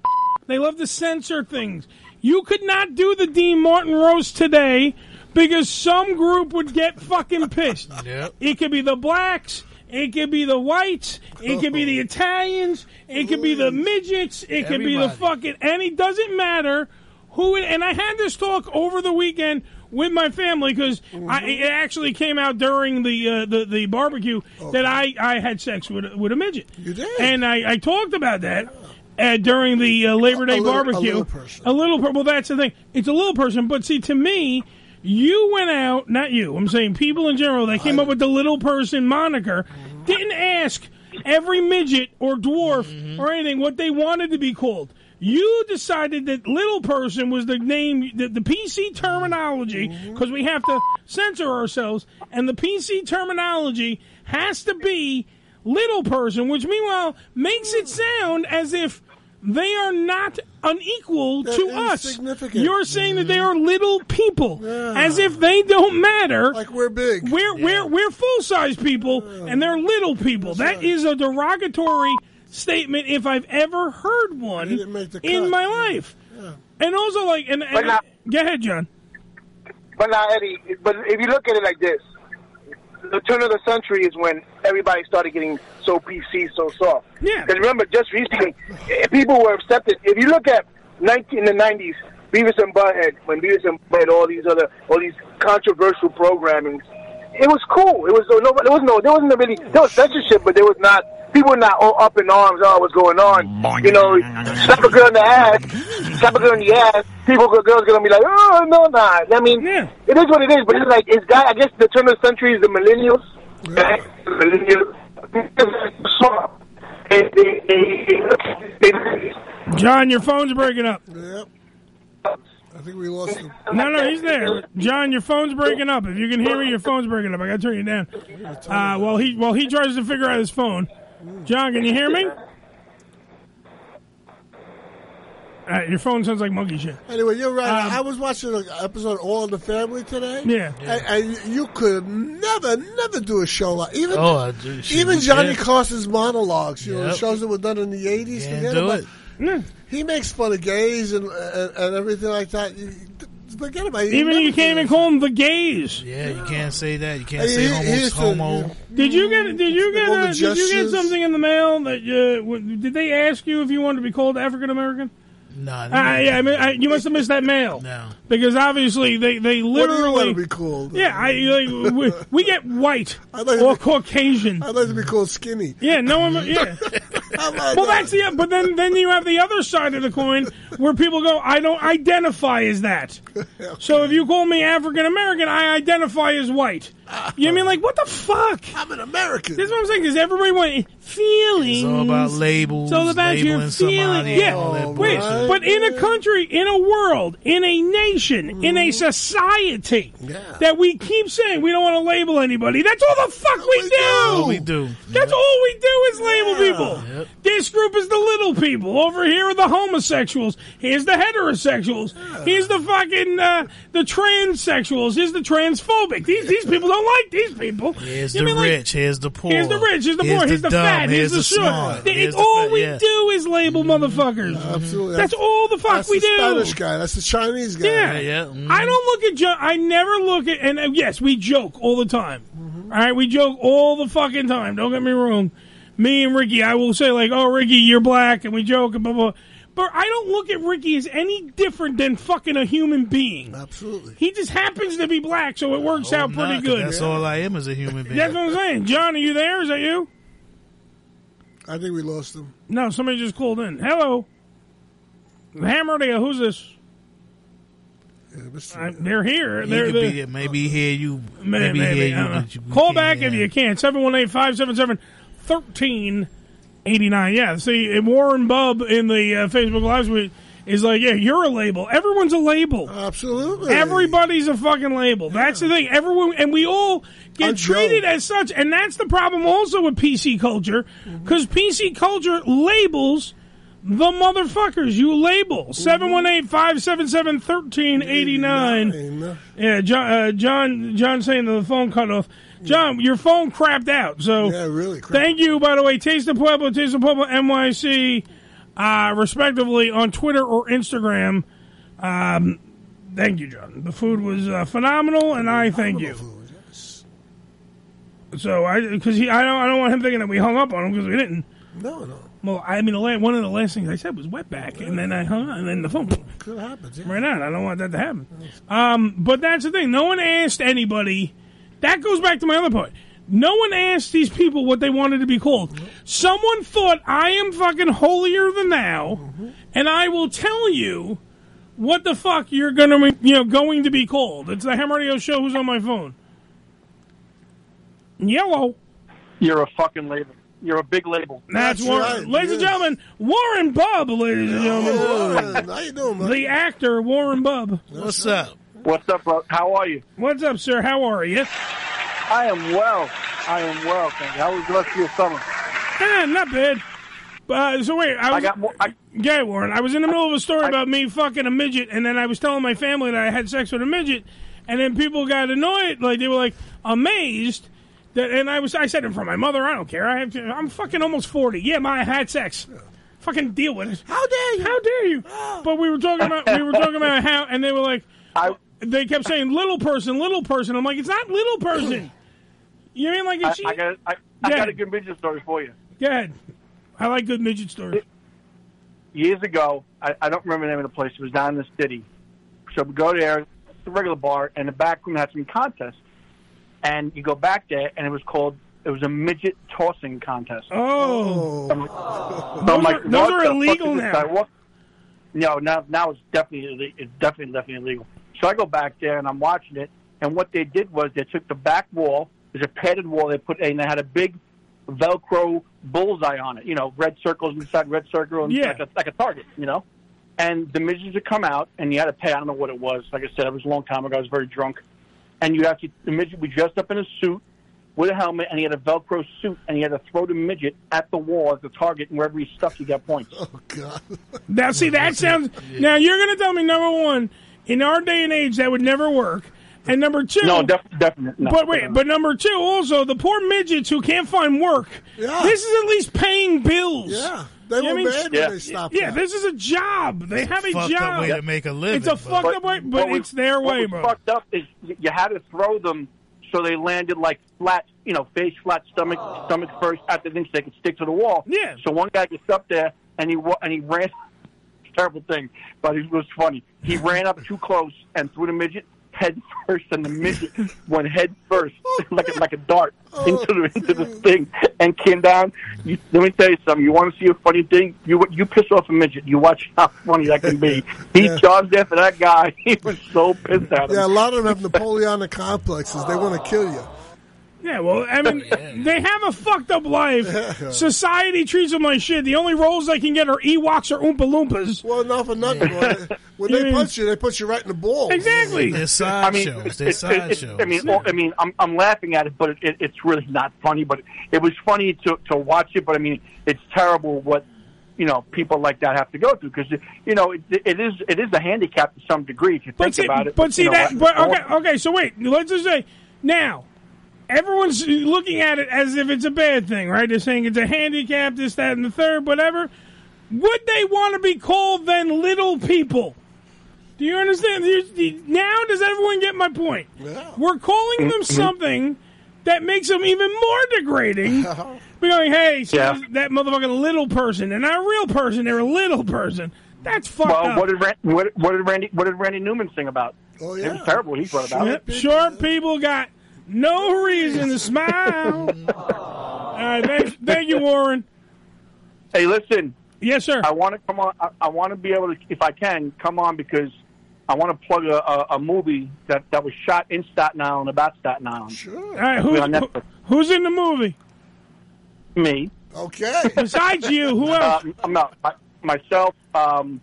They love to censor things. You could not do the Dean Martin roast today because some group would get fucking pissed. It could be the blacks. It could be the whites. It could be the Italians. It could be the midgets. It could be the fucking. And it doesn't matter who. It, and I had this talk over the weekend with my family because
Mm-hmm.
it actually came out during the uh, the, the barbecue that I, I had sex with a- with a midget. You did, and I, I talked about that. Uh, during the uh, Labor Day
little- a
barbecue,
little person.
a little per- well, that's the thing. It's a little person, but see, to me, you went out. Not you. I'm saying people in general. They came up with the little person moniker. Didn't ask every midget or dwarf or anything what they wanted to be called. You decided that little person was the name, the, the PC terminology, because we have to censor ourselves, and the PC terminology has to be little person, which meanwhile makes it sound as if they are not unequal to us. You're saying that they are little people, as if they don't matter. Like
we're big.
We're we're we're full size people, and they're little people. That is a derogatory statement if I've ever heard one in my life. And also, like, and, and go ahead, John.
But now, Eddie, but if you look at it like this, the turn of the century is when everybody started getting so PC, so soft.
Yeah.
Because remember, just recently, eh, people were accepted. If you look at 19 in the 90s, Beavis and Butthead, when Beavis and Butthead, all these other, all these controversial programmings, it was cool. It was no, there was no, there wasn't really, there was censorship, but there was not. People were not all up in arms. Oh, what's going on? You know, slap a girl in the ass, slap a girl in the ass. People, girls, gonna be like, oh no, nah. I mean, it is what it is. But it's like, it's got. I guess the turn of the century is the millennials. The millennials. So, they- they- they- they-
John, your phone's breaking up.
I think we lost him.
No, no, he's there. John, your phone's breaking up. If you can hear me, your phone's breaking up. I gotta turn you down. Uh, while he while he tries to figure out his phone. John, can you hear me? Uh, your phone sounds like monkey shit.
Anyway, you're right. I was watching an episode of All in the Family today.
Um, Yeah.
And, and you could never, never do a show like even
Oh, I do- she-
even Johnny
yeah.
Carson's monologues. You know,
Yep.
shows that were done in the '80s.
Can't
Forget
do
about
it.
He makes fun of gays and and, and everything like that. You, forget about it.
Even you can't even call them the gays.
Yeah, you can't say that. You can't
Hey,
say
he- he's
homos,
the-
homo.
Did you get? Did you get?
All the
Uh, did you get
gestures.
something in the mail that? Uh, w- did they ask you if you wanted to be called African American?
Nah,
I, Ah, I, I mean, I, you must have missed that mail. No, because obviously they they
What do you
literally
want to be called?
Yeah, I, like, we, we get white or Caucasian.
I'd like to be called skinny.
Yeah, no one. Yeah. well, that's the. But then, then you have the other side of the coin where people go, I don't identify as that. So if you call me African American, I identify as white. You mean like what the fuck?
I'm an American.
This is what I'm saying because everybody went feelings.
It's all about labels,
It's all about your
labeling somebody,
feelings.
and
Yeah,
all that
wait,
bullshit.
but in a country, in a world, in a nation, in a society that we keep saying we don't want to label anybody. That's all the fuck we, do.
all we do.
That's all we do is label people. This group is the little people. Over here are the homosexuals. Here's the heterosexuals. Here's the fucking uh, the transsexuals. Here's the transphobic. These these people don't like these people.
Here's
You
the
mean, like,
rich. Here's the poor.
Here's the rich. Here's the poor. Here's the
dumb,
fat. Here's the
smart.
short. Th-
here's
it-
the
All
fat,
we
yeah. Mm-hmm.
do is label motherfuckers. Absolutely. That's all the fuck
That's
we
the
do.
Spanish guy. That's the Chinese guy.
Yeah,
Mm-hmm.
I don't look at junk. I never look at. And uh, yes, we joke all the time.
Mm-hmm.
All right, we joke all the fucking time. Don't get me wrong. Me and Ricky, I will say like, "Oh, Ricky, you're black," and we joke and blah blah. But I don't look at Ricky as any different than fucking a human being.
Absolutely.
He just happens to be black, so it works out
Nah,
pretty
'cause
good.
That's all I am as a human being.
That's what I'm saying. John, are you there? Is that you?
I think we lost him.
No, somebody just called in. Hello. Hammer Radio, who's this? Uh, they're here.
He
They're
could
the-
be- maybe hear you.
May-
Maybe,
maybe, uh-huh.
hear
I don't
you.
know.
But you
Call back if you can. 718 577 1389. Yeah, see, and Warren Bubb in the uh, Facebook Live suite is like, yeah, you're a label. Everyone's a label.
Absolutely.
Everybody's a fucking label. That's the thing. Everyone, and we all get treated as such. And that's the problem also with PC culture, because PC culture labels. The motherfuckers you label 718 577 1389. Yeah, John, uh, John, John saying that the phone cut off. John, your phone crapped out. So
Yeah, really
Thank you, by the way. Taste of Pueblo, Taste of Pueblo, NYC, uh, respectively on Twitter or Instagram. Um, thank you, John. The food was uh, phenomenal, and I thank you. So I because I don't I don't want him thinking that we hung up on him because we didn't.
No, no.
Well, I mean, the la- one of the last things I said was wetback, and then I hung up, and then the phone
Could happen. Yeah.
right now. I don't want that to happen. Um, but that's the thing. No one asked anybody. That goes back to my other point. No one asked these people what they wanted to be called. Someone thought I am fucking holier than thou, and I will tell you what the fuck you're gonna you know going to be called. It's the Ham Radio Show. Who's on my phone? Yellow.
You're a fucking label. you're a big label.
That's, Warren. ladies and gentlemen, Warren Bubb, ladies and gentlemen.
How you doing, man?
The actor Warren Bubb.
What's up?
What's up, bro? How are you?
What's up, sir? How are you?
I am well. I am well. Thank you. How was the rest of your summer?
Eh, not bad. Uh, so wait, I, was, got more. yeah, Warren. I was in the middle of a story about me fucking a midget, and then I was telling my family that I had sex with a midget, and then people got annoyed, like they were like amazed. That, and I was, I said it for my mother. I don't care. I have, to, I'm fucking almost forty. Yeah, my I had sex. Fucking deal with it. How dare you? Oh. How dare you? But we were talking about, we were talking about how, and they were like, they kept saying little person, little person. I'm like, it's not little person. You mean like
I,
is she?
I got, I, I
Yeah.
got a good midget story for you.
Go ahead. I like good midget stories.
years ago, I, I don't remember the name of the place. It was down in the city. So we go there, it's a regular bar, and the back room had some contests. And you go back there, and it was called. It was a midget tossing contest.
Oh,
So I'm
Those
like,
are- those
what
are
the fuck
illegal
is this?
now.
I walk- No, now now it's definitely ille- it's definitely definitely illegal. So I go back there and I'm watching it, and what they did was they took the back wall. There's a padded wall they put, and they had a big Velcro bullseye on it. You know, red circles inside, red circle, and
Yeah.
like, a, like a target. You know, and the midgets would come out, and you had to pay. I don't know what it was. Like I said, it was a long time ago. I was very drunk, and you have to. The midget would be dressed up in a suit with a helmet, and he had a Velcro suit, and he had to throw the midget at the wall as the target, and wherever he stuck, he got points. Oh God!
Now, see, that sounds. Now, you're going to tell me, number one, in our day and age, that would never work. And number two.
No, def- definitely. No,
but wait, but number two, also, the poor midgets who can't find work.
Yeah.
This is at least paying bills.
Yeah, they
You
were
know what I
mad
mean?
when they stopped.
Yeah,
that.
this is a job. They have a,
fucked up
job.
way to make a living,
It's a
but-
fucked up way, but
what was-
it's their
what
way,
was
bro.
Fucked up is y- you had to throw them so they landed like flat, you know, face flat, stomach stomach first at the thing so they could stick to the wall.
Yeah.
So one guy gets up there and he wa- and he ran. Terrible thing, but it was funny. He ran up too close and threw the midget head first, and the midget went head first like a, like a dart into the into the thing and came down. You, let me tell you something. You want to see a funny thing? You you piss off a midget. You watch how funny that can be. He charged after that guy. He was so pissed at him.
Yeah, a lot of them have Napoleonic complexes. They want to kill you.
Yeah, well, I mean, they have a fucked up life. Society treats them like shit. The only roles they can get are Ewoks or Oompa Loompas.
Well, not for nothing. When
You
they
mean-
punch you, they put you right in the ball.
Exactly.
I mean, it- it- it- I mean, oh, I mean, I'm, I'm laughing at it, but it, it, it's really not funny. But it was funny to to watch it. But I mean, it's terrible what you know people like that have to go through because you know it, it is it is a handicap to some degree if you
But
think
see,
about it.
but see
you know,
that.
like-
But okay, okay. So wait, let's just say now everyone's looking at it as if it's a bad thing, right? They're saying it's a handicap, this, that, and the third, whatever. Would they want to be called then little people? Do you understand? Do you- do you- Now does everyone get my point? We're calling them
Mm-hmm.
something that makes them even more degrading. We're going, hey, so
Yeah.
that motherfucking little person, and not a real person, they're a little person. That's fucked
well,
up.
what did Ran- what, what did Randy what did Randy Newman sing about? Oh yeah, it was terrible. He wrote about
Yep, short people got no reason to smile. All right, thank, thank you, Warren.
Hey, listen.
Yes, sir.
I want to come on. I, I want to be able to, if I can, come on because I want to plug a, a, a movie that, that was shot in Staten Island about Staten Island. Sure.
All right, who's, who- who's in the movie?
Me.
Okay.
Besides you, who else?
Uh, I'm not. My, myself, um,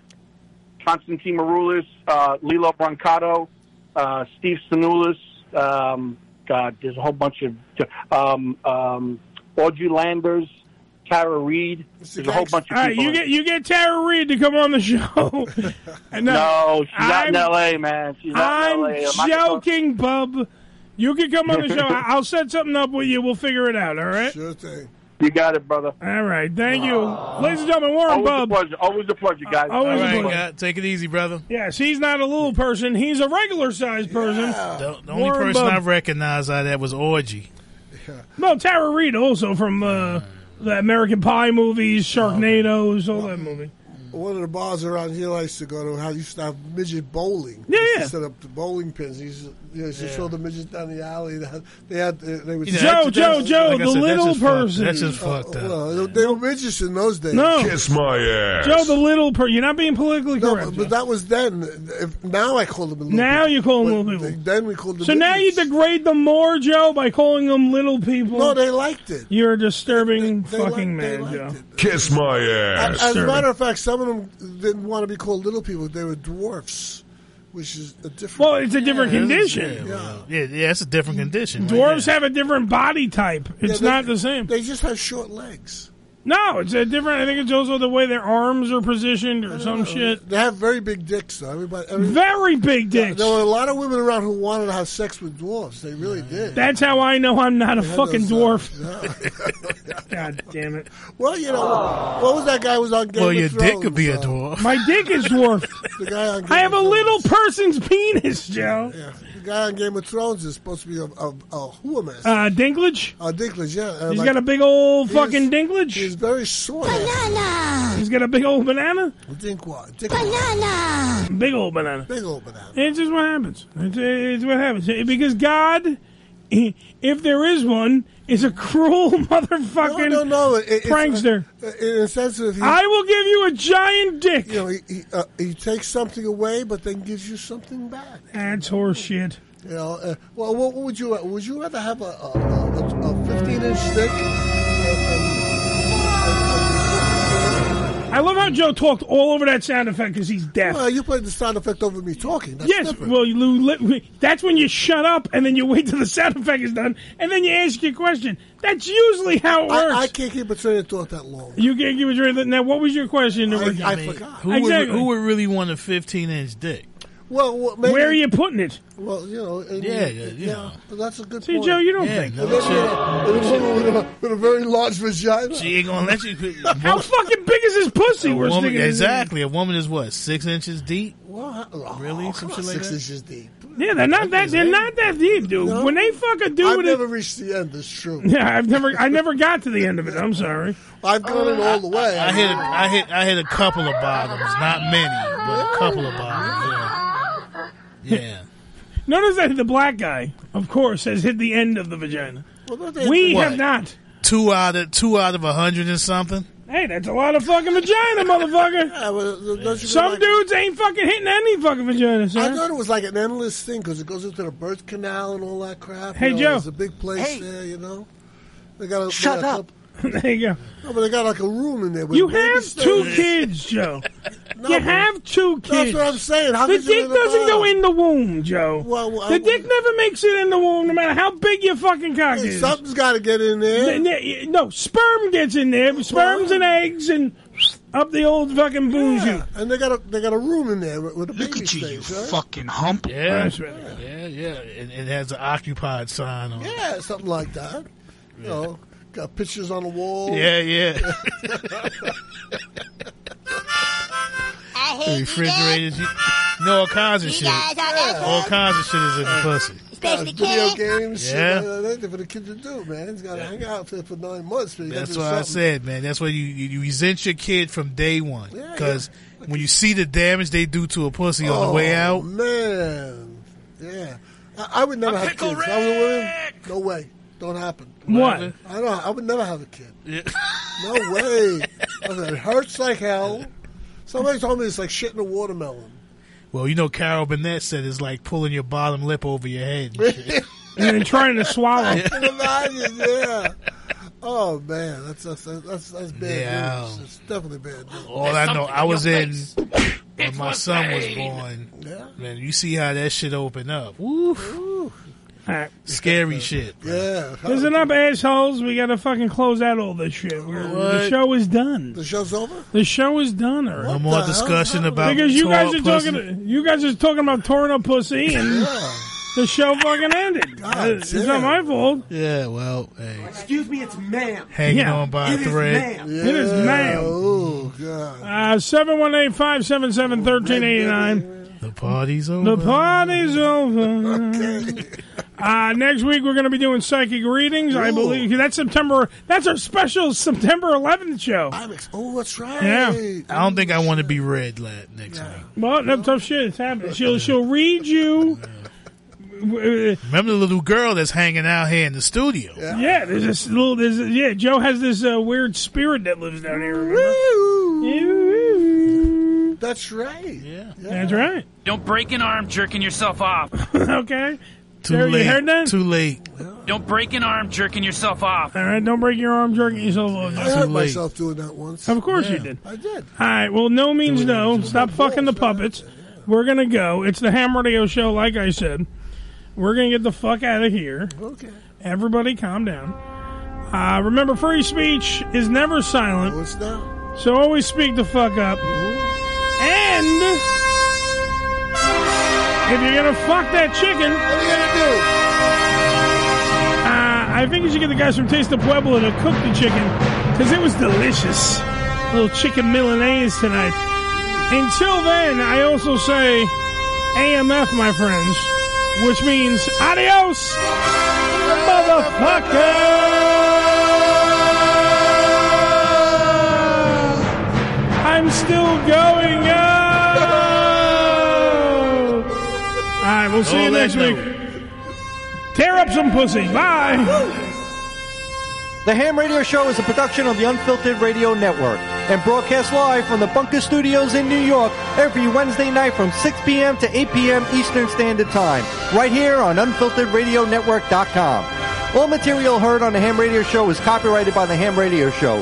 Constantine Maroulis, uh, Lilo Brancato, uh, Steve Sinulis. Um, God, there's a whole bunch of um, um, Audrey Landers, Tara Reid. There's a whole bunch of people.
All right, you
in
get you get Tara Reid to come on the show. And
No, she's not in
I'm-
LA, man. She's not in
I'm
LA. I'm not gonna-
joking, bub. You can come on the show. I- I'll set something up with you. We'll figure it out. All right.
Sure thing.
You got it, brother. Ah.
All right. Thank you, ladies and gentlemen. Warren
Always
Bub.
a pleasure. Always a pleasure, guys.
Always a pleasure.
Take it easy, brother.
Yes, he's not a little person. He's a regular sized person.
The only person I recognized out of that was Orgy.
No, Tara Reid also from uh, the American Pie movies, Sharknadoes, all that movie.
one of the bars around here I used to go to, how you used to have midget bowling.
Yeah,
Used to
yeah.
Set up the bowling pins. You used to, you used to
Yeah.
show the midgets down the alley. They had, they, had, they would
You know, Joe, that's- Joe, that's- Joe, like I the said, that's little just fucked- person. that's just
Oh,
fucked up.
well, they were midgets in those days.
No. Kiss
my ass.
Joe, the little per. You're not being politically
No,
correct.
but, but that was then. If, now I call them little
Now you call them little people.
Then we called them
so now you degrade them more, Joe, by calling them little people.
No, they liked it.
You're a disturbing
They- they
fucking man, Joe.
Kiss my ass.
As, as a matter of fact, some of them didn't want to be called little people. They were dwarfs, which is a different.
Well, it's a different condition.
Yeah, yeah, it's a different condition. right
Dwarves have a different body type. It's
they-
not the same.
They just have short legs.
No, it's a different. I think it's also the way their arms are positioned or some shit.
They have very big dicks, though. Everybody, every-
Very big dicks.
There were a lot of women around who wanted to have sex with dwarfs. They really did.
That's how I know I'm not a
Yeah,
fucking
those, uh,
dwarf.
God
damn it.
Well, you know, what was that guy who was on Game
Well,
of
your dick could be a
Thrones, uh,
dwarf.
My dick is dwarf.
The guy on Game
I have
of
a
Thrones.
little person's penis, Joe.
Yeah, the guy on Game of Thrones is supposed to be a a, a whoeman.
Uh, Dinklage.
Uh, Dinklage, yeah. Uh,
He's
like-
got a big old
He is-
fucking Dinklage. He's
very short.
Banana. He's got a big old banana.
Dinkwa.
Banana. Big old banana.
Big old banana.
It's just what happens. It's, it's what happens. Because God, if there is one, is a cruel motherfucking
no, no, it- it's-
prankster.
Uh, In a sense of he,
I will give you a giant dick.
you know, he, he, uh, he takes something away, but then gives you something back.
That's horseshit.
You know, uh, well, what would you uh, would you rather have a a, a, a fifteen inch stick?
I love how Joe talked all over that sound effect because he's deaf.
Well, you played the sound effect over me talking. That's
yes,
different.
well, you, li- that's when you shut up and then you wait till the sound effect is done and then you ask your question. That's usually how it works.
I, I can't keep a train of thought that long.
you can't give a drink. Now, what was your question?
I, I forgot.
Who, would,
Exactly.
who would really want a 15 inch dick?
Well, well, maybe,
Where are you putting it?
Well, you know, and-
Yeah, yeah, you know.
but that's a good
See,
point.
Joe, you don't
Yeah,
think.
no
And then, uh, and a woman with a, with a very large vagina.
She ain't gonna let you.
How fucking big is his pussy?
A
We're
woman,
sticking it in.
exactly. A woman is what six inches deep.
Well, oh,
Really?
come
Some
on,
shit like
six
that?
inches deep.
Yeah, they're not that. They're not that deep, dude.
No.
When they fuck a dude,
I've
with
never
it,
reached the end. It's true.
yeah, I've never, I never got to the end of it. I'm sorry.
I've gone it all the way.
I hit, a, I hit, I hit a couple of bottoms. Not many, but a couple of bottoms. Yeah. yeah.
Notice that the black guy, of course, has hit the end of the vagina.
Well, don't they-
We
What?
have not.
Two out of two out of a hundred and something.
Hey, that's a lot of fucking vagina, motherfucker.
Yeah, well, don't you feel
Some
like-
dudes ain't fucking hitting any fucking vagina,
I
son.
thought it was like an endless thing because it goes into the birth canal and all that crap.
Hey,
you know,
Joe.
There's a big place there, you know. They got a,
Shut
they got a
up.
couple-
there you go.
no, but they got like a room in there. With
You
baby
have two
stairs.
kids, Joe.
No,
you
but-
have two kids.
That's what I'm saying. How
the
could you
dick
leave it
doesn't go
alone?
in the womb, Joe.
Well, well,
the
I-
dick never makes it in the womb, no matter how big your fucking cock
Hey,
is.
something's got to get in there.
N- n- No, sperm gets in there. Sperms and eggs and up the old fucking boom chute.
And they got a they got a room in there with, with a baby stage, right?
fucking hump.
Yeah,
That's right.
yeah, yeah. It, it has an occupied sign on. it.
Yeah, something like that. You know, got pictures on the wall.
Yeah, yeah. Refrigerated. You, no, all kinds of shit. All kinds of shit is in the pussy.
Got video games.
Yeah.
Shit, like that, anything for the kid to do, man. He's got to hang out there for nine months. but he
That's
gotta do
why I
something.
said, man. That's why you, you, you resent your kid from day one.
Yeah,
Because when you see the damage they do to a pussy on the way
Oh,
out,
Man, yeah, I, I would never have kids. If I was a woman, no way, don't happen.
What?
I don't. I would never have a kid.
Yeah.
No way. I said, it hurts like hell. Somebody told me it's like shitting a watermelon.
well, you know, Carol Burnett said it's like pulling your bottom lip over your head. and shit.
And then trying to swallow.
Imagine, yeah. Oh man, that's that's that's, that's bad
Yeah.
news. It's definitely bad news.
All I know, I was in when my son was born. Man, you see how that shit opened up. Woo.
All right.
Scary shit.
Yeah,
Listen up, assholes. We got to fucking close out all this shit. We're, the
What?
show is done.
the show's over.
The show is done. All
No
right.
more discussion about
Because you guys
tall
are
pussy.
talking. You guys are talking about torn up pussy, and
Yeah.
the show fucking ended.
God
it's
damn.
not my fault.
Yeah, well, hey,
Excuse me, it's ma'am.
hanging
Yeah.
on by a thread.
It is ma'am.
Oh god.
Uh, 718-577-1389.
The party's over.
The party's over. Uh, next week we're going to be doing psychic readings. I
Ooh.
believe that's September. That's our special September 11th show.
I'm ex- oh, that's right.
Yeah.
I don't think I want to be read la- next week.
Well, no tough shit. It's happening. She'll she'll read you. Remember
the little girl that's hanging out here in the studio?
Yeah, there's this little. There's yeah. Joe has this uh, weird spirit that lives down here. Remember?
That's right. Yeah.
That's right.
Don't break an arm jerking yourself off.
okay.
Too
There,
late.
You heard that?
Too late.
Don't break an arm jerking yourself off.
All right. Don't break your arm jerking yourself. off.
I hurt myself doing that once.
Of course you
Yeah.
did.
I did.
All right. Well, no means no. Stop fucking the puppets. We're gonna go. It's the Ham Radio Show. Like I said, we're gonna get the fuck out of here.
Okay.
Everybody, calm down. Uh, remember, free speech is never silent.
it's not. Mm-hmm.
So always speak the fuck up. And if you're gonna fuck that chicken, what
are you gonna do?
Uh, I think you should get the guys from Taste of Pueblo to cook the chicken because it was delicious. little chicken Milanese tonight. Until then, I also say AMF, my friends, which means adios, motherfucker. I'm still going up. All right, we'll see
All
you
that
next week.
note.
Tear up some pussy. Bye.
The Ham Radio Show is a production of the Unfiltered Radio Network and broadcast live from the Bunker Studios in New York every Wednesday night from 6 p.m. to 8 p.m. Eastern Standard Time, right here on unfilteredradionetwork.com. All material heard on the Ham Radio Show is copyrighted by the Ham Radio Show.